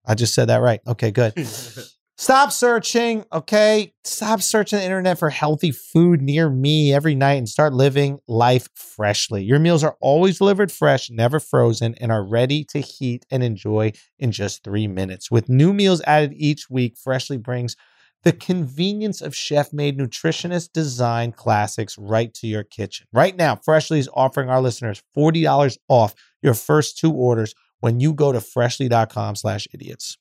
S3: I just said that right. Okay, good. Stop searching, okay? Stop searching the internet for healthy food near me every night and start living life freshly. Your meals are always delivered fresh, never frozen, and are ready to heat and enjoy in just three minutes. With new meals added each week, Freshly brings the convenience of chef made nutritionist designed classics right to your kitchen. Right now, Freshly is offering our listeners $40 off your first two orders when you go to freshly.com slash idiots.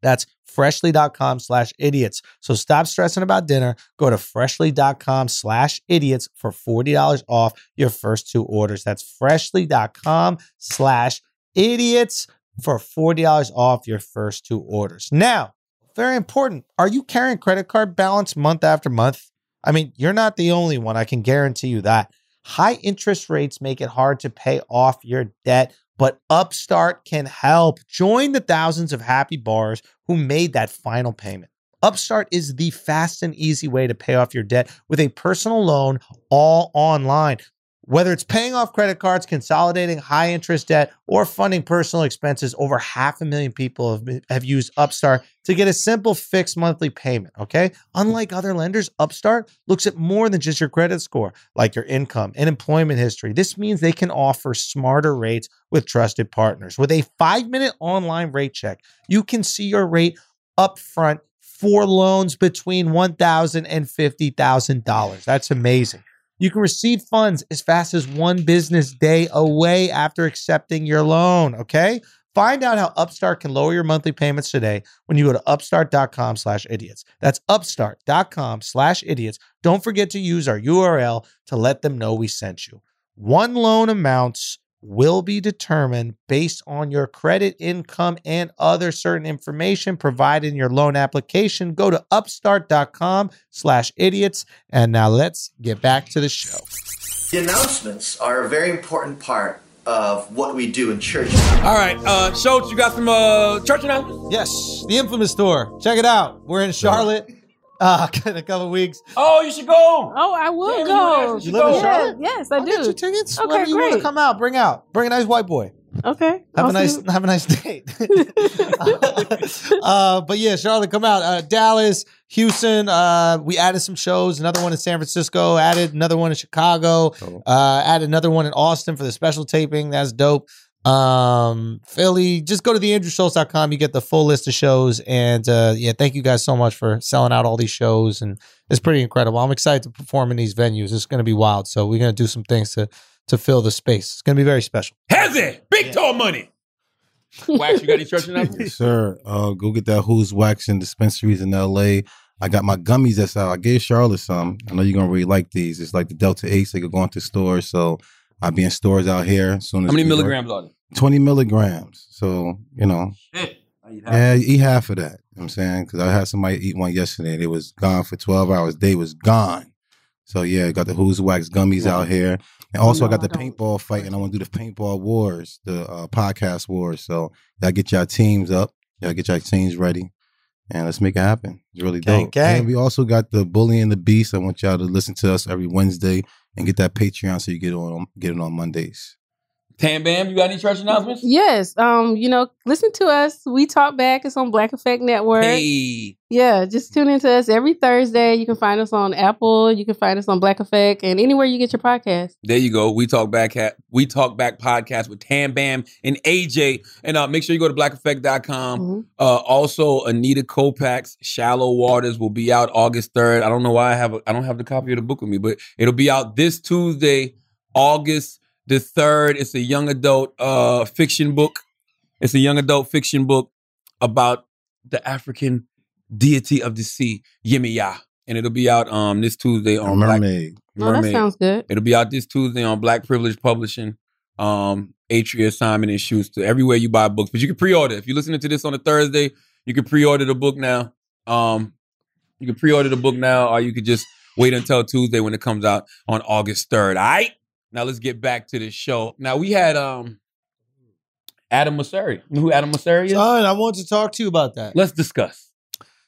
S3: That's freshly.com slash idiots. So stop stressing about dinner. Go to freshly.com slash idiots for $40 off your first two orders. That's freshly.com slash idiots for $40 off your first two orders. Now, very important. Are you carrying credit card balance month after month? I mean, you're not the only one. I can guarantee you that. High interest rates make it hard to pay off your debt, but Upstart can help. Join the thousands of happy borrowers who made that final payment. Upstart is the fast and easy way to pay off your debt with a personal loan all online. Whether it's paying off credit cards, consolidating high interest debt, or funding personal expenses, over half a million people have, been- have used Upstart to get a simple fixed monthly payment. Okay. Unlike other lenders, Upstart looks at more than just your credit score, like your income and employment history. This means they can offer smarter rates with trusted partners. With a five minute online rate check, you can see your rate upfront for loans between $1,000 and $50,000. That's amazing. You can receive funds as fast as one business day away after accepting your loan. Okay. Find out how Upstart can lower your monthly payments today when you go to upstart.com slash idiots. That's upstart.com slash idiots. Don't forget to use our URL to let them know we sent you. One loan amounts will be determined based on your credit, income, and other certain information provided in your loan application. Go to upstart.com slash idiots. And now let's get back to the show.
S7: The announcements are a very important part of what we do in church.
S2: All right, uh, Schultz, you got some uh, church announcements?
S3: Yes, the infamous store. Check it out. We're in Charlotte uh, in a couple weeks.
S2: Oh, you should go.
S4: Oh, I will
S2: Damn, you
S4: go.
S2: actually
S3: You live in
S4: Yeah,
S3: Charlotte?
S4: Yes, I
S3: I'll get you
S4: do.
S3: tickets.
S4: Okay,
S3: Whatever you want to
S4: great.
S3: come out, bring out. Bring a nice white boy.
S4: okay.
S3: Have
S4: I'll
S3: a nice
S4: see
S3: have a nice date.
S4: you-
S3: uh, but yeah, Charlotte, come out. Uh, Dallas, Houston. Uh, we added some shows. Another one in San Francisco. Added another one in Chicago.
S5: Dope.
S3: Uh, added another one in Austin for the special taping. That's dope. Um, Philly. Just go to theandrewschultz.com. You get the full list of shows. And uh, yeah, thank you guys so much for selling out all these shows. And it's pretty incredible. I'm excited to perform in these venues. It's going to be wild. So we're going to do some things to to fill the space. It's going to be very special.
S2: Hezzy, big tall money. Wax, you got any church announcements?
S5: Yes, sir. Uh, go get that Who's Waxing dispensaries in L.A. I got my gummies that's out. I gave Charlotte some. I know you're gonna really like these. It's like the Delta Eight. They could go into stores. So I'll be in stores out here as soon as
S2: How many
S5: we work.
S2: milligrams are there?
S5: Twenty milligrams. So you know, yeah, eat half of that. You know what I'm saying because I had somebody eat one yesterday and it was gone for 12 hours. They was gone. So yeah, got the Who's Wax gummies out here, and also I
S4: No,
S5: got the
S4: I don't.
S5: paintball fight, and I want to do the paintball wars, the uh, podcast wars. So y'all get y'all teams up, y'all get y'all teams ready, and let's make it happen. It's really
S3: Gang,
S5: dope.
S3: gang.
S5: And we also got the Bully and the Beast. I want y'all to listen to us every Wednesday and get that Patreon so you get on get it on Mondays.
S2: Tam Bam, you got any church announcements?
S4: Yes. Um, you know, listen to us. We talk back. It's on Black Effect Network.
S2: Hey,
S4: Yeah, just tune into us every Thursday. You can find us on Apple, you can find us on Black Effect, and anywhere you get your podcast.
S2: there you go. We talk back. Ha- we talk back podcast with Tam Bam and AJ, and uh, make sure you go to
S3: Um,
S2: blackeffect.com.
S4: Mhm.
S2: Uh, also, Anita Kopac's "Shallow Waters" will be out August third. I don't know why I have a, I don't have the copy of the book with me, but it'll be out this Tuesday, August the third. It's a young adult uh, fiction book. It's a young adult fiction book about the African deity of the sea, Yimiya, and it'll be out um this Tuesday on Black
S5: Mermaid.
S4: Oh, that
S2: Mermaid.
S4: sounds good.
S2: It'll be out this Tuesday on Black Privilege Publishing, um, Atria, Simon and Schuster, everywhere you buy books. But you can pre-order. If you're listening to this on a Thursday, you can pre-order the book now. Um, you can pre-order the book now, or you could just wait until Tuesday when it comes out on August 3rd. All right. Now let's get back to the show. Now we had um Adam Mosseri. You know who Adam Mosseri is?
S3: Son, I want to talk to you about that.
S2: let's discuss.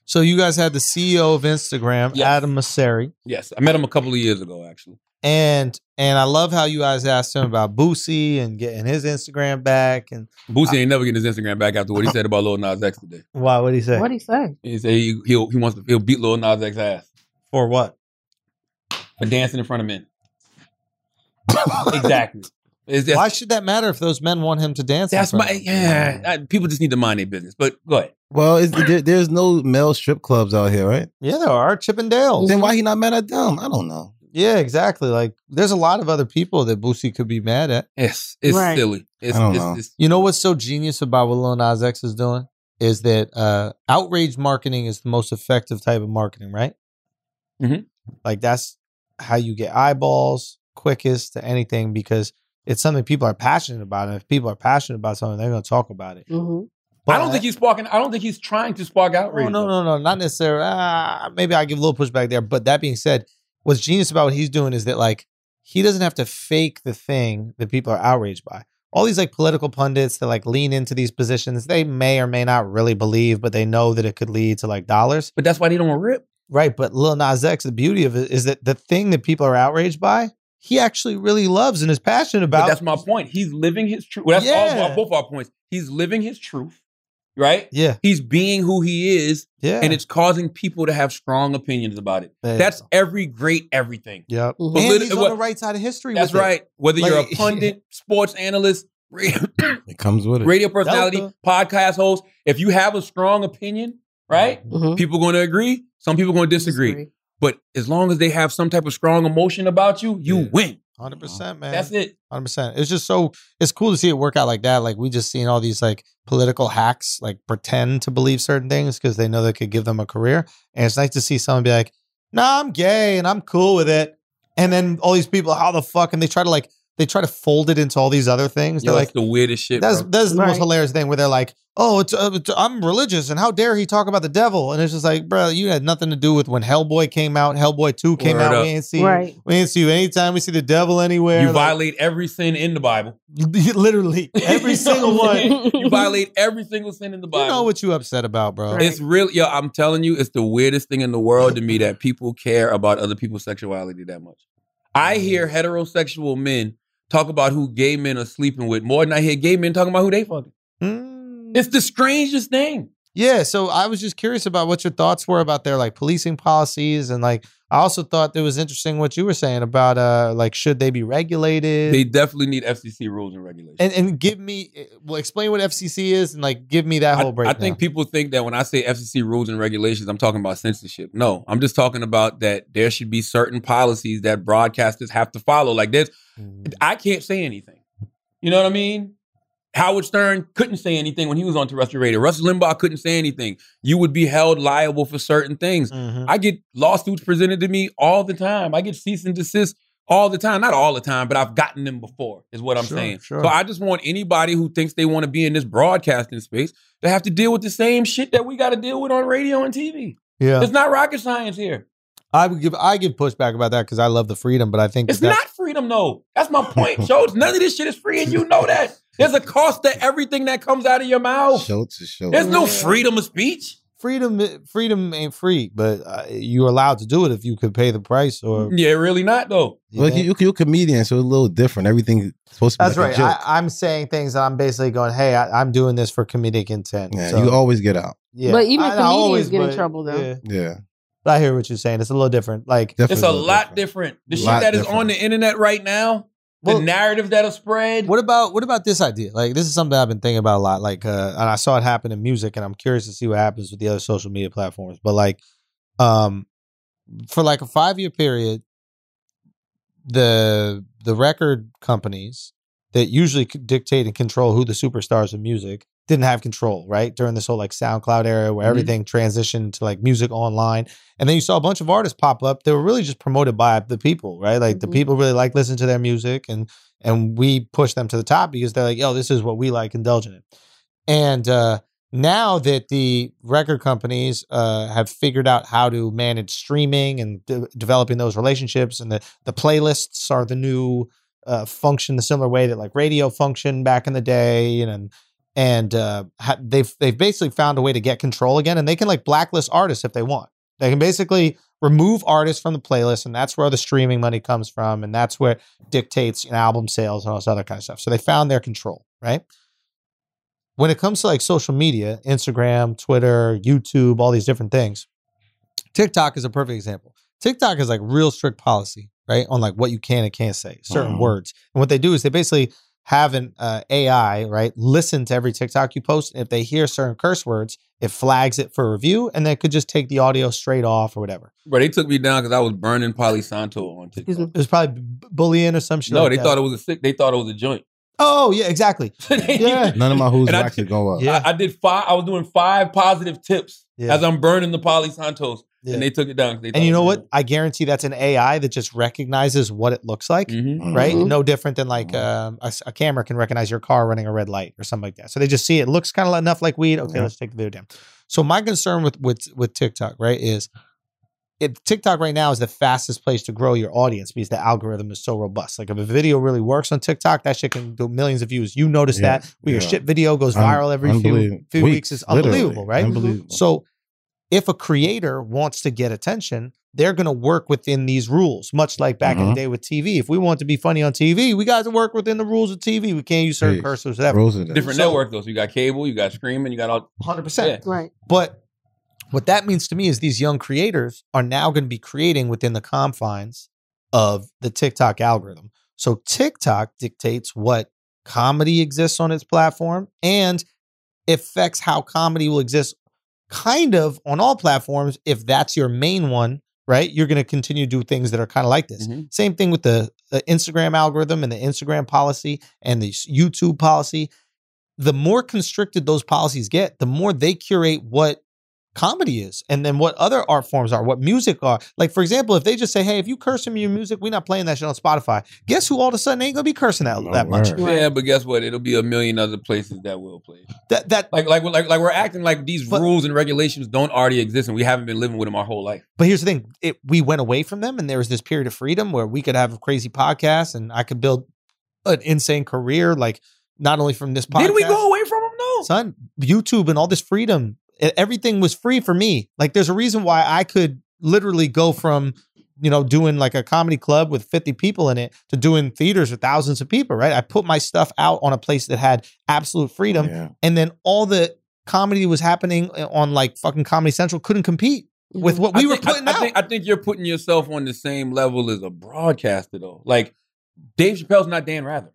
S3: So you guys had the CEO of Instagram,
S2: Yes.
S3: Adam Mosseri,
S2: Yes. I met him a couple of years ago, actually.
S3: and and I love how you guys asked him about Boosie and getting his Instagram back. And
S2: Boosie ain't never getting his Instagram back after what he said about Lil Nas X today.
S3: why? What would he say?
S4: What do you say?
S2: He said he he'll, he wants to he'll beat Lil Nas X ass
S3: For what?
S2: for dancing in front of men. exactly. It's just-
S3: Why should that matter if those men want him to dance? in
S2: that's
S3: front
S2: my
S3: of them?
S2: yeah. I- people just need to mind their business. But go ahead.
S5: Well, it's, there, there's no male strip clubs out here, right?
S3: Yeah, there are Chippendales.
S5: Then why he not mad at them? I don't know.
S3: Yeah, exactly. Like there's a lot of other people that Boosie could be mad at.
S2: It's it's
S4: Right.
S2: silly. It's,
S5: I don't
S2: it's,
S5: know.
S2: it's-
S3: You know what's so genius about what Lil Nas X is doing is that uh, outrage marketing is the most effective type of marketing, right?
S2: Mhm.
S3: Like that's how you get eyeballs quickest to anything because it's something people are passionate about, and if people are passionate about something, they're going to talk about it.
S4: hmm
S2: I don't think he's sparking. I don't think he's trying to spark outrage.
S3: Oh, no, no, no, not necessarily. Ah, maybe I give a little pushback there, but that being said, what's genius about what he's doing is that like he doesn't have to fake the thing that people are outraged by. All these like political pundits that like lean into these positions, they may or may not really believe, but they know that it could lead to like dollars,
S2: But that's why they don't rip.
S3: right? But Lil Nas X, the beauty of it is that the thing that people are outraged by he actually really loves and is passionate
S2: But
S3: about.
S2: that's my point. He's living his truth. Well, that's all-
S3: Yeah.
S2: both our points. He's living his truth, right?
S3: yeah,
S2: He's being who he is,
S3: yeah,
S2: and it's causing people to have strong opinions about it.
S3: Yeah.
S2: That's every great everything.
S3: yep.
S4: Mhm.
S2: Well,
S3: And
S2: lit- uh,
S3: he's on
S2: what-
S3: the right side of history.
S2: That's
S3: with it.
S2: right. Whether you're a
S3: Like-
S2: pundit, sports analyst, radio,
S5: It comes with it.
S2: radio personality,
S3: Delta.
S2: podcast host, if you have a strong opinion, right?
S3: Mm-hmm.
S4: Mhm.
S2: People going to agree. Some people going to disagree. But as long as they have some type of strong emotion about you, you
S3: Yeah.
S2: win.
S3: Hundred percent, man.
S2: That's it.
S3: Hundred percent. It's just so it's cool to see it work out like that. Like we just seen all these like political hacks like pretend to believe certain things because they know they could give them a career. And it's nice to see someone be like, "Nah, I'm gay and I'm cool with it." And then all these people, how the fuck? And they try to like they try to fold it into all these other things.
S2: Yo,
S3: They're
S2: that's
S3: like,
S2: the weirdest shit.
S3: "That's
S2: bro.
S3: that's the most
S4: Right.
S3: hilarious thing." Where they're like, "Oh, it's, uh, it's I'm religious, and how dare he talk about the devil?" And it's just like, bro, you had nothing to do with when Hellboy came out. Hellboy two came
S2: Word
S3: out.
S2: up.
S3: We ain't see.
S4: Right.
S3: We ain't see you anytime we see the devil anywhere.
S2: you
S3: Like,
S2: violate every sin in the Bible.
S3: literally every
S2: You
S3: single
S2: know what I'm
S3: one.
S2: saying?
S4: Mm-hmm.
S2: You violate every single sin in the Bible.
S3: You know what you upset about, bro?
S4: Right.
S2: It's real, yo. I'm telling you, it's the weirdest thing in the world to me that people care about other people's sexuality that much. I hear heterosexual men talk about who gay men are sleeping with more than I hear gay men talking about who they fucking.
S3: Mm.
S2: It's the strangest thing.
S3: Yeah, so I was just curious about what your thoughts were about their like policing policies and like I also thought it was interesting what you were saying about uh like should they be regulated?
S2: They definitely need FCC rules and regulations.
S3: and and give me well explain what FCC is and like give me that
S2: I-
S3: whole
S2: I,
S3: breakdown.
S2: think people think that when I say FCC rules and regulations, I'm talking about censorship. No, I'm just talking about that there should be certain policies that broadcasters have to follow. Like this,
S3: Mm-hmm.
S2: I can't say anything. You know what I mean? Howard Stern couldn't say anything when he was on terrestrial radio. Russ Limbaugh couldn't say anything. You would be held liable for certain things.
S3: Mhm.
S2: I get lawsuits presented to me all the time. I get cease and desist all the time. Not all the time, but I've gotten them before, is what I'm
S3: Sure,
S2: saying.
S3: sure.
S2: So I just want anybody who thinks they want to be in this broadcasting space to have to deal with the same shit that we got to deal with on radio and TV.
S3: yeah.
S2: It's not rocket science here.
S3: I would give I give pushback about that because I love the freedom, but I think
S2: It's
S3: that-
S2: not freedom, though. That's my point, Schultz. None of this shit is free, and you know that. There's a cost to everything that comes out of your mouth.
S5: Schultz is Schultz.
S2: There's no freedom of speech.
S3: freedom eh, freedom ain't free, but uh, you're allowed to do it if you could pay the price or
S2: Yeah, really not, though.
S3: you
S5: Look,
S3: know?
S5: you, you're a comedian, so it's a little different. Everything's supposed to be
S3: That's
S5: like
S3: right.
S5: a joke.
S3: I, I'm saying things that I'm basically going, hey, I, I'm doing this for comedic intent.
S5: yeah,
S3: So,
S5: you always get out.
S3: yeah.
S4: But even
S3: I- I
S4: comedians get in trouble, though.
S3: yeah.
S5: Yeah,
S3: I hear what you're saying. It's a little different. Like,
S5: definitely.
S2: It's a lot different. The shit
S5: Lot
S2: that is
S5: different.
S2: on the internet right now, the
S3: Well-
S2: narrative that'll spread.
S3: what about what about this idea? Like, this is something I've been thinking about a lot. Like, uh, and I saw it happen in music, and I'm curious to see what happens with the other social media platforms. But like, um, for like a five year period, the the record companies that usually c- dictate and control who the superstars of music didn't have control, right? During this whole like SoundCloud era where
S2: Mhm.
S3: everything transitioned to like music online. And then you saw a bunch of artists pop up that were really just promoted by the people, right? Like the
S4: Mhm.
S3: people really like listen to their music and and we push them to the top because they're like, yo, this is what we like, indulge in it. And uh now that the record companies uh, have figured out how to manage streaming and de- developing those relationships, and the, the playlists are the new uh, function, the similar way that like radio functioned back in the day, and and, and uh, ha- they've they've basically found a way to get control again, and they can like blacklist artists if they want. They can basically remove artists from the playlist, and that's where the streaming money comes from, and that's where it dictates you know, album sales and all this other kind of stuff. So they found their control, right? when it comes to like social media, Instagram, Twitter, YouTube, all these different things, TikTok is a perfect example. TikTok is like real strict policy, right? On like what you can and can't say, certain words. And what they do is they basically have an uh, AI, right? Listen to every TikTok you post. And if they hear certain curse words, it flags it for review and then it could just take the audio straight off or whatever.
S2: Bro, they took me down because I was burning Polisanto on TikTok.
S4: Excuse me.
S3: It was probably b- bullying or some shit.
S2: No,
S3: like
S2: they
S3: that.
S2: thought it was a sick. They thought it was a joint.
S3: Oh, yeah, exactly. Yeah.
S5: None of my who's
S2: And I-
S5: actually go up.
S3: Yeah.
S2: I, I did five. I was doing five positive tips
S3: Yeah.
S2: as I'm burning the Polisantos,
S3: Yeah.
S2: and they took it down. 'cause They
S3: and you know what? I guarantee that's an AI that just recognizes what it looks like.
S2: Mm-hmm.
S5: Mm.
S3: right?
S4: Mhm.
S3: No different than
S5: Mm-hmm.
S3: like um, a, s- a camera can recognize your car running a red light or something like that. So they just see it looks kind of enough like weed. Okay,
S5: Yeah.
S3: let's take the video down. So my concern with with with TikTok, right, is if TikTok right now is the fastest place to grow your audience because the algorithm is so robust. Like if a video really works on TikTok, that shit can do millions of views. You notice
S5: Yeah,
S3: that where your
S5: yeah.
S3: shit video goes
S5: Un-
S3: viral every few
S5: unbelievable.
S3: few weeks, is
S5: literally.
S3: unbelievable, right?
S5: Unbelievable.
S3: So if a creator wants to get attention, they're going to work within these rules, much like back in the day with TV. If we want to be funny on TV, we got to work within the rules of TV. We can't use certain
S5: Yeah.
S3: cursors, whatever.
S5: Rosen.
S2: Different
S3: So-
S2: network though. So you got cable, you got streaming, you got all.
S3: 100%.
S2: Yeah.
S4: Right.
S3: But what that means to me is these young creators are now going to be creating within the confines of the TikTok algorithm. So TikTok dictates what comedy exists on its platform and affects how comedy will exist kind of on all platforms if that's your main one, right? You're going to continue to do things that are kind of like this.
S5: Mm-hmm.
S2: Mhm.
S3: Same thing with the, the Instagram algorithm and the Instagram policy and the YouTube policy. The more constricted those policies get, the more they curate what comedy is and then what other art forms are, what music are. Like, for example, if they just say, hey, if you curse in your music, we're not playing that shit on Spotify. Guess who all of a sudden ain't going to be cursing that,
S5: No
S3: that much?
S5: word.
S4: Right.
S2: Yeah, but guess what? It'll be a million other places that will play.
S3: That, that
S2: Like like like like we're acting like these
S3: But-
S2: rules and regulations don't already exist, and we haven't been living with them our whole life.
S3: But here's the thing: it, we went away from them, and there was this period of freedom where we could have a crazy podcast, and I could build an insane career, like not only from this podcast.
S2: Did we go away from them? No.
S3: son? YouTube and all this freedom, e- everything was free for me. Like, there's a reason why I could literally go from you know doing like a comedy club with 50 people in it to doing theaters with thousands of people right i put my stuff out on a place that had absolute freedom
S5: Yeah.
S3: and then all the comedy was happening eh, on like fucking comedy central couldn't compete with what we
S2: Mm-hmm. I
S3: were
S2: think- I-
S3: putting
S2: I,
S3: out
S2: think, I think you're putting yourself on the same level as a broadcaster, though. Like Dave Chappelle's not Dan Rather.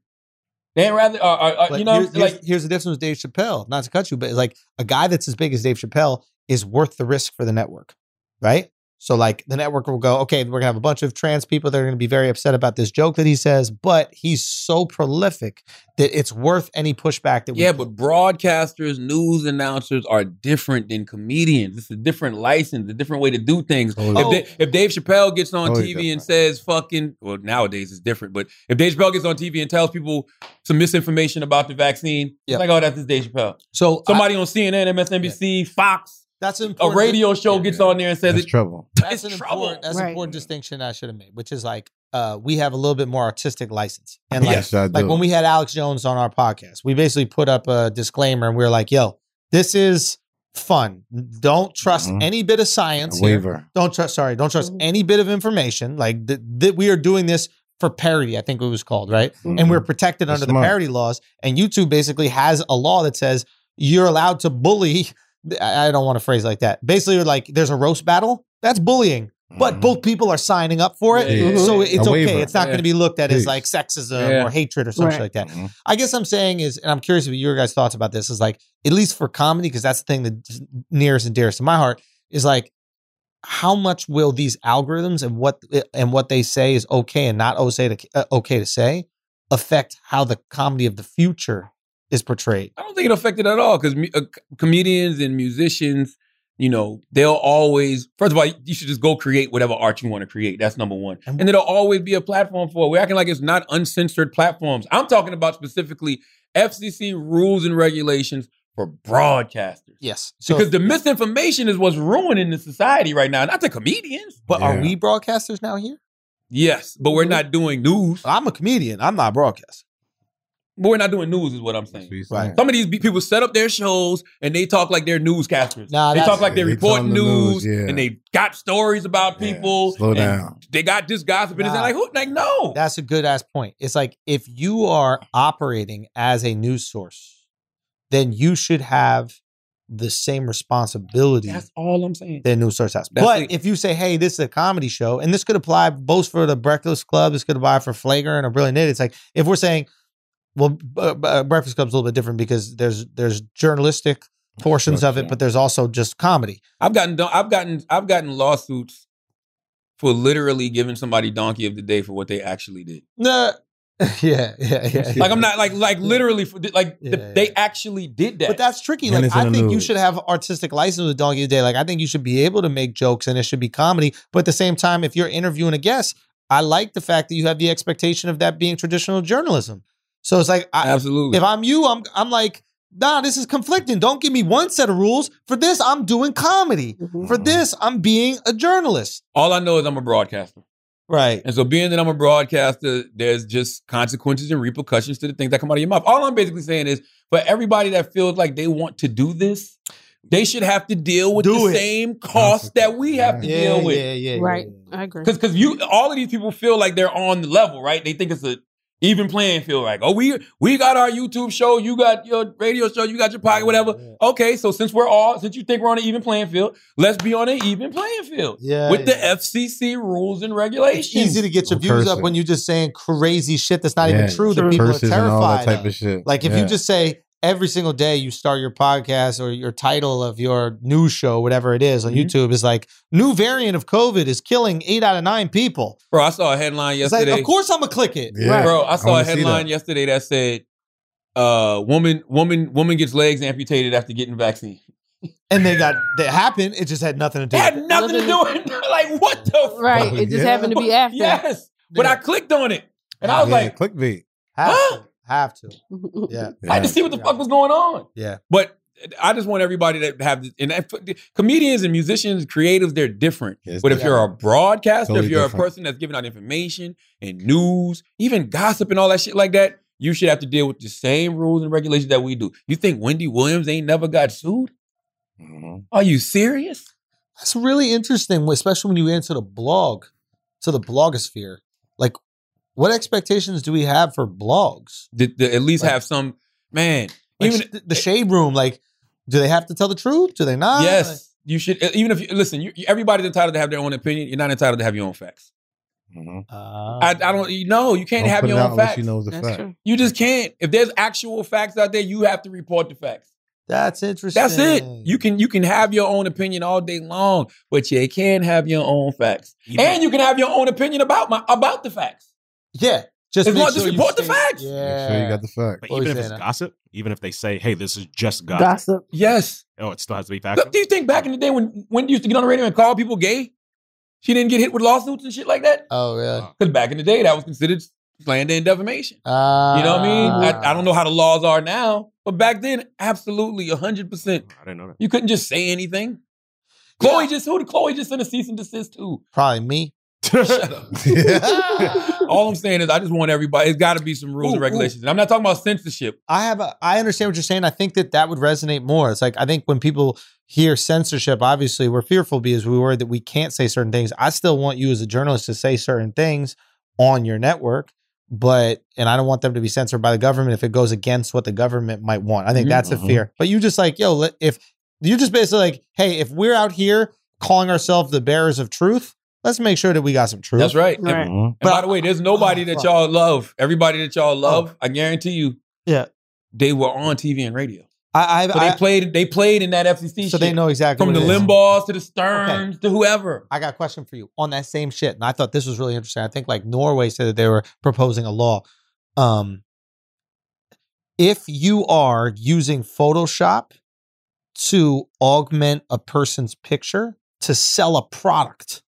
S2: Dan Rather, uh, uh, uh,
S3: But
S2: you know,
S3: here's, here's-
S2: like
S3: here's the difference with Dave Chappelle. Not to cut you, but like a guy that's as big as Dave Chappelle is worth the risk for the network, right? So like the network will go, okay, we're gonna have a bunch of trans people that are gonna be very upset about this joke that he says, but he's so prolific that it's worth any pushback that we
S2: yeah, but broadcasters, news announcers are different than comedians. It's a different license, a different way to do things.
S5: Totally.
S3: Oh.
S2: If, Da- if Dave Chappelle gets on
S5: Totally
S2: TV and
S5: different.
S2: says "fucking," well, nowadays it's different. But if Dave Chappelle gets on TV and tells people some misinformation about the vaccine,
S3: Yeah.
S2: it's like, oh, that's just Dave Chappelle.
S3: so somebody
S2: Somebody on CNN, MSNBC, Fox,
S3: that's an
S2: a
S3: important
S2: radio show gets on there and says
S5: That's
S2: it.
S5: trouble.
S3: that's an
S2: It's trouble.
S3: important that's an
S4: Right.
S3: important distinction I should have made, which is like uh we have a little bit more artistic license. And like
S5: yes, I do.
S3: like when we had Alex Jones on our podcast, we basically put up a disclaimer and we were like, yo, this is fun. Don't trust
S5: Mhm.
S3: any bit of science. here.
S5: waiver.
S3: Don't trust, sorry, don't trust
S4: Mhm.
S3: any bit of information. Like that we are doing this for parody, I think it was called, right? And we're protected
S5: Mm-hmm. That's
S3: under
S5: smart.
S3: the parody laws. And YouTube basically has a law that says you're allowed to bully. I I don't want to phrase like that. Basically, like there's a roast battle. That's bullying. But
S5: Mhm.
S3: both people are signing up for it.
S2: Mm-hmm. Yeah,
S4: yeah,
S3: So
S2: yeah.
S3: it's
S5: A
S3: okay.
S5: waiver.
S3: It's not
S2: Yeah.
S3: going to be looked at as
S5: Peace.
S3: like sexism
S2: Yeah.
S3: or hatred or something
S4: Right.
S3: like that.
S5: Mhm.
S3: I guess I'm saying is, and I'm curious about your guys' thoughts about this, is like, at least for comedy, because that's the thing that's nearest and dearest to my heart, is like, how much will these algorithms and what and what they say is okay and not okay to, uh, okay to say affect how the comedy of the future is portrayed?
S2: I don't think it affected at all because uh, c- comedians and musicians, you know, they'll always. First of all, you should just go create whatever art you want to create. That's number one,
S3: And-
S2: and it'll always be a platform for it. We're acting like it's not uncensored platforms. I'm talking about specifically FCC rules and regulations for broadcasters
S3: Yes. So,
S2: because the misinformation is what's ruining the society right now, not the comedians.
S3: but are
S5: Yeah.
S3: we broadcasters now here?
S2: Yes, but we're not doing news.
S3: I'm a comedian. I'm not a broadcaster.
S2: But we're not doing news, is what I'm
S5: That's
S2: saying.
S5: what he's
S3: Right.
S5: saying.
S2: Some of these be- people set up their shows and they talk like they're newscasters.
S3: Nah,
S2: they
S3: that's-
S2: talk like they're
S5: Yeah, they
S2: reporting
S5: telling the
S2: news,
S5: news, yeah.
S2: and they got stories about
S5: Yeah,
S2: people.
S5: slow
S2: and
S5: down.
S2: They got this gossip, and it's
S3: Nah.
S2: like, who? Like, no.
S3: That's a good ass point. It's like if you are operating as a news source, then you should have the same responsibility
S2: That's all I'm saying.
S3: that a news source has.
S2: That's
S3: but
S2: it.
S3: if you say, hey, this is a comedy show, and this could apply both for the Breakfast Club, this could apply for Flagrant or Brilliant Idiot. It's like if we're saying, well, B- uh, B- Breakfast Club's a little bit different because there's there's journalistic portions of it,
S5: Sure.
S3: but there's also just comedy.
S2: I've gotten, don- I've gotten, I've gotten lawsuits for literally giving somebody donkey of the day for what they actually did.
S3: Nah. yeah, yeah, yeah.
S2: Like, I'm not like, like literally, for, like
S3: Yeah,
S2: the-
S3: yeah.
S2: they actually did that.
S3: But that's tricky.
S5: And
S3: Like
S5: it's in
S3: I
S5: the
S3: think you
S5: news.
S3: should have artistic license with Donkey Day. Like I think you should be able to make jokes and it should be comedy. But at the same time, if you're interviewing a guest, I like the fact that you have the expectation of that being traditional journalism. So it's like I,
S2: Absolutely.
S3: if I'm you, I'm I'm like, nah, this is conflicting. Don't give me one set of rules. For this, I'm doing comedy.
S4: Mhm.
S5: Mm-hmm.
S3: For this, I'm being a journalist.
S2: all I know is I'm a broadcaster.
S3: Right.
S2: And so, being that I'm a broadcaster, there's just consequences and repercussions to the things that come out of your mouth. All I'm basically saying is, for everybody that feels like they want to do this, They should have to deal with
S3: Do
S2: the
S3: it.
S2: same costs that we have to
S3: Yeah,
S2: deal with.
S3: yeah, yeah, yeah.
S4: Right. I agree.
S2: Because because you all of these people feel like they're on the level, right? They think it's a even playing field. Like, oh, we we got our YouTube show, you got your radio show, you got your pocket, whatever. Okay, so since we're all since you think we're on an even playing field, let's be on an even playing field
S3: Yeah.
S2: with
S3: yeah.
S2: the FCC rules and
S3: it's
S2: regulations.
S3: easy to get your
S5: Or
S3: views up
S5: cursing.
S3: when you're just saying crazy shit that's not even
S5: Yeah,
S3: true that
S4: true.
S3: people are
S5: Curses and all that
S3: terrified
S5: type
S3: of.
S5: of shit.
S3: Like if
S5: Yeah.
S3: you just say every single day you start your podcast or your title of your news show, whatever it is on
S2: Mhm.
S3: YouTube, is like new variant of COVID is killing eight out of nine people.
S2: Bro, I saw a headline
S3: It's
S2: yesterday.
S3: like, of course I'm gonna click it.
S5: Yeah.
S2: Bro, I saw a
S5: wanna see
S2: headline
S5: that.
S2: yesterday that said, uh, woman, woman, woman gets legs amputated after getting vaccine.
S3: And they got that happened. It just had nothing to do.
S2: It
S3: with
S2: had
S3: it.
S2: nothing to do with like what the fuck?
S4: right. It just
S5: Yeah.
S4: happened to be after.
S2: Yes. But
S3: Yeah.
S2: I clicked on it. And I was
S5: Yeah,
S2: like,
S5: clickbait.
S3: Have
S2: Huh?
S3: to. Have to. Yeah.
S2: I had to see what the fuck was going on.
S3: Yeah.
S2: But I just want everybody to have this. And that, comedians and musicians, creatives, they're different.
S5: Yes,
S2: but if
S5: they
S2: you're
S5: are.
S2: a broadcaster, if
S5: Totally
S2: you're a
S5: different.
S2: person that's giving out information and news, even gossip and all that shit like that, you should have to deal with the same rules and regulations that we do. You think Wendy Williams ain't never got sued?
S6: Mm-hmm.
S5: Mhm.
S2: Are you serious?
S3: That's really interesting, especially when you answer the blog to the blogosphere. Like, what expectations do we have for blogs?
S2: Did, did at least
S3: Like-
S2: have some man.
S3: Like,
S2: even
S3: sh- the shade room, like, do they have to tell the truth? Do they not? Like,
S2: yes, you should. e, Even if you listen, you, everybody's entitled to have their own opinion. You're not entitled to have your own facts.
S5: Mhm.
S3: uh,
S2: I, I don't. You know, you can't
S5: Don't
S2: have
S5: put
S2: your
S5: it out
S2: own
S5: unless
S2: facts.
S5: You know the
S4: That's
S5: fact.
S4: true.
S2: You just can't. If there's actual facts out there, you have to report the facts.
S3: That's interesting.
S2: That's it. You can you can have your own opinion all day long, but you can't have your own facts. and you can have your own opinion about my about the facts.
S3: yeah. Just,
S2: As
S3: make
S2: long as
S3: sure
S2: you
S3: you
S2: report the
S3: state-
S2: facts.
S3: Yeah.
S5: Make sure you got the fact.
S6: But
S3: What
S6: even
S3: was
S6: if it's
S3: that?
S6: gossip, even if they say, "Hey, this is just gossip,",
S4: Gossip.
S2: Yes.
S6: oh, it still has to be
S2: Look,
S6: factual.
S2: Do you think back in the day when Wendy used to get on the radio and call people gay, she didn't get hit with lawsuits and shit like that?
S3: oh, really?
S2: Because back in the day, that was considered slander and defamation.
S3: Uh,
S2: You know what I mean?
S3: Ah.
S2: I, I don't know how the laws are now, but back then, absolutely, hundred percent.
S6: Oh, I didn't know that.
S2: You couldn't just say anything. Chloe just who did Chloe just send a cease and desist to?
S3: Probably me.
S2: Shut up. All I'm saying is I just want everybody. It's got to be some rules and
S3: Ooh, ooh.
S2: regulations. And I'm not talking about censorship.
S3: I have. A, I understand what you're saying. I think that that would resonate more. It's like I think when people hear censorship, obviously we're fearful because we worry that we can't say certain things. I still want you as a journalist to say certain things on your network, but and I don't want them to be censored by the government if it goes against what the government might want. I think
S2: Mhm.
S3: that's a
S5: Mhm.
S3: fear. But you just like yo, let- if you're just basically like, hey, if we're out here calling ourselves the bearers of truth, let's make sure that we got some truth.
S2: That's right. And,
S4: Right.
S5: Mhm.
S2: and by the way, there's nobody
S3: Oh,
S2: that
S3: fuck. Oh.
S2: y'all love. Everybody that y'all love, I guarantee you.
S3: Yeah.
S2: They were on TV and radio.
S3: I, I,
S2: So they
S3: I-
S2: played. They played in that FCC.
S3: so they
S2: shit.
S3: know exactly
S2: from
S3: what
S2: the
S3: it is.
S2: Limbaughs to the Sterns to whoever.
S3: I got a question for you on that same shit. And I thought this was really interesting. I think like Norway said that they were proposing a law. Um, if you are using Photoshop to augment a person's picture to sell a product,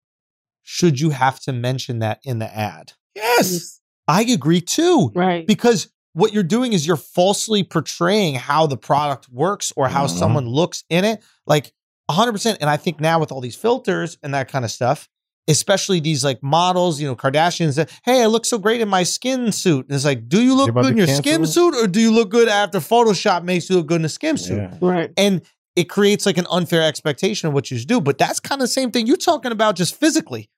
S3: should you have to mention that in the ad?
S2: Yes.
S3: I agree too
S4: Right.
S3: because what you're doing is you're falsely portraying how the product works or how
S5: Mhm.
S3: someone looks in it like 100% and i think now with all these filters and that kind of stuff especially these like models you know kardashians that hey i look so great in my skin suit and it's like do you
S5: They
S3: look
S5: about
S3: good in
S5: to
S3: your
S5: cancel
S3: skin
S5: it?
S3: suit or do you look good after photoshop makes you look good in a skin suit
S5: Yeah.
S4: Right.
S3: and it creates like an unfair expectation of what you should do but that's kind of the same thing you're talking about just physically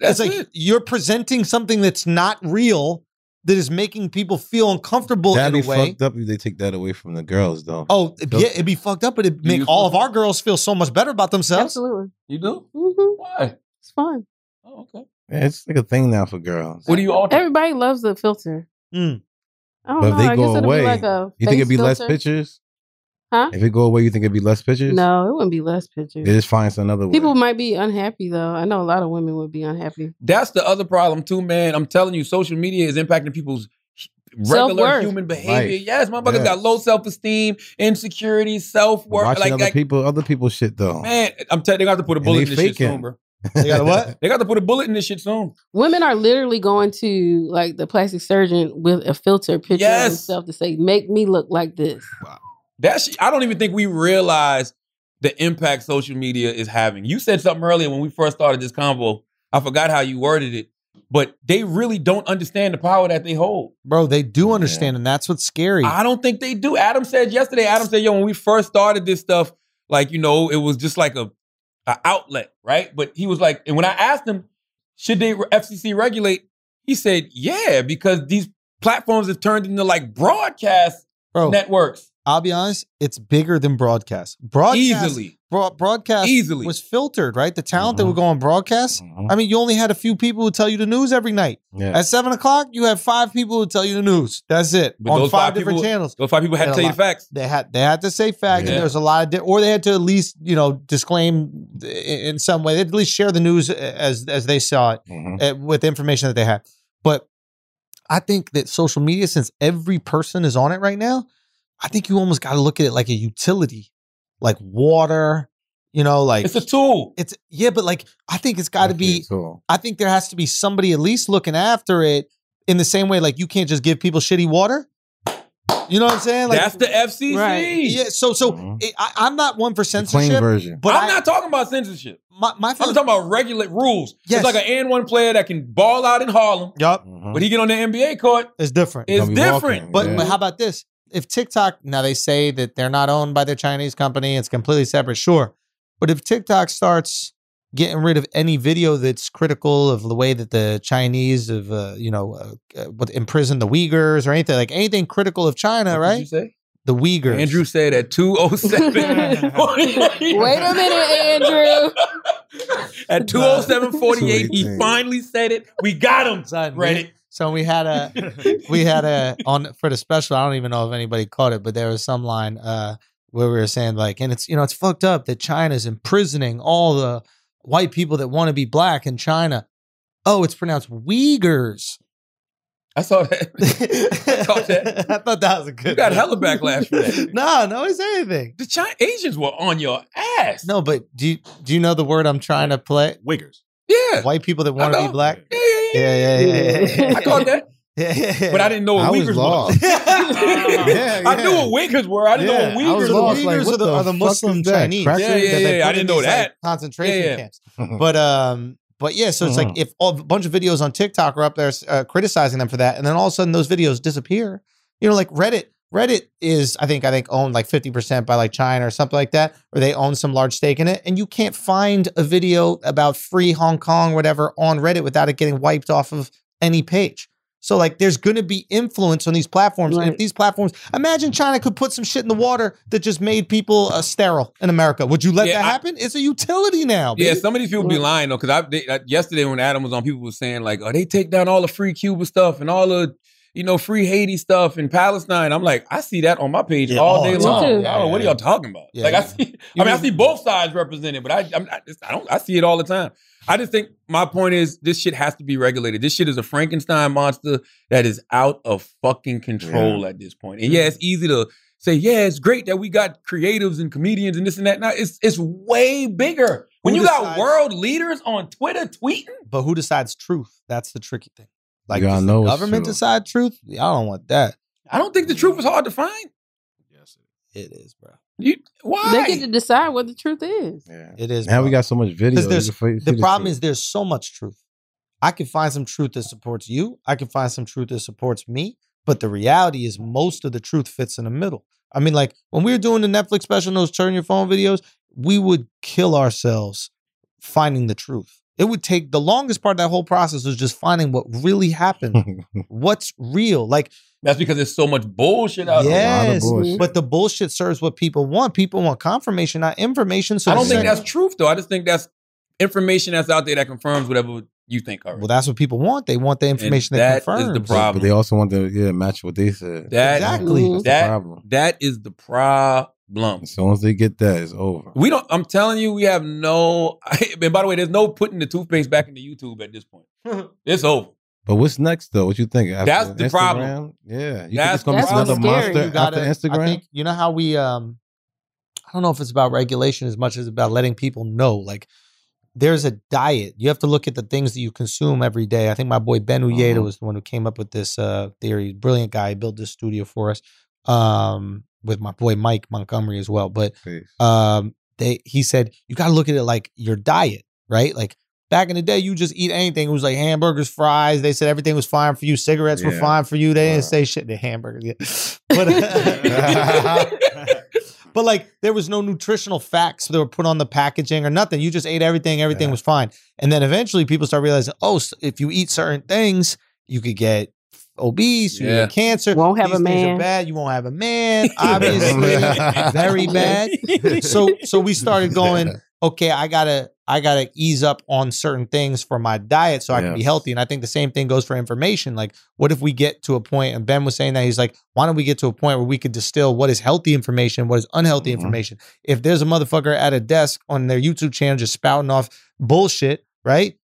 S2: That's
S3: it's like
S2: it.
S3: you're presenting something that's not real that is making people feel uncomfortable
S5: That'd be
S3: in a way.
S5: fucked up if they take that away from the girls, though.
S3: Oh, yeah, it'd be fucked up, but it'd make
S2: You-
S3: all of our girls feel so much better about themselves.
S4: Absolutely.
S2: You do?
S4: hmm
S2: Why?
S4: It's fun.
S2: Oh, okay.
S5: Yeah, it's like a thing now for girls.
S2: What do you alter?
S4: Everybody loves the filter.
S3: Mm.
S4: I don't
S5: But if
S4: know.
S5: they
S4: I
S5: go
S4: guess it'll
S5: away,
S4: be like a.
S5: You think
S4: face
S5: it'd be less
S4: filter.
S5: pictures?
S4: Huh?
S5: If it go away, you think it'd be less pictures?
S4: No, it wouldn't be less pictures.
S5: They just find some another way.
S4: People might be unhappy though. I know a lot of women would be unhappy.
S2: That's the other problem too, man. I'm telling you, social media is impacting people's regular
S4: Self-worth.
S2: human behavior.
S5: Life.
S2: Yes, motherfuckers
S5: Yes.
S2: got low self esteem, insecurity, self worth.
S5: Watching
S2: Like,
S5: other
S2: like
S5: people, other people's shit though.
S2: man, I'm telling you, they got to put a
S5: And
S2: bullet in
S5: they
S2: this shit
S5: faking.
S2: soon, bro.
S3: They got a what?
S2: They got to put a bullet in this shit soon.
S4: Women are literally going to like the plastic surgeon with a filter picture
S2: Yes.
S4: of themselves to say, "Make me look like this."
S2: That shit, I don't even think we realize the impact social media is having. You said something earlier when we first started this convo. I forgot how you worded it, but they really don't understand the power that they hold.
S3: Bro, they do understand, and that's what's scary.
S2: I don't think they do. Adam said yesterday, Adam said, yo, when we first started this stuff, Like, you know, it was just like a, a outlet, right? But he was like, and when I asked him, should they FCC regulate? He said, yeah, because these platforms have turned into like broadcast
S3: Bro,
S2: networks
S3: I'll be honest, it's bigger than broadcast. Broadcast
S2: easily,
S3: Broad, broadcast
S2: easily.
S3: was filtered, right? The talent that would
S5: Mm-hmm.
S3: go on broadcast. I mean, you only had a few people who tell you the news every night.
S5: Yeah.
S3: At seven o'clock, you have five people who tell you the news. That's it
S2: But
S3: on
S2: those
S3: five,
S2: five
S3: different
S2: people-
S3: channels.
S2: Those five people had to
S3: And a
S2: tell you the
S3: lot.
S2: facts.
S3: They had they had to say fact,
S2: Yeah.
S3: and there was a lot of, di- or they had to at least you know disclaim i- in some way. They had to at least share the news as as they saw it
S5: mm-hmm.
S3: uh, with the information that they had. But I think that social media, since every person is on it right now, I think you almost got to look at it like a utility, like water. You know, like
S2: It's a tool.
S3: it's yeah, but like I think it's got to be. I think there has to be somebody at least looking after it in the same way. Like you can't just give people shitty water. You know what I'm saying? Like
S2: That's the FCC.
S4: Right.
S3: yeah. So so
S5: Mhm.
S3: it, I, I'm not one for
S5: Plain
S3: censorship,
S5: version.
S3: but
S2: I'm
S3: I,
S2: not talking about censorship.
S3: my my
S2: I'm
S3: feeling,
S2: talking about regulate rules.
S3: Yes.
S2: It's like an N one player that can ball out in Harlem,
S3: yup,
S2: but he get on the NBA court.
S3: it's different.
S2: It's
S5: Gonna be
S2: different.
S5: walking,
S3: But
S5: Yeah.
S3: but how about this? If TikTok now they say that they're not owned by the Chinese company, it's completely separate. Sure, but if TikTok starts getting rid of any video that's critical of the way that the Chinese have, uh, you know, uh, uh, what imprisoned the Uyghurs or anything like anything critical of China,
S2: What did you
S3: right?
S2: say?
S3: The Uyghurs.
S2: Andrew said at 207.
S4: Wait a minute, Andrew.
S2: At 207.48, he
S5: 218.
S2: finally said it. We got him.
S3: Son, we-
S2: Reddit.
S3: So we had a we had a on for the special. I don't even know if anybody caught it, but there was some line uh, where we were saying like, and it's you know it's fucked up that China's imprisoning all the white people that want to be black in China. Oh, it's pronounced Uyghurs.
S2: I saw that. caught that.
S3: I thought that was a good.
S2: You got
S3: one.
S2: hella backlash for that.
S3: No, no, it's anything.
S2: The China Asians were on your ass.
S3: No, but do you, do you know the word I'm trying to play?
S6: Wiggers.
S2: Yeah.
S3: White people that want to be
S2: Uh, know.
S3: black.
S2: Yeah, yeah, yeah.
S3: Yeah, yeah, yeah.
S2: I caught that,
S3: yeah.
S2: but I didn't know what
S5: I was
S2: Uyghurs were.
S5: lost. Yeah,
S2: I knew
S5: yeah.
S2: what Uyghurs were. I didn't
S5: Yeah, I
S2: know what
S5: was
S2: Uyghurs were.
S5: lost. like,
S3: Uyghurs
S5: what
S3: are the,
S5: the
S3: are the
S5: fuck
S3: Muslim
S5: is that?
S3: Chinese.
S5: Cracker?
S2: Yeah, yeah,
S3: that they
S2: yeah,
S3: put
S2: I
S3: in
S2: didn't know
S3: these, like,
S2: that.
S3: concentration
S2: Yeah, yeah.
S3: camps. But um, but yeah, so it's like if all, a bunch of videos on TikTok are up there uh, criticizing them for that, and then all of a sudden those videos disappear. You know, like Reddit. Reddit is, I think, I think owned like fifty percent by like China or something like that, or they own some large stake in it, and you can't find a video about free Hong Kong, whatever, on Reddit without it getting wiped off of any page. So like there's gonna be influence on these platforms. And if
S4: Right.
S3: these platforms imagine China could put some shit in the water that just made people uh, sterile in America. Would you let
S2: Yeah,
S3: that
S2: I-
S3: happen? It's a utility now.
S2: Yeah,
S3: baby.
S2: some of these people be lying though, because I they, uh, yesterday when Adam was on, people were saying like, "Oh, they take down all the free Cuba stuff and all the you know free Haiti stuff in Palestine." I'm like, I see that on my page
S3: Yeah,
S2: all
S3: all
S2: day
S3: the
S2: long.
S4: time.
S2: I don't know, what are
S3: Yeah,
S2: y'all talking about?
S3: yeah.
S2: like, I
S3: Yeah.
S2: see.
S3: You
S2: I mean, I
S3: mean-
S2: see both sides represented, but I I'm, I, just, I don't. I see it all the time. I just think my point is this shit has to be regulated. This shit is a Frankenstein monster that is out of fucking control at this point. And yeah, it's easy to say, yeah, it's great that we got creatives and comedians and this and that. Now it's it's way bigger. When
S3: Who
S2: you got
S3: decides-
S2: world leaders on Twitter tweeting,
S3: But who decides truth? That's the tricky thing. Like
S5: You gotta
S3: does
S5: know
S3: the
S5: it's
S3: government
S5: true.
S3: decide truth? I don't want that.
S2: I don't think the truth
S6: Mm.
S2: is hard to find.
S6: Yes.
S3: It is, bro.
S2: You why?
S4: They get to decide what the truth is.
S3: It is.
S5: Now
S3: bro.
S5: we got so much video.
S3: 'Cause there's-
S5: You can fi- see
S3: the problem
S5: truth.
S3: is there's so much truth. I can find some truth that supports you. I can find some truth that supports me. But the reality is most of the truth fits in the middle. I mean, like when we were doing the Netflix special, and those turn your phone videos, we would kill ourselves finding the truth. It would take the longest part of that whole process was just finding what really happened, what's real. Like,
S2: That's because there's so much bullshit out
S5: A lot
S2: there.
S5: of
S3: yes,
S5: bullshit.
S3: but the bullshit serves what people want. People want confirmation, not information. So
S2: I don't
S3: the
S2: think
S3: second-
S2: that's truth though. I just think that's information that's out there that confirms whatever you think. Already.
S3: well. That's what people want. They want the information
S2: that
S3: that,
S2: is the
S3: confirms.
S2: problem.
S5: But they also want to yeah match what they said.
S2: That-
S3: Exactly.
S5: That's
S2: That-
S5: the problem.
S2: that is the problem.
S5: As soon as they get that, it's over.
S2: We don't. I'm telling you, we have no. and by the way, there's no putting the toothpaste back into YouTube at this point. it's over.
S5: But what's next though? What you think? After
S2: That's the problem.
S5: Instagram? Yeah, you
S2: That's
S5: think it's gonna
S4: the
S5: be
S4: problem.
S5: another
S4: That's
S5: monster
S4: scary.
S5: after
S3: You gotta- I
S5: Instagram?
S3: think, you know how we um I don't know if it's about regulation as much as about letting people know. Like there's a diet. You have to look at the things that you consume every day. I think my boy Ben Uyeda
S5: Mhm.
S3: was the one who came up with this uh theory. Brilliant guy. He built this studio for us. Um with my boy Mike Montgomery as well. But
S5: Peace.
S3: um they he said you got to look at it like your diet right like Back in the day, you just eat anything. It was like hamburgers, fries. They said everything was fine for you. Cigarettes were
S6: Yeah.
S3: fine for you. They didn't
S6: Wow.
S3: say shit. The hamburgers, yeah. But, but like there was no nutritional facts that were put on the packaging or nothing. You just ate everything. Everything
S6: Yeah.
S3: was fine. And then eventually people start realizing, oh, s- if you eat certain things, you could get obese, you could
S2: Yeah.
S3: get cancer.
S4: Won't have
S3: These
S4: a
S3: things are
S4: man.
S3: bad. You won't have a man. Obviously, very bad. So so we started going. Okay, I gotta I gotta ease up on certain things for my diet so I can
S6: Yeah.
S3: be healthy. And I think the same thing goes for information. Like, what if we get to a point? And Ben was saying that he's like, why don't we get to a point where we could distill what is healthy information, what is unhealthy
S6: Mhm.
S3: information? If there's a motherfucker at a desk on their YouTube channel just spouting off bullshit, right?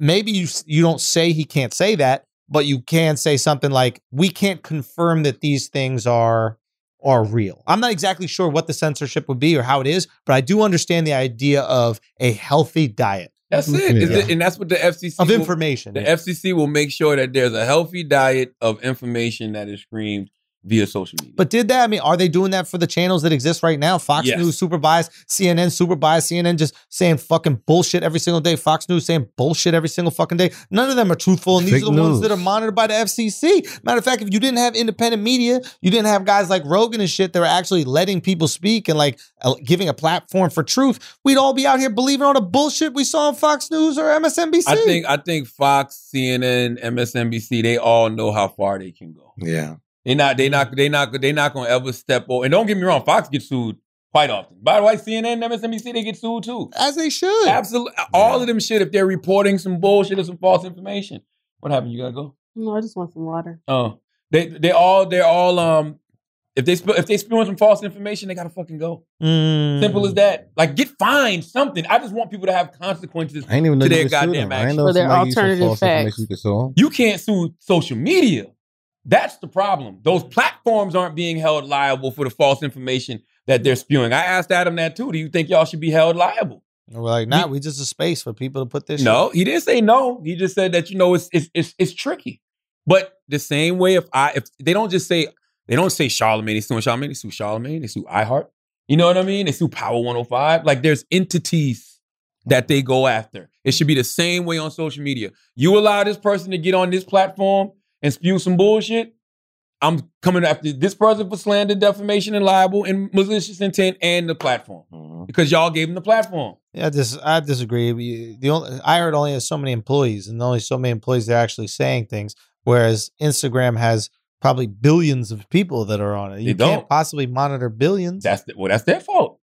S3: Maybe you s- you don't say he can't say that, but you can say something like, "We can't confirm that these things are are real." I'm not exactly sure what the censorship would be or how it is, but I do understand the idea of a healthy diet
S2: That's it. Is
S3: Mm, Yeah.
S2: it- And that's what the FCC
S3: of
S2: will-
S3: information.
S2: The FCC will make sure that there's a healthy diet of information that is screened via social media.
S3: But did that? I mean, are they doing that for the channels that exist right now? Fox
S2: Yes.
S3: News super biased, CNN super biased, CNN just saying fucking bullshit every single day. Fox News saying bullshit every single fucking day. None of them are truthful, and these
S5: Fake
S3: are the ones
S5: news.
S3: that are monitored by the FCC. Matter of fact, if you didn't have independent media, you didn't have guys like Rogan and shit that were actually letting people speak and like uh, giving a platform for truth, we'd all be out here believing all the bullshit we saw on Fox News or MSNBC.
S2: I think I think Fox, CNN, MSNBC, they all know how far they can go.
S5: Yeah.
S2: They not they not they not they not gonna ever step over. And don't get me wrong, Fox gets sued quite often. By the way, CNN, MSNBC, they get sued too.
S3: as they should.
S2: Absolutely, all of them shit. If they're reporting some bullshit or some false information, what happened? You gotta go.
S4: No, I just want some water.
S2: Oh, they they all they're all um. If they sp- if they spewing some false information, they gotta fucking go.
S3: Mm.
S2: Simple as that. Like get fined something. I just want people to have consequences.
S5: I ain't even know
S2: To
S5: you
S2: their
S5: could sue
S2: goddamn
S5: them. I
S2: action.
S5: ain't know
S4: For their
S5: somebody used some
S4: alternative
S5: false information
S4: facts.
S5: You could sue them.
S2: You can't sue social media. That's the problem. Those platforms aren't being held liable for the false information that they're spewing. I asked Adam that too. Do you think y'all should be held liable?
S3: And we're like, nah, we just a space for people to put this. shit.
S2: No, he didn't say no. He just said that you know it's it's it's, it's tricky. But the same way, if I if they don't just say they don't say Charlemagne, they sue Charlemagne, they sue Charlemagne, they sue iHeart. You know what I mean? They sue Power 105. Like there's entities that they go after. It should be the same way on social media. You allow this person to get on this platform and spew some bullshit. I'm coming after this person for slander, defamation, and libel, and malicious intent, and the platform
S5: Mm-hmm.
S2: because y'all gave them the platform.
S3: Yeah, this I disagree. We- The only I heard only has so many employees, and only so many employees that are actually saying things. Whereas Instagram has probably billions of people that are on it. You
S2: don't.
S3: can't possibly monitor billions.
S2: That's the, well, that's their fault.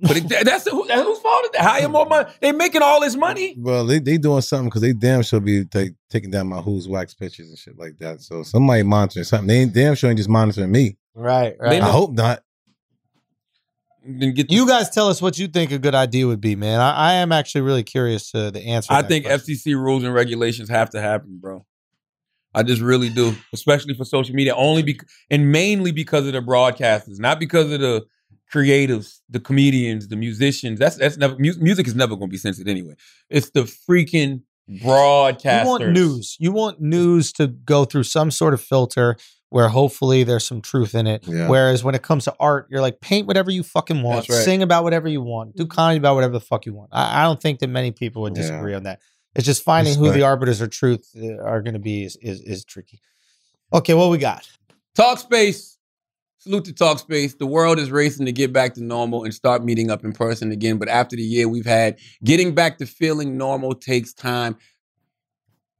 S2: But it, that's the, who, whose fault is that? How you more money? They making all this money.
S5: Well, they they doing something because they damn sure be like taking down my who's wax pictures and shit like that. So somebody monitoring something. They ain't damn sure ain't just monitoring me.
S3: right,
S2: They
S3: right.
S5: I hope not.
S2: Then get
S3: You guys tell us what you think a good idea would be, man. I, I am actually really curious to the answer. to
S2: I
S3: that
S2: think
S3: question.
S2: FCC rules and regulations have to happen, bro. I just really do, especially for social media, only be and mainly because of the broadcasters, not because of the creatives, the comedians, the musicians. That's that's never mu- music is never going to be censored anyway. It's the freaking broadcasters.
S3: you want news. You want news to go through some sort of filter where hopefully there's some truth in it.
S5: Yeah.
S3: Whereas when it comes to art, you're like paint whatever you fucking want,
S2: That's right. Mm-hmm.
S3: sing about whatever you want, do comedy about whatever the fuck you want. I, I don't think that many people would
S5: Yeah.
S3: disagree on that. It's just finding who
S5: Respect.
S3: the arbiters of truth uh, are going to be is, is is tricky. Okay, what we got?
S2: Talkspace. Salute to Talkspace. The world is racing to get back to normal and start meeting up in person again. But after the year we've had, getting back to feeling normal takes time.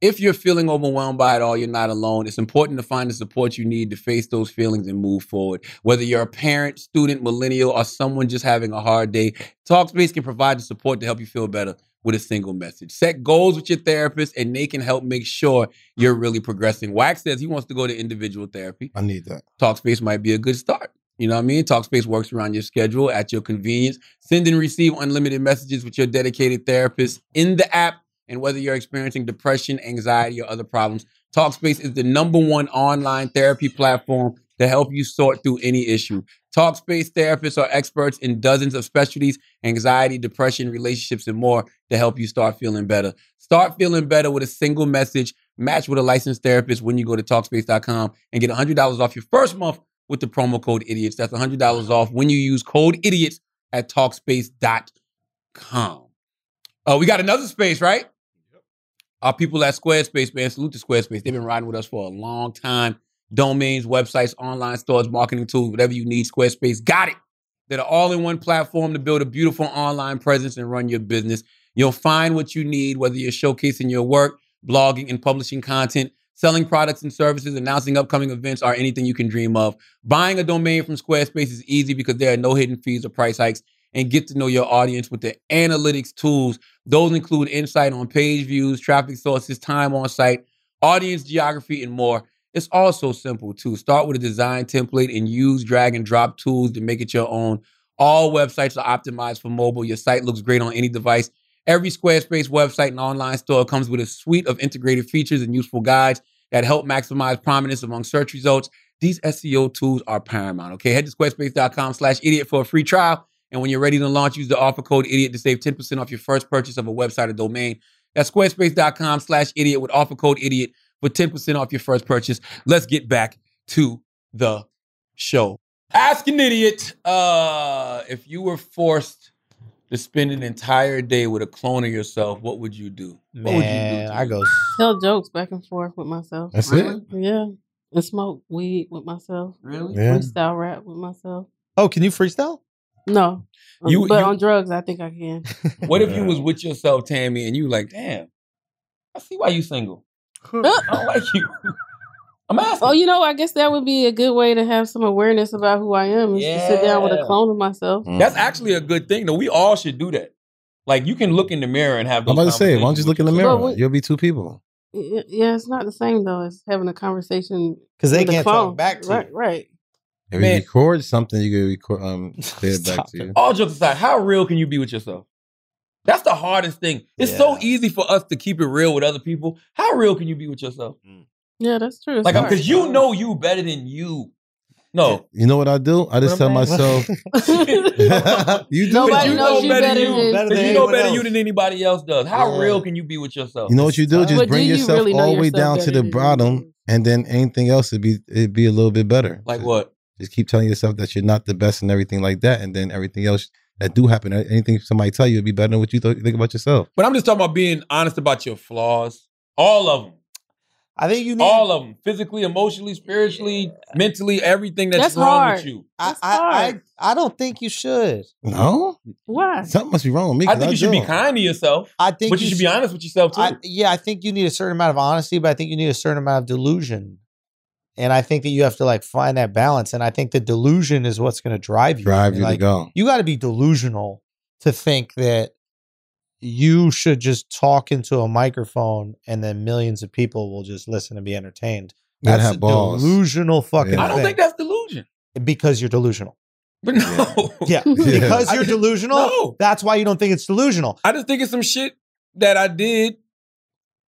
S2: If you're feeling overwhelmed by it all, you're not alone. It's important to find the support you need to face those feelings and move forward. Whether you're a parent, student, millennial, or someone just having a hard day, Talkspace can provide the support to help you feel better with a single message. Set goals with your therapist, and they can help make sure you're really progressing. Wax says he wants to go to individual therapy.
S5: I need that.
S2: Talkspace might be a good start. You know what I mean? Talkspace works around your schedule at your convenience. Send and receive unlimited messages with your dedicated therapist in the app. And whether you're experiencing depression, anxiety, or other problems, Talkspace is the number one online therapy platform to help you sort through any issue. Talkspace therapists are experts in dozens of specialties anxiety, depression, relationships, and more to help you start feeling better. Start feeling better with a single message. Match with a licensed therapist when you go to Talkspace.com and get $100 off your first month with the promo code IDIOTS. That's $100 off when you use code IDIOTS at Talkspace.com. Uh, we got another space, right? Our people at Squarespace, man, salute to Squarespace. They've been riding with us for a long time. Domains, websites, online stores, marketing tools, whatever you need, Squarespace got it. They're the all-in-one platform to build a beautiful online presence and run your business. You'll find what you need, whether you're showcasing your work, blogging and publishing content, selling products and services, announcing upcoming events, or anything you can dream of. Buying a domain from Squarespace is easy because there are no hidden fees or price hikes. And get to know your audience with the analytics tools. Those include insight on page views, traffic sources, time on site, audience geography, and more. It's all so simple too. Start with a design template and use drag and drop tools to make it your own. All websites are optimized for mobile. Your site looks great on any device. Every Squarespace website and online store comes with a suite of integrated features and useful guides that help maximize prominence among search results. These SEO tools are paramount. Okay, head to squarespace.com slash idiot for a free trial. And when you're ready to launch, use the offer code idiot to save 10% off your first purchase of a website or domain. That's squarespace.com slash idiot with offer code idiot for 10% off your first purchase. Let's get back to the show. Ask an idiot uh, if you were forced to spend an entire day with a clone of yourself, what would you do? What would you
S3: Man, I go.
S4: Tell jokes back and forth with myself.
S5: That's it.
S4: Yeah. And smoke weed with myself.
S2: Really?
S5: Yeah.
S4: Freestyle rap with myself.
S3: Oh, can you freestyle?
S4: No. Um,
S2: You-
S4: but
S2: you-
S4: on drugs, I think I can.
S2: What if you was with yourself, Tammy, and you like, damn, I see why you single. I don't like you. I'm asking.
S4: Oh, you know, I guess that would be a good way to have some awareness about who I am is to sit down with a
S2: Yeah.
S4: clone of myself.
S2: That's actually a good thing, though. We all should do that. Like, you can look in the mirror and have.
S5: I'm about to say, why don't you just look in the mirror?
S4: But we-
S5: You'll be two people.
S4: Y- Yeah, it's not the same though as having a conversation
S3: Because they
S4: with a
S3: can't
S4: clone.
S3: talk back to
S4: right,
S3: you.
S4: right.
S5: If
S2: Man.
S5: you record something, you can record um play it back
S3: Stop
S5: to you.
S2: All jokes aside, how real can you be with yourself? That's the hardest thing. It's so
S3: Yeah.
S2: easy for us to keep it real with other people. How real can you be with yourself?
S4: Yeah, that's true. It's
S2: Like,
S4: hard.
S2: because you know you better than you. No.
S5: You know what I do? I just
S3: What
S5: tell
S3: I'm saying?
S5: myself, you do.
S4: Nobody
S5: that.
S4: knows you better than you.
S3: Better
S2: But
S3: than
S2: you know
S3: anyone
S2: better
S3: else.
S2: you than anybody else does. How
S3: Yeah.
S2: real can you be with yourself?
S5: You know what you do? Just
S4: But do
S5: bring
S4: you
S5: yourself
S4: really know
S5: all the way
S4: yourself
S5: down to
S4: better
S5: the
S4: than you
S5: bottom,
S4: do?
S5: and then anything else would be it'd be a little bit better.
S2: Like
S5: Just-
S2: what?
S5: Just keep telling yourself that you're not the best and everything like that, and then everything else that do happen, anything somebody tell you, would be better than what you th- think about yourself.
S2: But I'm just talking about being honest about your flaws. All of them.
S3: I think you need.
S2: All of them. Physically, emotionally, spiritually, mentally, everything that's,
S4: That's
S2: wrong
S4: hard.
S2: with you.
S3: I,
S4: That's
S3: I,
S4: hard.
S3: I, I don't think you should.
S5: No,
S4: Why?
S5: something must be wrong with me.
S2: I
S5: 'cause
S2: think you should
S5: do.
S2: be kind to yourself,
S3: I think
S2: but you should be honest with yourself too.
S3: I, yeah, I think you need a certain amount of honesty, but I think you need a certain amount of delusion. And I think that you have to like find that balance. And I think the delusion is what's going to drive you.
S5: Drive
S3: And,
S5: you to
S3: like,
S5: go.
S3: You got to be delusional to think that you should just talk into a microphone and then millions of people will just listen and be entertained.
S5: You gotta
S3: That's
S5: have
S3: a
S5: balls.
S3: delusional fucking
S5: Yeah.
S2: I don't
S3: thing.
S2: think that's delusion.
S3: because you're delusional.
S2: But no.
S3: Yeah.
S5: Yeah.
S3: Because
S2: I-
S3: you're delusional,
S2: No.
S3: that's why you don't think it's delusional.
S2: I just think it's some shit that I did.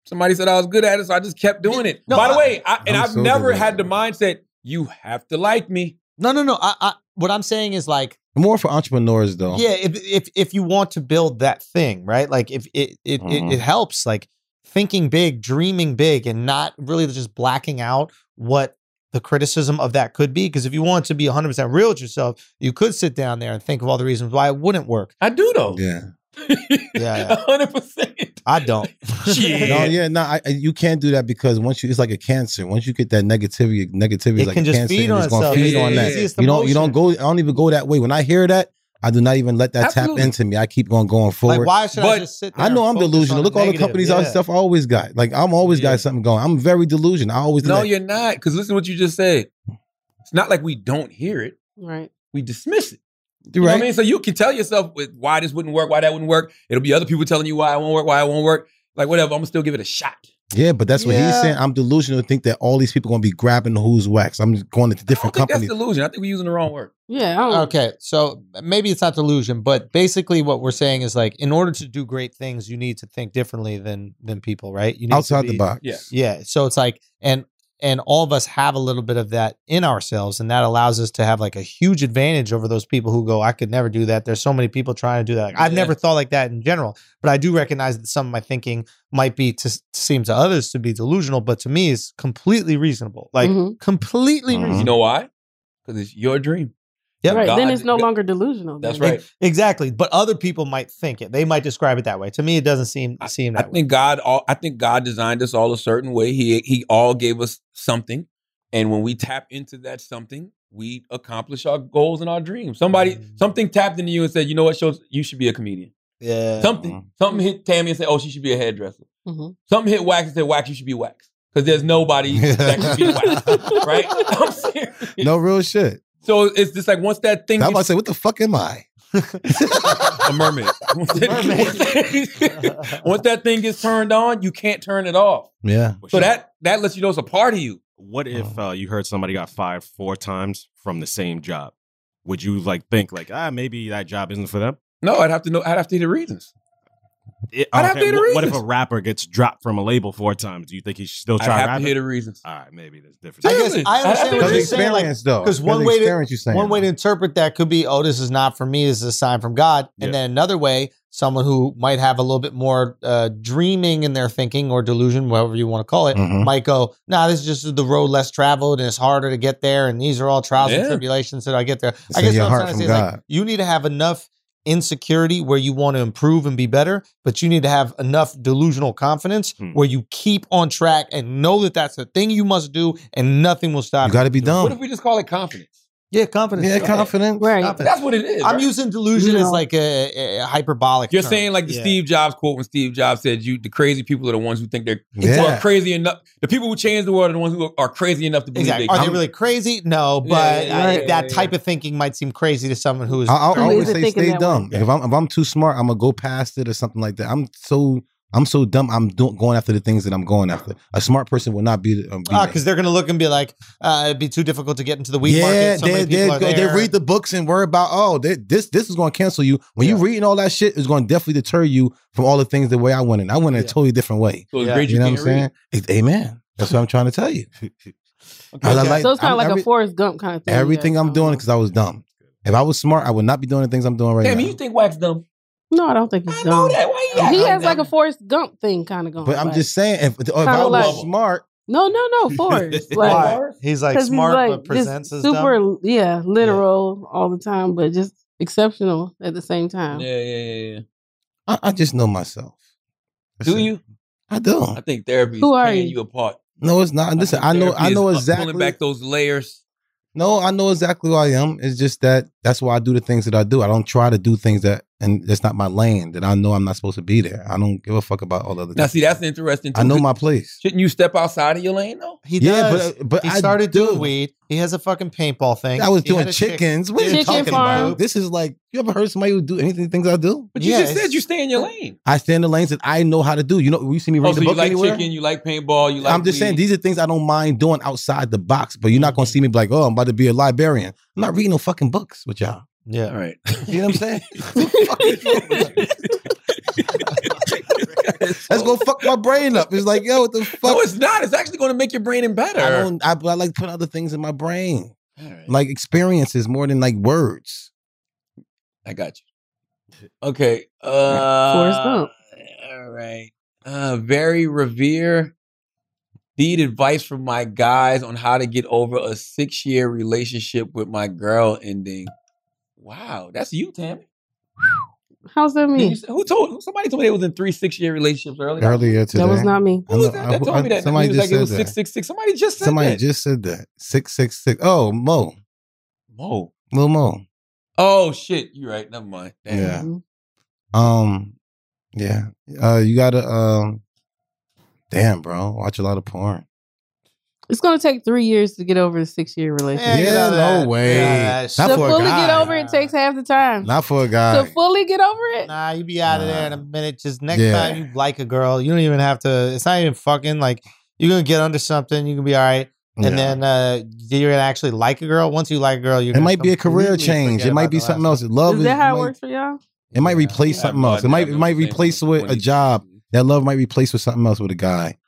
S2: Somebody said I was good at it, so I just kept doing it.
S3: No,
S2: By the
S3: I-
S2: way, I, and
S5: I'm
S2: I've
S5: so
S2: never
S5: delusional.
S2: had the mindset, you have to like me.
S3: No, no, no. I, I what I'm saying is like
S5: More for entrepreneurs though.
S3: yeah if, if if you want to build that thing right like if it it,
S5: Mhm.
S3: it it helps like thinking big dreaming big and not really just blacking out what the criticism of that could be because if you want to be 100% real with yourself you could sit down there and think of all the reasons why it wouldn't work
S2: I do though.
S5: yeah.
S3: Yeah.
S2: 100%.
S3: i don't
S2: Shit.
S5: No, yeah, no, I, I- you can't do that because once you, it's like a cancer. Once you get that negativity, negativity
S3: It
S5: is like
S3: can
S5: a
S3: just
S5: cancer.
S3: feed
S5: and
S3: on
S5: it's gonna
S3: itself.
S5: feed
S2: It's
S5: on
S2: the
S5: that.
S3: easiest
S5: You don't, you don't go. I don't even go that way. When I hear that, I do not even let that
S2: Absolutely.
S5: tap into me. I keep on going forward.
S3: like why should
S2: But
S3: i just sit there
S5: I know
S3: and
S5: I'm
S3: focus on
S5: delusional. Look, all the
S3: negative?
S5: companies, all
S3: yeah.
S5: the stuff, I always got. Like I'm always
S2: Yeah.
S5: got something going. I'm very delusional. I always
S2: No,
S5: no,
S2: you're not. Because listen to what you just said. It's not like we don't hear it.
S4: Right.
S2: We dismiss it.
S5: you
S2: You know
S5: right.
S2: what I mean? So you can tell yourself with why this wouldn't work, why that wouldn't work. It'll be other people telling you why it won't work, why it won't work. Like whatever, I'm gonna still give it a shot.
S5: Yeah, but that's what he's
S3: Yeah.
S5: saying. I'm delusional to think that all these people are gonna be grabbing who's wax. I'm just going into different
S2: I don't think
S5: companies.
S2: that's delusion. I think we're using the wrong word.
S4: Yeah. I don't,
S3: Okay, so maybe it's not delusion, but basically what we're saying is like in order to do great things, you need to think differently than than people, right? You need to
S5: Outside the
S3: be-
S5: box.
S2: Yeah.
S3: Yeah, so it's like and and all of us have a little bit of that in ourselves and that allows us to have like a huge advantage over those people who go I could never do that. There's so many people trying to do that. Like, I've
S2: Yeah.
S3: never thought like that in general, but I do recognize that some of my thinking might be to seem to others to be delusional, but to me is completely reasonable. Like
S4: Mhm.
S3: completely
S2: Mm-hmm.
S5: Mhm.
S3: reasonable.
S2: You know why? Because it's your dream.
S3: Yep.
S4: right.
S2: God-
S4: then it's no longer delusional.
S2: That's
S4: then.
S2: right.
S3: Exactly. But other people might think it. They might describe it that way. To me, it doesn't seem seem
S2: I
S3: that way.
S2: think God all I think God designed us all a certain way. He he all gave us something. And when we tap into that something, we accomplish our goals and our dreams. Somebody
S3: Mm.
S2: something tapped into you and said, "You know what? Shows you should be a comedian." Uh-huh.
S3: Yeah.
S2: Something something hit Tammy and said, "Oh, she should be a hairdresser."
S4: Mhm.
S2: Something hit Wax and said, "Wax, you should be Wax." Cuz there's nobody that can be Wax, right? I'm serious.
S5: No real shit.
S2: So it's just like once that thing
S5: I'm about to say, what the fuck am I?
S2: a mermaid. Once that, once that thing gets turned on, you can't turn it off.
S5: Yeah.
S2: So that Uh-huh. that lets you know it's a part of you.
S6: What if uh, you heard somebody got fired four times from the same job? Would you like think like ah maybe that job isn't for them?
S2: No, I'd have to know. I'd have to hear the reasons.
S6: It-
S2: I'd have to hear the
S6: wh- What if a
S2: reasons.
S6: rapper gets dropped from a label four times? Do you think he should still
S2: I'd
S6: try
S2: have to
S6: rapping?
S2: hear the reasons.
S6: All right, maybe there's different.
S3: I guess
S2: Really?
S3: I understand
S2: I- I
S3: what
S5: Because
S3: you're
S2: think-
S3: saying. Like,
S5: experience, though.
S3: 'cause one
S5: the
S3: way to-
S5: experience you're saying.
S3: one way to interpret that could be, oh, this is not for me. This is a sign from God. And
S6: Yeah.
S3: then another way, someone who might have a little bit more uh, dreaming in their thinking or delusion, whatever you want to call it,
S5: Mhm.
S3: might go, nah, this is just the road less traveled and it's harder to get there. And these are all trials and
S2: Yeah.
S3: tribulations that I get there.
S5: It's
S3: I
S5: in
S3: guess
S5: your
S3: what I'm
S5: heart
S3: trying to
S5: from
S3: say is like,
S5: God.
S3: you need to have enough insecurity where you want to improve and be better, but you need to have enough delusional confidence
S6: Hmm.
S3: where you keep on track and know that that's the thing you must do and nothing will stop
S5: You got to be
S2: What if
S5: dumb.
S2: we just call it confidence?
S3: Yeah, confidence.
S5: Yeah, confident.
S4: Right.
S2: That's what it is.
S3: I'm
S2: right?
S3: using delusion
S4: You
S3: as
S4: know.
S3: like a, a hyperbolic.
S2: You're
S3: term.
S2: saying like the
S3: Yeah.
S2: Steve Jobs quote when Steve Jobs said, "You the crazy people are the ones who think they're
S5: Yeah.
S2: who are crazy enough. The people who change the world are the ones who are crazy enough to believe
S3: Exactly.
S2: they
S3: Are
S2: can."
S3: they really crazy? No,
S2: Yeah,
S3: but
S2: yeah,
S3: I-
S2: yeah,
S3: that
S2: yeah,
S3: type of thinking might seem crazy to someone who is.
S5: I, I
S4: Who
S5: always
S4: is it
S5: say
S4: thinking
S5: stay
S4: that
S5: dumb. If I'm if I'm too smart, I'm gonna go past it or something like that. I'm so I'm so dumb. I'm do- going after the things that I'm going after. A smart person would not be. Um, be there.
S3: because uh, they're going to look and be like, uh, it'd be too difficult to get into the wheat Ah, market. So
S5: they
S3: many
S5: they
S3: people are
S5: go- they
S3: there.
S5: read the books and worry about oh they, this this is going to cancel you. When
S3: Yeah.
S5: you reading all that shit, it's going to definitely deter you from all the things the way I went in. I went in a
S3: Yeah.
S5: totally different way.
S2: So it's
S3: Yeah.
S2: great
S5: You
S2: you,
S5: know what I'm
S2: can't read.
S5: saying? It- amen. That's what I'm trying to tell you. I
S2: Okay.
S5: like-
S4: So it's kind
S5: I'm-
S4: of like
S5: every-
S4: a Forrest Gump kind of thing.
S5: Everything
S4: yeah.
S5: I'm doing because I was dumb. If I was smart, I would not be doing the things I'm doing right
S2: Tammy,
S5: now.
S2: you think Wax dumb?
S4: No, I don't think he's
S2: I
S4: dumb.
S2: know that. Why you
S4: He
S2: acting
S4: has like
S2: that?
S4: a Forrest Gump thing kind of going.
S5: but I'm
S4: like-
S5: just saying, if, if I
S4: Kinda
S5: was
S4: like-
S5: smart,
S4: no, no, no, Forrest.
S3: Why?
S4: Like,
S3: He's like
S4: 'cause he's,
S3: smart
S4: like,
S3: but presents as
S4: just super,
S3: dumb.
S4: yeah, literal all the time, but just exceptional at the same time.
S2: Yeah, yeah, yeah. yeah.
S5: I, I just know myself. That's
S2: Do
S5: it.
S2: you?
S5: I do.
S2: I think therapy is
S4: Who are
S2: tearing
S4: you?
S2: you apart.
S5: No, it's not. Listen,
S2: think
S5: I know.
S2: therapy
S5: I
S2: is
S5: know
S2: up-
S5: exactly.
S2: Pulling back those layers.
S5: No, I know exactly who I am. It's just that that's why I do the things that I do. I don't try to do things that and that's not my lane. That I know I'm not supposed to be there. I don't give a fuck about all other.
S2: Now,
S5: things.
S2: see, that's interesting. Too.
S5: I know my place.
S2: Shouldn't you step outside of your lane though?
S3: He
S5: yeah,
S3: does.
S5: but uh, but
S3: he
S5: I
S3: started
S5: do.
S3: doing weed. He has a fucking paintball thing.
S5: I was
S3: He had
S5: doing
S3: a chick-
S5: chickens. What are you
S4: Chicken
S5: talking
S4: farm.
S5: about? This is like you ever heard somebody who do anything the things I do?
S2: But you just
S3: Yes.
S2: said you stay in your lane.
S5: I stand in the lanes that I know how to do. You know, you see me read
S2: Oh, so
S5: the
S2: you
S5: book
S2: like
S5: anywhere.
S2: chicken, you like paintball, you like.
S5: I'm just saying
S2: weed. Mm-hmm.
S5: these are things I don't mind doing outside the box. But you're not gonna see me be like, oh, I'm about to be a librarian. I'm not reading no fucking books with y'all.
S2: All
S3: Yeah.
S2: right.
S5: You know what I'm saying? Fuck is wrong with you? That's gonna fuck my brain up. It's like, yo, what the fuck?
S2: No, it's not. It's actually going to make your brain in better.
S5: I don't. I, I like putting other things in my brain,
S2: All right.
S5: like experiences more than like words.
S2: I got you. Okay. Uh,
S4: Forrest Gump.
S2: All right. Uh, very revere. Need advice from my guys on how to get over a six year relationship with my girl ending. Wow, that's you, Tammy.
S4: How's that
S2: Did you
S4: mean?
S2: say- who told? Somebody told me they was in three six year relationships earlier.
S5: Earlier today,
S4: That was not me.
S2: Who was that?
S5: I-
S2: that told
S5: I-
S2: me that. Somebody
S5: somebody
S2: was
S5: just
S2: like, it was
S5: said that.
S2: six six six. Somebody just said
S5: somebody
S2: that.
S5: just said that six six six. Oh, Mo,
S2: Whoa.
S5: Lil Mo.
S2: Oh shit. You're right. Never mind. Damn.
S5: Yeah.
S4: Mhm.
S5: Um, yeah. Uh, you gotta. Um, damn, bro, watch a lot of porn.
S4: It's going to take three years to get over a six year relationship.
S5: Yeah,
S3: get out of
S5: no
S3: that.
S5: way.
S3: Get out of that
S5: Not
S4: to
S3: shit.
S5: for a
S4: fully get
S5: guy.
S4: over it takes half the time.
S5: Not for a
S4: to
S5: guy.
S4: fully get over it?
S3: Nah, you be out of there in a minute. Just next
S5: Yeah.
S3: time you like a girl, you don't even have to. It's not even fucking like you're gonna get under something. You can be all right, and
S5: Yeah.
S3: then uh, you're gonna actually like a girl. Once you like a girl, you
S5: It might be a career change. It might be something else. Love
S4: Is that how it
S5: might-
S4: works for y'all?
S5: It might
S3: Yeah.
S5: replace
S2: I have
S5: something
S2: no
S5: else. It
S2: idea.
S5: might
S2: I've
S5: it
S2: been with
S5: might
S2: the same
S5: replace
S2: woman for
S5: with a
S2: 20
S5: job.
S2: years.
S5: That love might replace with something else with a guy.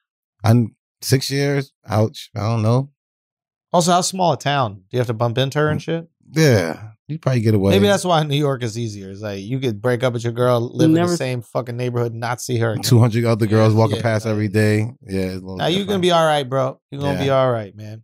S5: I'm six years. Ouch. I don't know.
S3: Also, how small a town? Do you have to bump into her
S5: Mm,
S3: and shit?
S5: Yeah, you probably get away.
S3: Maybe that's why New York is easier. It's like you could break up with your girl, live in the
S4: Never-
S3: same fucking neighborhood, and not see her. again.
S5: two hundred other girls
S3: Yeah,
S5: walking
S3: yeah,
S5: past
S3: like-
S5: every day. Yeah. It's a little
S3: Now you're gonna
S5: different.
S3: be all right, bro. You're gonna
S5: Yeah.
S3: be all right, man.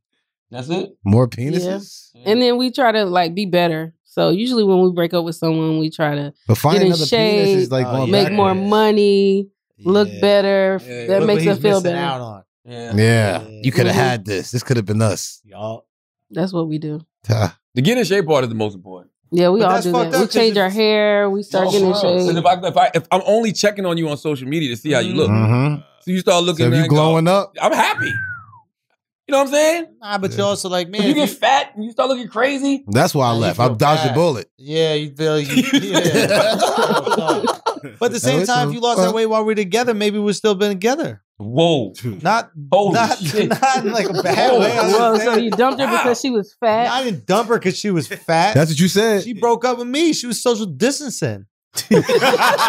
S2: That's it.
S5: More penises?
S4: And then we try to like be better. So usually when we break up with someone, we try to
S5: But
S4: Get
S5: finding
S4: in
S5: another penis
S4: shape,
S5: is like oh,
S3: uh,
S5: going
S4: make more
S5: backwards.
S4: money, look
S5: Yeah.
S4: better.
S2: Yeah,
S4: That
S2: look
S4: makes
S3: what
S4: us
S3: he's
S4: feel
S3: missing
S4: better.
S3: out on.
S2: Yeah.
S5: Yeah. You could
S4: Mhm.
S5: have had this. This could have been us.
S3: Y'all.
S4: That's what we do.
S5: Ta.
S2: The get in shape part is the most important.
S4: Yeah, we
S3: But
S4: all
S3: that's
S4: do
S3: fucked
S4: that.
S3: up
S4: We
S3: 'cause
S4: change our
S3: it's-
S4: hair. We start
S3: Oh,
S4: getting in
S3: bro.
S4: shape.
S2: Because if, I, if, I, if I'm only checking on you on social media to see how you look,
S5: Mhm.
S6: Uh,
S2: so you start looking.
S5: So if
S2: there
S5: you
S2: and go,
S5: glowing up,
S2: I'm happy. You know what I'm saying?
S3: Nah, but
S5: Yeah.
S3: you're also like, man,
S2: if you get
S3: you-
S2: fat and you start looking crazy,
S5: that's why I
S3: Nah, you
S5: left.
S3: feel
S5: I dodged a
S3: bad.
S5: bullet.
S3: yeah, you feel, you, yeah. but at the same
S5: it's
S3: time,
S5: a-
S3: if you lost that weight while we were together, maybe we'd still been together.
S2: whoa,
S3: Not,
S2: holy
S3: not,
S2: shit.
S3: not in like a bad
S2: Whoa,
S3: way. I
S4: Well, so
S3: understand.
S4: you dumped her because she was
S3: I
S4: fat.
S3: didn't dump her because she was fat.
S5: That's what you said.
S3: she broke up with me. She was social distancing. You know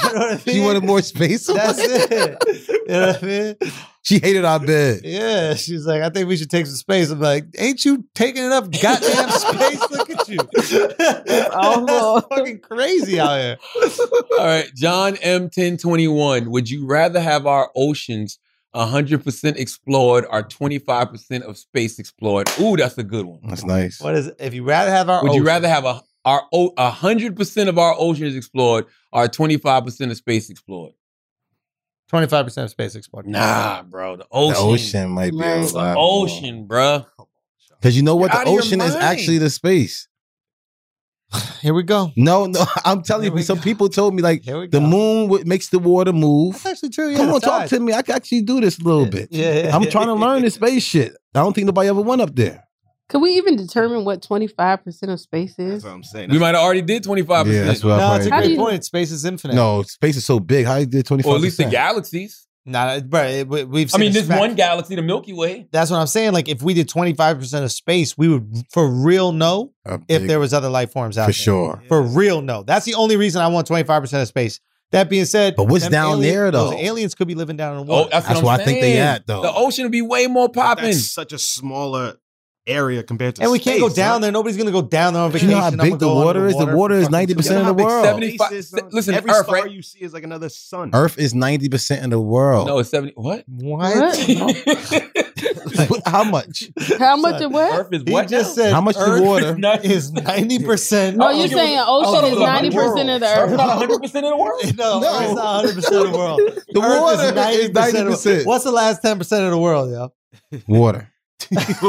S3: what I mean?
S5: She wanted more space.
S3: That's it. You know what I mean?
S5: She hated our bed.
S3: Yeah, she's like, I think we should take some space. I'm like, ain't you taking enough goddamn space? Look at you.
S4: awful.
S2: Oh.
S3: That's fucking crazy out here.
S2: All right, John M. Ten Twenty One. Would you rather have our oceans hundred percent explored or twenty five percent of space explored? Ooh, that's a good one.
S5: That's nice.
S3: What is? If you rather have our,
S2: Would you
S3: ocean-
S2: rather have a our hundred percent of our oceans explored or twenty five percent of space explored?
S3: 25% of space explored?
S2: Nah, bro, the
S5: The
S2: ocean,
S5: ocean might be a
S4: Right.
S5: lot.
S2: the
S5: more.
S2: ocean, bro.
S5: Because you know what?
S2: You're out
S5: The
S2: of your
S5: ocean is
S2: mind.
S5: actually the space.
S3: Here we go.
S5: No, no, I'm telling
S3: Here
S5: you.
S3: we
S5: Some
S3: go.
S5: people told me like
S3: Here we go.
S5: the moon what makes the water move.
S3: That's actually true. Yeah,
S5: Come on,
S3: it's
S5: talk
S3: odd.
S5: to me. I can actually do this a little bit.
S3: Yeah, yeah.
S5: I'm trying to learn this space shit. I don't think nobody ever went up there.
S4: Could we even determine what 25% of space
S6: That's
S4: is?
S6: what I'm saying.
S2: We might have already did twenty five
S5: Yeah, that's
S2: percent,
S5: what
S3: No,
S5: I
S3: it's a
S4: How do
S3: great
S4: you-
S3: point. Space is infinite.
S5: No, space is so big. How you did 25?
S2: or at least the galaxies.
S3: nah, bro. It, we, we've.
S2: I
S3: Seen
S2: mean,
S3: a
S2: this
S3: spec-
S2: one galaxy, the Milky Way.
S3: That's what I'm saying. Like, if we did 25% of space, we would for real know if there was other life forms out there.
S5: for sure.
S3: For real, no. That's the only reason I want 25% of space. That being said,
S5: But what's
S3: them
S5: down there, though?
S3: Those aliens could be living down in the
S2: Oh,
S3: water.
S2: that's,
S5: That's
S2: what
S5: where
S2: I'm
S5: I think they
S2: saying.
S5: at, though.
S2: The ocean would be way more popping.
S6: That's such a smaller area compared to
S3: and we can't go
S6: space,
S3: down
S6: huh?
S3: there. Nobody's going to go down there on
S5: Do you
S3: vacation.
S5: know how
S3: I'm
S5: big
S3: gonna
S5: the
S3: go under
S5: water is? The water is
S3: for fucking
S5: 90%
S3: two
S5: of
S3: hours.
S5: the world.
S2: 75
S6: Spaces on-
S2: listen,
S6: every
S2: Earth,
S6: star
S2: right?
S6: you see is like another sun.
S5: Earth is 90% of the world.
S2: No, it's seventy. What?
S3: What?
S5: What- how much?
S4: How much of what?
S2: Earth is
S3: He
S2: what?
S3: just
S2: now?
S3: said
S5: How much
S2: Earth
S5: the water?
S2: Is not,
S3: is 90%.
S4: No,
S2: I
S4: you're
S2: was-
S4: saying
S2: I
S4: ocean
S2: was
S4: is
S2: about
S4: 90% of the
S2: Earth
S4: earth.
S2: not hundred percent of the world.
S3: No,
S5: No.
S3: it's not 100% of the world.
S5: The
S3: Earth
S5: water
S3: is 90%.
S5: is 90%.
S3: Of, what's the last 10% of the world, yo?
S5: Water.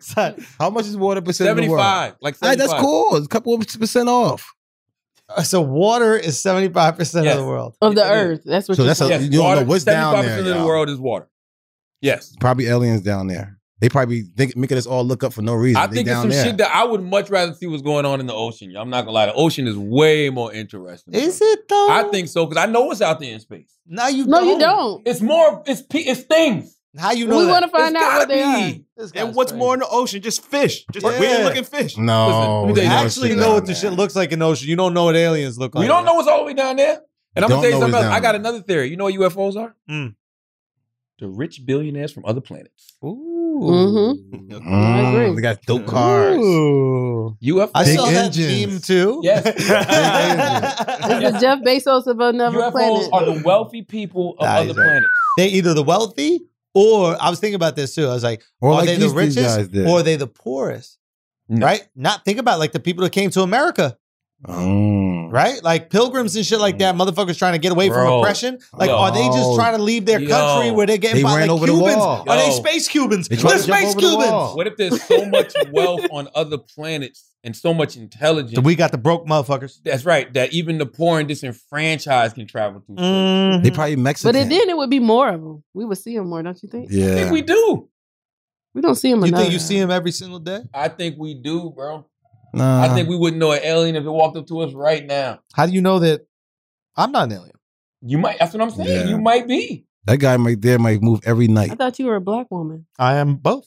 S3: Son,
S5: How much is water percent of the world?
S2: Seventy-five. Like
S5: All right, that's
S2: 75.
S5: cool. It's a couple of percent off.
S3: Uh, so water is 75%
S2: Yes.
S3: of the world.
S4: Of the
S2: Yeah, it
S4: earth. That's what
S5: So
S4: you're
S5: that's a-
S4: saying.
S2: Yes,
S5: You don't
S2: water,
S5: know what's down there,
S2: 75% of the
S5: y'all.
S2: world is water. Yes,
S5: Probably aliens down there. They probably think, making us all look up for no reason.
S2: I
S5: They
S2: think it's
S5: down
S2: some
S5: there.
S2: shit that I would much rather see what's going on in the ocean. y'all. I'm not gonna lie, the ocean is way more interesting.
S3: Is it though?
S2: I think so because I know what's out there in space.
S3: now you
S4: No,
S3: don't.
S4: you don't.
S2: It's more. It's pe- it's things.
S3: How you know
S4: We
S3: that?
S4: want to find
S2: It's
S4: out
S2: gotta
S4: what they are.
S2: be.
S3: This guy's
S6: And what's
S3: crazy.
S6: more in the ocean? Just fish. Just
S3: Yeah.
S6: weird looking fish.
S5: No,
S2: Listen,
S5: they
S2: you
S5: don't
S3: actually
S5: sit
S3: know
S5: down
S3: what the
S5: there.
S3: shit looks like in the ocean. You don't know what aliens look like.
S2: We don't know what's all the way down there. And I'm
S5: Don't
S2: gonna tell you
S5: know
S2: something
S5: what's
S2: else.
S5: down
S2: I got
S5: there.
S2: another theory. You know what UFOs are?
S3: Mm.
S2: The rich billionaires from other planets.
S3: Ooh.
S4: Mm-hmm. I agree.
S5: Mm, They got dope cars.
S3: Ooh.
S2: UFOs.
S3: I
S5: Big
S3: saw that
S5: engines.
S3: meme too.
S2: Yes.
S4: It's the Jeff Bezos of another
S2: UFOs
S4: planet.
S2: are the wealthy people of
S3: Nah,
S2: other
S3: he's right.
S2: planets.
S3: they either the wealthy or I was thinking about this too. I was like,
S5: Or
S3: are
S5: like
S3: they
S5: these
S3: the
S5: two guys
S3: richest
S5: did.
S3: or are they the poorest?
S2: No.
S3: Right? Not think about like the people that came to America,
S5: Mm.
S3: right? Like pilgrims and shit like that. Motherfuckers trying to get away from
S2: Bro.
S3: oppression. Like, are they just
S5: Yo.
S3: trying to leave their
S2: Yo.
S3: country where they're getting
S5: They
S3: by
S5: ran
S3: like
S5: over the
S3: Cubans?
S5: wall.
S3: Are they
S2: Yo.
S3: space Cubans?
S5: Oh. They tried
S3: They're
S5: to jump
S3: space
S5: over the
S3: Cubans.
S5: wall.
S2: What if there's so much wealth on other planets and so much intelligence?
S3: So we got the broke motherfuckers.
S2: that's right. That even the poor and disenfranchised can travel through. space.
S3: Mm.
S2: Mm-hmm.
S5: They probably Mexican.
S4: But it, then it would be more of them. We would see them more, don't you think?
S2: I
S5: Yeah.
S2: think we do.
S4: We don't see them
S3: You
S4: enough.
S3: think you see them every single day?
S2: I think we do, bro.
S5: nah.
S2: I think we wouldn't know an alien if it walked up to us right now.
S3: How do you know that I'm not an alien?
S2: You might. That's what I'm saying.
S5: Yeah.
S2: You might be.
S5: that guy right there might move every
S4: I
S5: night.
S4: thought you were a black woman.
S3: I am both.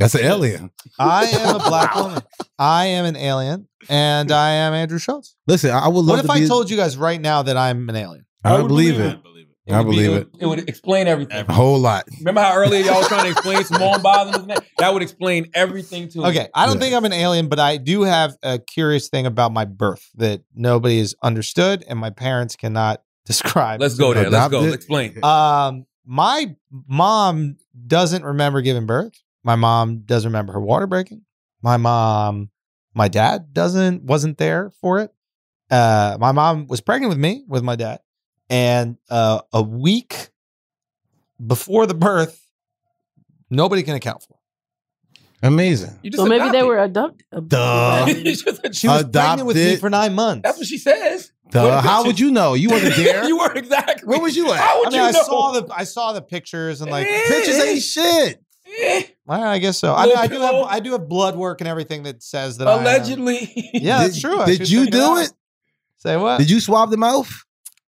S5: That's an alien.
S3: I am a black woman. I am an alien, and I am Andrew Schultz.
S5: Listen, I I would
S3: What
S5: love to
S3: if
S5: be,
S3: I told you guys right now that I'm an alien?
S5: I don't believe
S6: I
S5: it.
S6: believe it.
S5: I
S2: would be-
S5: believe
S2: would- It would explain everything.
S5: A whole lot.
S2: Remember how earlier y'all was trying to explain Simone Biles and that? That would explain everything to
S3: Okay, I don't
S5: Yeah.
S3: think I'm an alien, but I do have a curious thing about my birth that nobody has understood, and my parents cannot
S2: me.
S3: describe.
S2: Let's go there. Let's go.
S5: Adopted?
S2: Explain.
S3: Um, my mom doesn't remember giving birth. My mom doesn't remember her water breaking. My mom, my dad doesn't wasn't there for it. Uh, my mom was pregnant with me with my dad, and uh, a week before the birth, nobody can account for.
S5: Amazing.
S2: You just
S4: So maybe they
S2: adopted.
S4: were adopted.
S5: Duh.
S2: You just ad-
S3: She was pregnant with me
S5: Adopted.
S3: for nine months.
S2: That's what she says.
S5: Duh,
S2: What
S5: how
S2: bitches-
S5: would you know? You wasn't there.
S2: you were exactly.
S5: Where was you at?
S2: How would
S3: I mean,
S2: you
S3: I
S2: know?
S3: saw the I saw the pictures and like
S2: Eh.
S5: Pictures ain't shit.
S2: Eh,
S3: Well, I guess so. I mean, I do have
S2: Little-
S3: I do have blood work and everything that says that I uh, am-
S2: allegedly.
S3: Yeah,
S5: Did-
S3: that's true. I
S5: did
S3: should
S5: you
S3: check
S5: do
S3: out.
S5: it?
S3: Say what?
S5: Did you swab the mouth?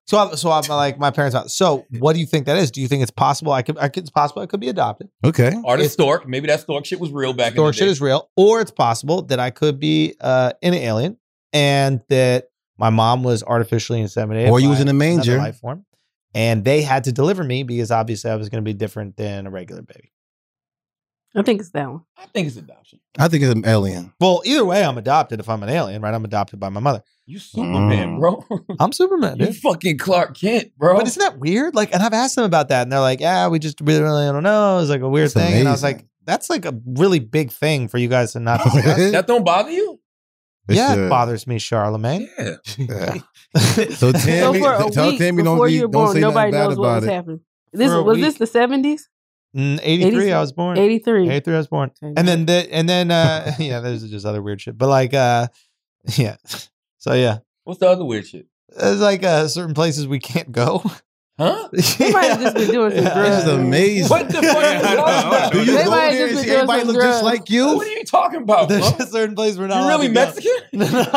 S3: so, I, so I'm like my parents. Out. So, what do you think that is? Do you think it's possible? I could. I could. It's possible. I could be adopted.
S5: Okay.
S2: Or the stork. Maybe that stork shit was real back
S3: Or
S2: in the
S3: shit
S2: day.
S3: is real, or it's possible that I could be uh, an alien and that my mom was artificially inseminated,
S5: Or you was
S3: by
S5: in a
S3: another
S5: manger.
S3: life form, and they had to deliver me because obviously I was going to be different than a regular baby.
S4: I think it's that one.
S2: I think it's adoption.
S5: I think it's an alien.
S3: Well, either way, I'm adopted. If I'm an alien, right? I'm adopted by my mother.
S2: You Superman,
S6: Mm.
S2: bro.
S3: I'm Superman,
S2: you
S3: dude.
S2: fucking Clark Kent, bro.
S3: But isn't that weird? Like, and I've asked them about that, and they're like, "Yeah, we just really, really don't know." It's like a weird
S5: That's
S3: thing, and I was
S5: amazing. Oh,
S3: like, "That's like a really big thing for you guys to not." discuss."
S2: that don't bother you?
S3: yeah,
S5: It's,
S3: it
S5: uh,
S3: bothers me, Charlemagne.
S2: Yeah.
S5: yeah. So
S4: So
S5: Tammy,
S4: for a
S5: tell
S4: week
S5: Tammy don't,
S4: before
S5: be,
S4: you were
S5: don't
S4: born,
S5: say nothing
S4: nobody
S5: bad
S4: knows what
S5: about
S4: was
S5: it.
S4: happening. This
S3: For a
S4: was this
S3: week.
S4: the seventies,
S3: Mm, Eighty-three, I was born.
S4: eighty three.
S3: Eighty-three, I was born.
S4: Okay.
S3: And then, the, and then, uh, yeah, there's just other weird shit. But like, uh, yeah, so yeah,
S2: What's the other weird shit?
S3: there's like uh, certain places we can't go.
S2: Huh?
S3: they
S4: might have just been doing some
S3: yeah.
S5: This is
S4: drugs.
S5: amazing.
S2: What the fuck is wrong
S5: Do
S2: with
S5: you
S2: you?
S5: go
S4: They might have
S5: there
S4: just
S5: and see
S4: been doing
S5: everybody
S4: some
S5: look just
S4: drugs. Oh.
S5: like
S2: What are
S5: you?
S2: you talking about, bro?
S3: There's just certain places we're not.
S2: You really
S3: allowed to go.
S2: Mexican?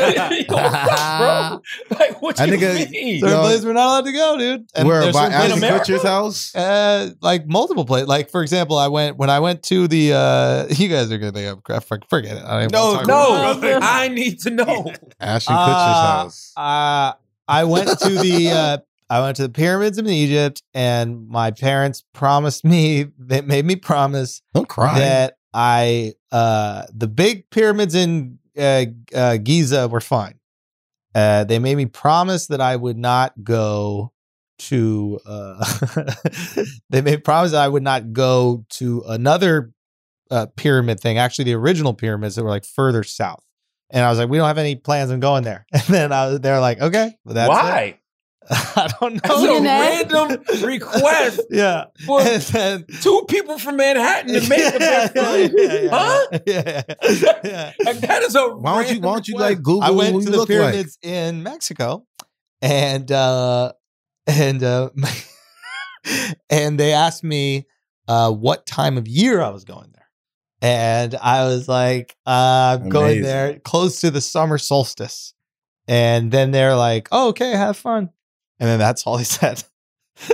S3: no, dude.
S2: Yo, what's up, bro? Like, what
S5: I
S2: you
S5: think, uh,
S2: mean?
S5: so-
S3: Certain
S5: No.
S3: places we're not allowed to go, dude.
S5: Where
S3: there's
S5: by
S3: certain
S5: Ashton
S3: places-
S2: America?
S5: Kutcher's house?
S3: Uh, like multiple places. Like for example, I went when I went to the. uh You guys are gonna think I'm crap. fuck, Forget it. I don't even wanna talk about
S2: no,
S4: about-
S2: I need to know.
S5: Ashton
S3: Uh,
S5: Kutcher's house.
S3: it. Uh, I went to the. uh I went to the pyramids in Egypt, and my parents promised me. They made me promise
S5: Don't cry.
S3: that I uh the big pyramids in uh, uh Giza were fine. Uh they made me promise that I would not go to uh they made promise that I would not go to another uh pyramid thing, actually the original pyramids that were like further south. And I was like, we don't have any plans on going there. And then I was, they're like, okay, well, that's it.
S2: Why?
S3: I don't
S2: That's
S3: know.
S2: a
S4: didn't ask.
S2: random request
S3: yeah.
S2: for
S3: And then-
S2: two people from Manhattan to make the
S3: Yeah,
S2: best food.
S3: yeah, yeah,
S2: Huh?
S3: yeah, yeah, yeah.
S2: Like, that is a
S5: why don't you? Why don't you like Google?
S3: I went
S5: who
S3: to
S5: you
S3: the
S5: look like?
S3: pyramids in Mexico, and uh, and uh, and they asked me uh, what time of year I was going there, and I was like, uh, "I'm going
S5: Amazing.
S3: there close to the summer solstice," and then they're like, oh, "Okay, have fun," and then that's all he said.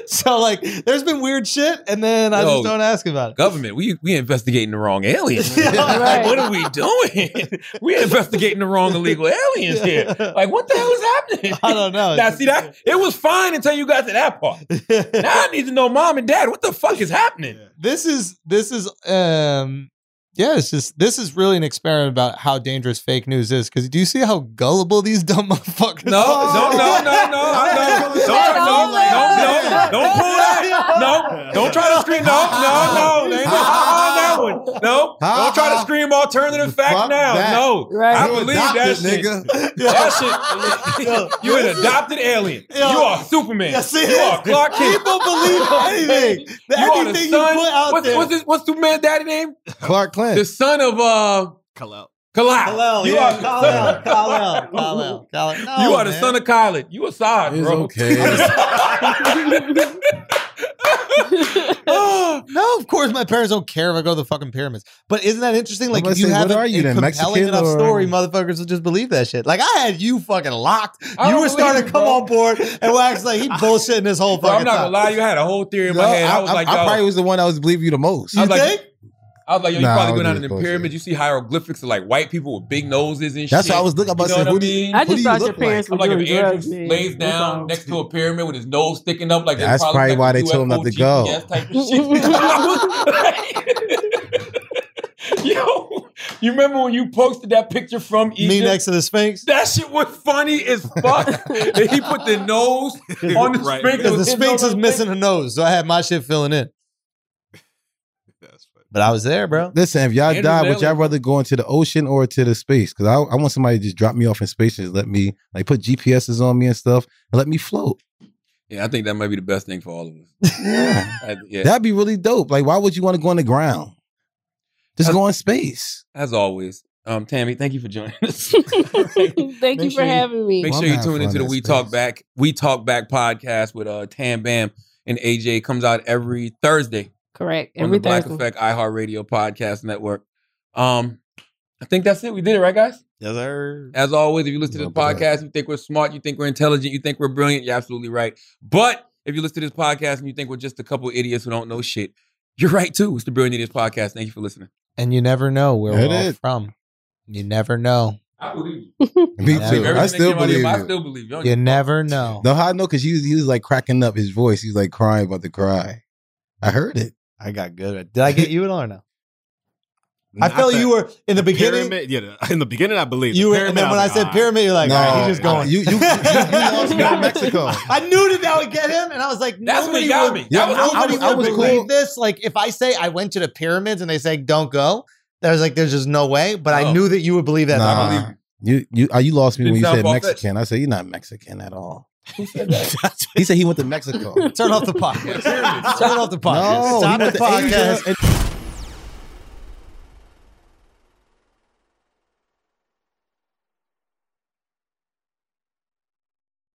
S3: so like, there's been weird shit, and then I
S2: Yo.
S3: just don't ask about it.
S2: government? We we investigating the wrong aliens.
S3: Yeah,
S2: Like,
S4: right.
S2: what are we doing? we investigating the wrong illegal aliens here. Like, what the hell is happening?
S3: I don't know.
S2: Now see that it was fine until you got to that part.
S3: that.
S2: Now I need to know, mom and dad, what the fuck is happening?
S3: this is this is um yeah it's just this is really an experiment about how dangerous fake news is because do you see how gullible these dumb motherfuckers
S2: No,
S3: are
S2: no, no, no, no, no. Don't, try- no, no, no, don't pull that. No, don't try to scream. No, no, no. They ain't gonna ha-ha on that one. No, don't try to scream alternative fact
S5: Fuck
S2: now.
S5: that.
S2: No,
S4: Right.
S2: I
S5: You
S2: believe that
S5: adopted,
S2: shit.
S5: nigga.
S2: That shit. You an adopted alien. You are Superman.
S3: Yeah, see
S2: You are Clark Kent.
S3: people believe anything
S2: You are the
S3: anything you put
S2: son.
S3: out
S2: What's,
S3: there
S2: what's, his, what's Superman's daddy name?
S5: Clark Clint.
S2: The son of uh, Kalal.
S3: Kal-El,
S2: You
S3: yeah,
S2: are
S3: Kal-El, Kal-El, Kal-El, Kal-El. No,
S2: You are the
S3: man.
S2: son of Khaled. You a sod,
S5: It's
S2: bro.
S5: okay.
S2: Ah,
S3: no of course my parents don't care if i go to the fucking pyramids but isn't that interesting like
S5: I'm
S3: if
S5: gonna
S3: you
S5: say,
S3: have
S5: what
S3: a,
S5: are you
S3: a
S5: then,
S3: compelling
S5: Mexican
S3: enough
S5: or-
S3: story motherfuckers will just believe that shit like i had you fucking locked
S2: I
S3: you
S2: don't
S3: were starting to
S2: believe it,
S3: come
S2: bro.
S3: on board and wax like he bullshitting this whole
S2: bro,
S3: fucking
S2: I'm not gonna
S3: time.
S2: lie, you had a whole theory in
S5: No,
S2: my head. I,
S5: I,
S2: was
S5: I-
S2: like,
S5: I
S2: yo,
S5: probably was the one that was believing you the most.
S2: I
S3: You
S2: was like-
S3: think?
S2: I was like, yo, you
S5: Nah, I
S2: probably
S5: was
S2: go down
S5: just
S2: in the
S5: bullshit.
S2: pyramids. You see hieroglyphics of like white people with big noses and shit.
S5: That's how I was looking. I'm about
S2: You
S5: to
S2: know
S5: say,
S2: what I
S5: who do you?
S2: mean?
S4: I
S5: What do
S4: just
S5: you
S4: thought
S5: look
S4: your parents
S2: I'm
S4: were
S2: like
S4: doing
S2: if Andrew
S4: drugs. man.
S2: lays
S4: That's
S2: down
S4: all.
S2: next to a pyramid with his nose sticking up, like they
S5: That's probably
S2: like
S5: why
S2: the
S5: they told him not to go.
S2: UFO GPS Type of shit. Yo, you remember when you posted that picture from Egypt?
S3: Me next to the Sphinx.
S2: That shit was funny as fuck. that he put the nose on the
S6: Right.
S2: Sphinx.
S3: Because the
S2: His nose
S3: Sphinx is
S2: on the
S3: missing a nose, so I had my shit filling in.
S6: That's funny.
S3: But I was there, bro.
S5: Listen, if y'all
S2: Andrew
S5: die, would
S2: Bailey.
S5: y'all rather go into the ocean or to the space? Because I, I want somebody to just drop me off in space and just let me like put GPSs on me and stuff and let me float.
S2: Yeah, I think that might be the best thing for all of us.
S5: Yeah.
S2: I- yeah,
S5: That'd be really dope. Like, why would you want to go on the ground? Just
S2: That's-
S5: go in space.
S2: as always, um, Tammy, thank you for joining us.
S4: Thank you
S2: Make
S4: for
S2: sure you-
S4: having me.
S2: Make
S5: Well,
S2: sure
S5: I'm
S2: you
S5: having
S2: tune
S5: fun
S2: into the
S5: in
S2: We
S5: space.
S2: Talk Back We Talk Back podcast with uh Tam Bam and AJ. It comes out every Thursday
S4: Correct.
S2: on the
S4: Every
S2: Black
S4: Thursday.
S2: Effect iHeartRadio Podcast Network. Um, I think that's it. We did it, right, guys?
S6: Yes, sir.
S2: As always, if you listen to this
S5: Love that.
S2: podcast, you think we're smart, you think we're intelligent, you think we're brilliant, you're absolutely right. But if you listen to this podcast and you think we're just a couple idiots who don't know shit, you're right too. It's the Brilliant Idiots Podcast. Thank you for listening.
S3: And you never know where
S5: That
S3: we're all
S5: is.
S3: from. You never know.
S2: I believe you.
S5: Me
S3: Yeah.
S5: too. I still believe
S2: I
S5: you.
S2: still believe you. I don't
S3: You
S2: give a
S3: never know.
S5: No, how I know because he was, he was like cracking up his voice. He was like crying about to cry. I heard it.
S3: I got good. at Did I get you at all or no? I
S6: Not
S3: felt
S6: that-
S3: you were in the beginning.
S6: Pyramid, yeah, in the beginning, I believe
S3: You were, and then when I said pyramid, you're like,
S5: No,
S3: all right, he's just
S5: I-
S3: going.
S5: you- you- you- you lost me in Mexico.
S3: I knew that that would get him, and I was like,
S2: That's what
S3: nobody
S2: got
S3: would-
S2: me. That
S5: was-
S3: nobody
S5: I was- I
S3: would
S5: was
S3: believe
S5: cool.
S3: this. Like, if I say I went to the pyramids and they say don't go, there's like, there's just no way. But I
S2: No.
S3: knew that you would believe that.
S5: Nah.
S3: I believe-
S5: You you uh, you lost me
S2: Didn't
S5: when you
S2: sound
S5: said
S2: far-fetched.
S5: Mexican. I said you're not Mexican at all.
S6: pyramid.
S5: He said he went to Mexico.
S3: Turn off the podcast. Turn off the podcast.
S5: No,
S3: Stop
S5: he
S3: the
S5: went to Asia
S3: podcast.
S5: and-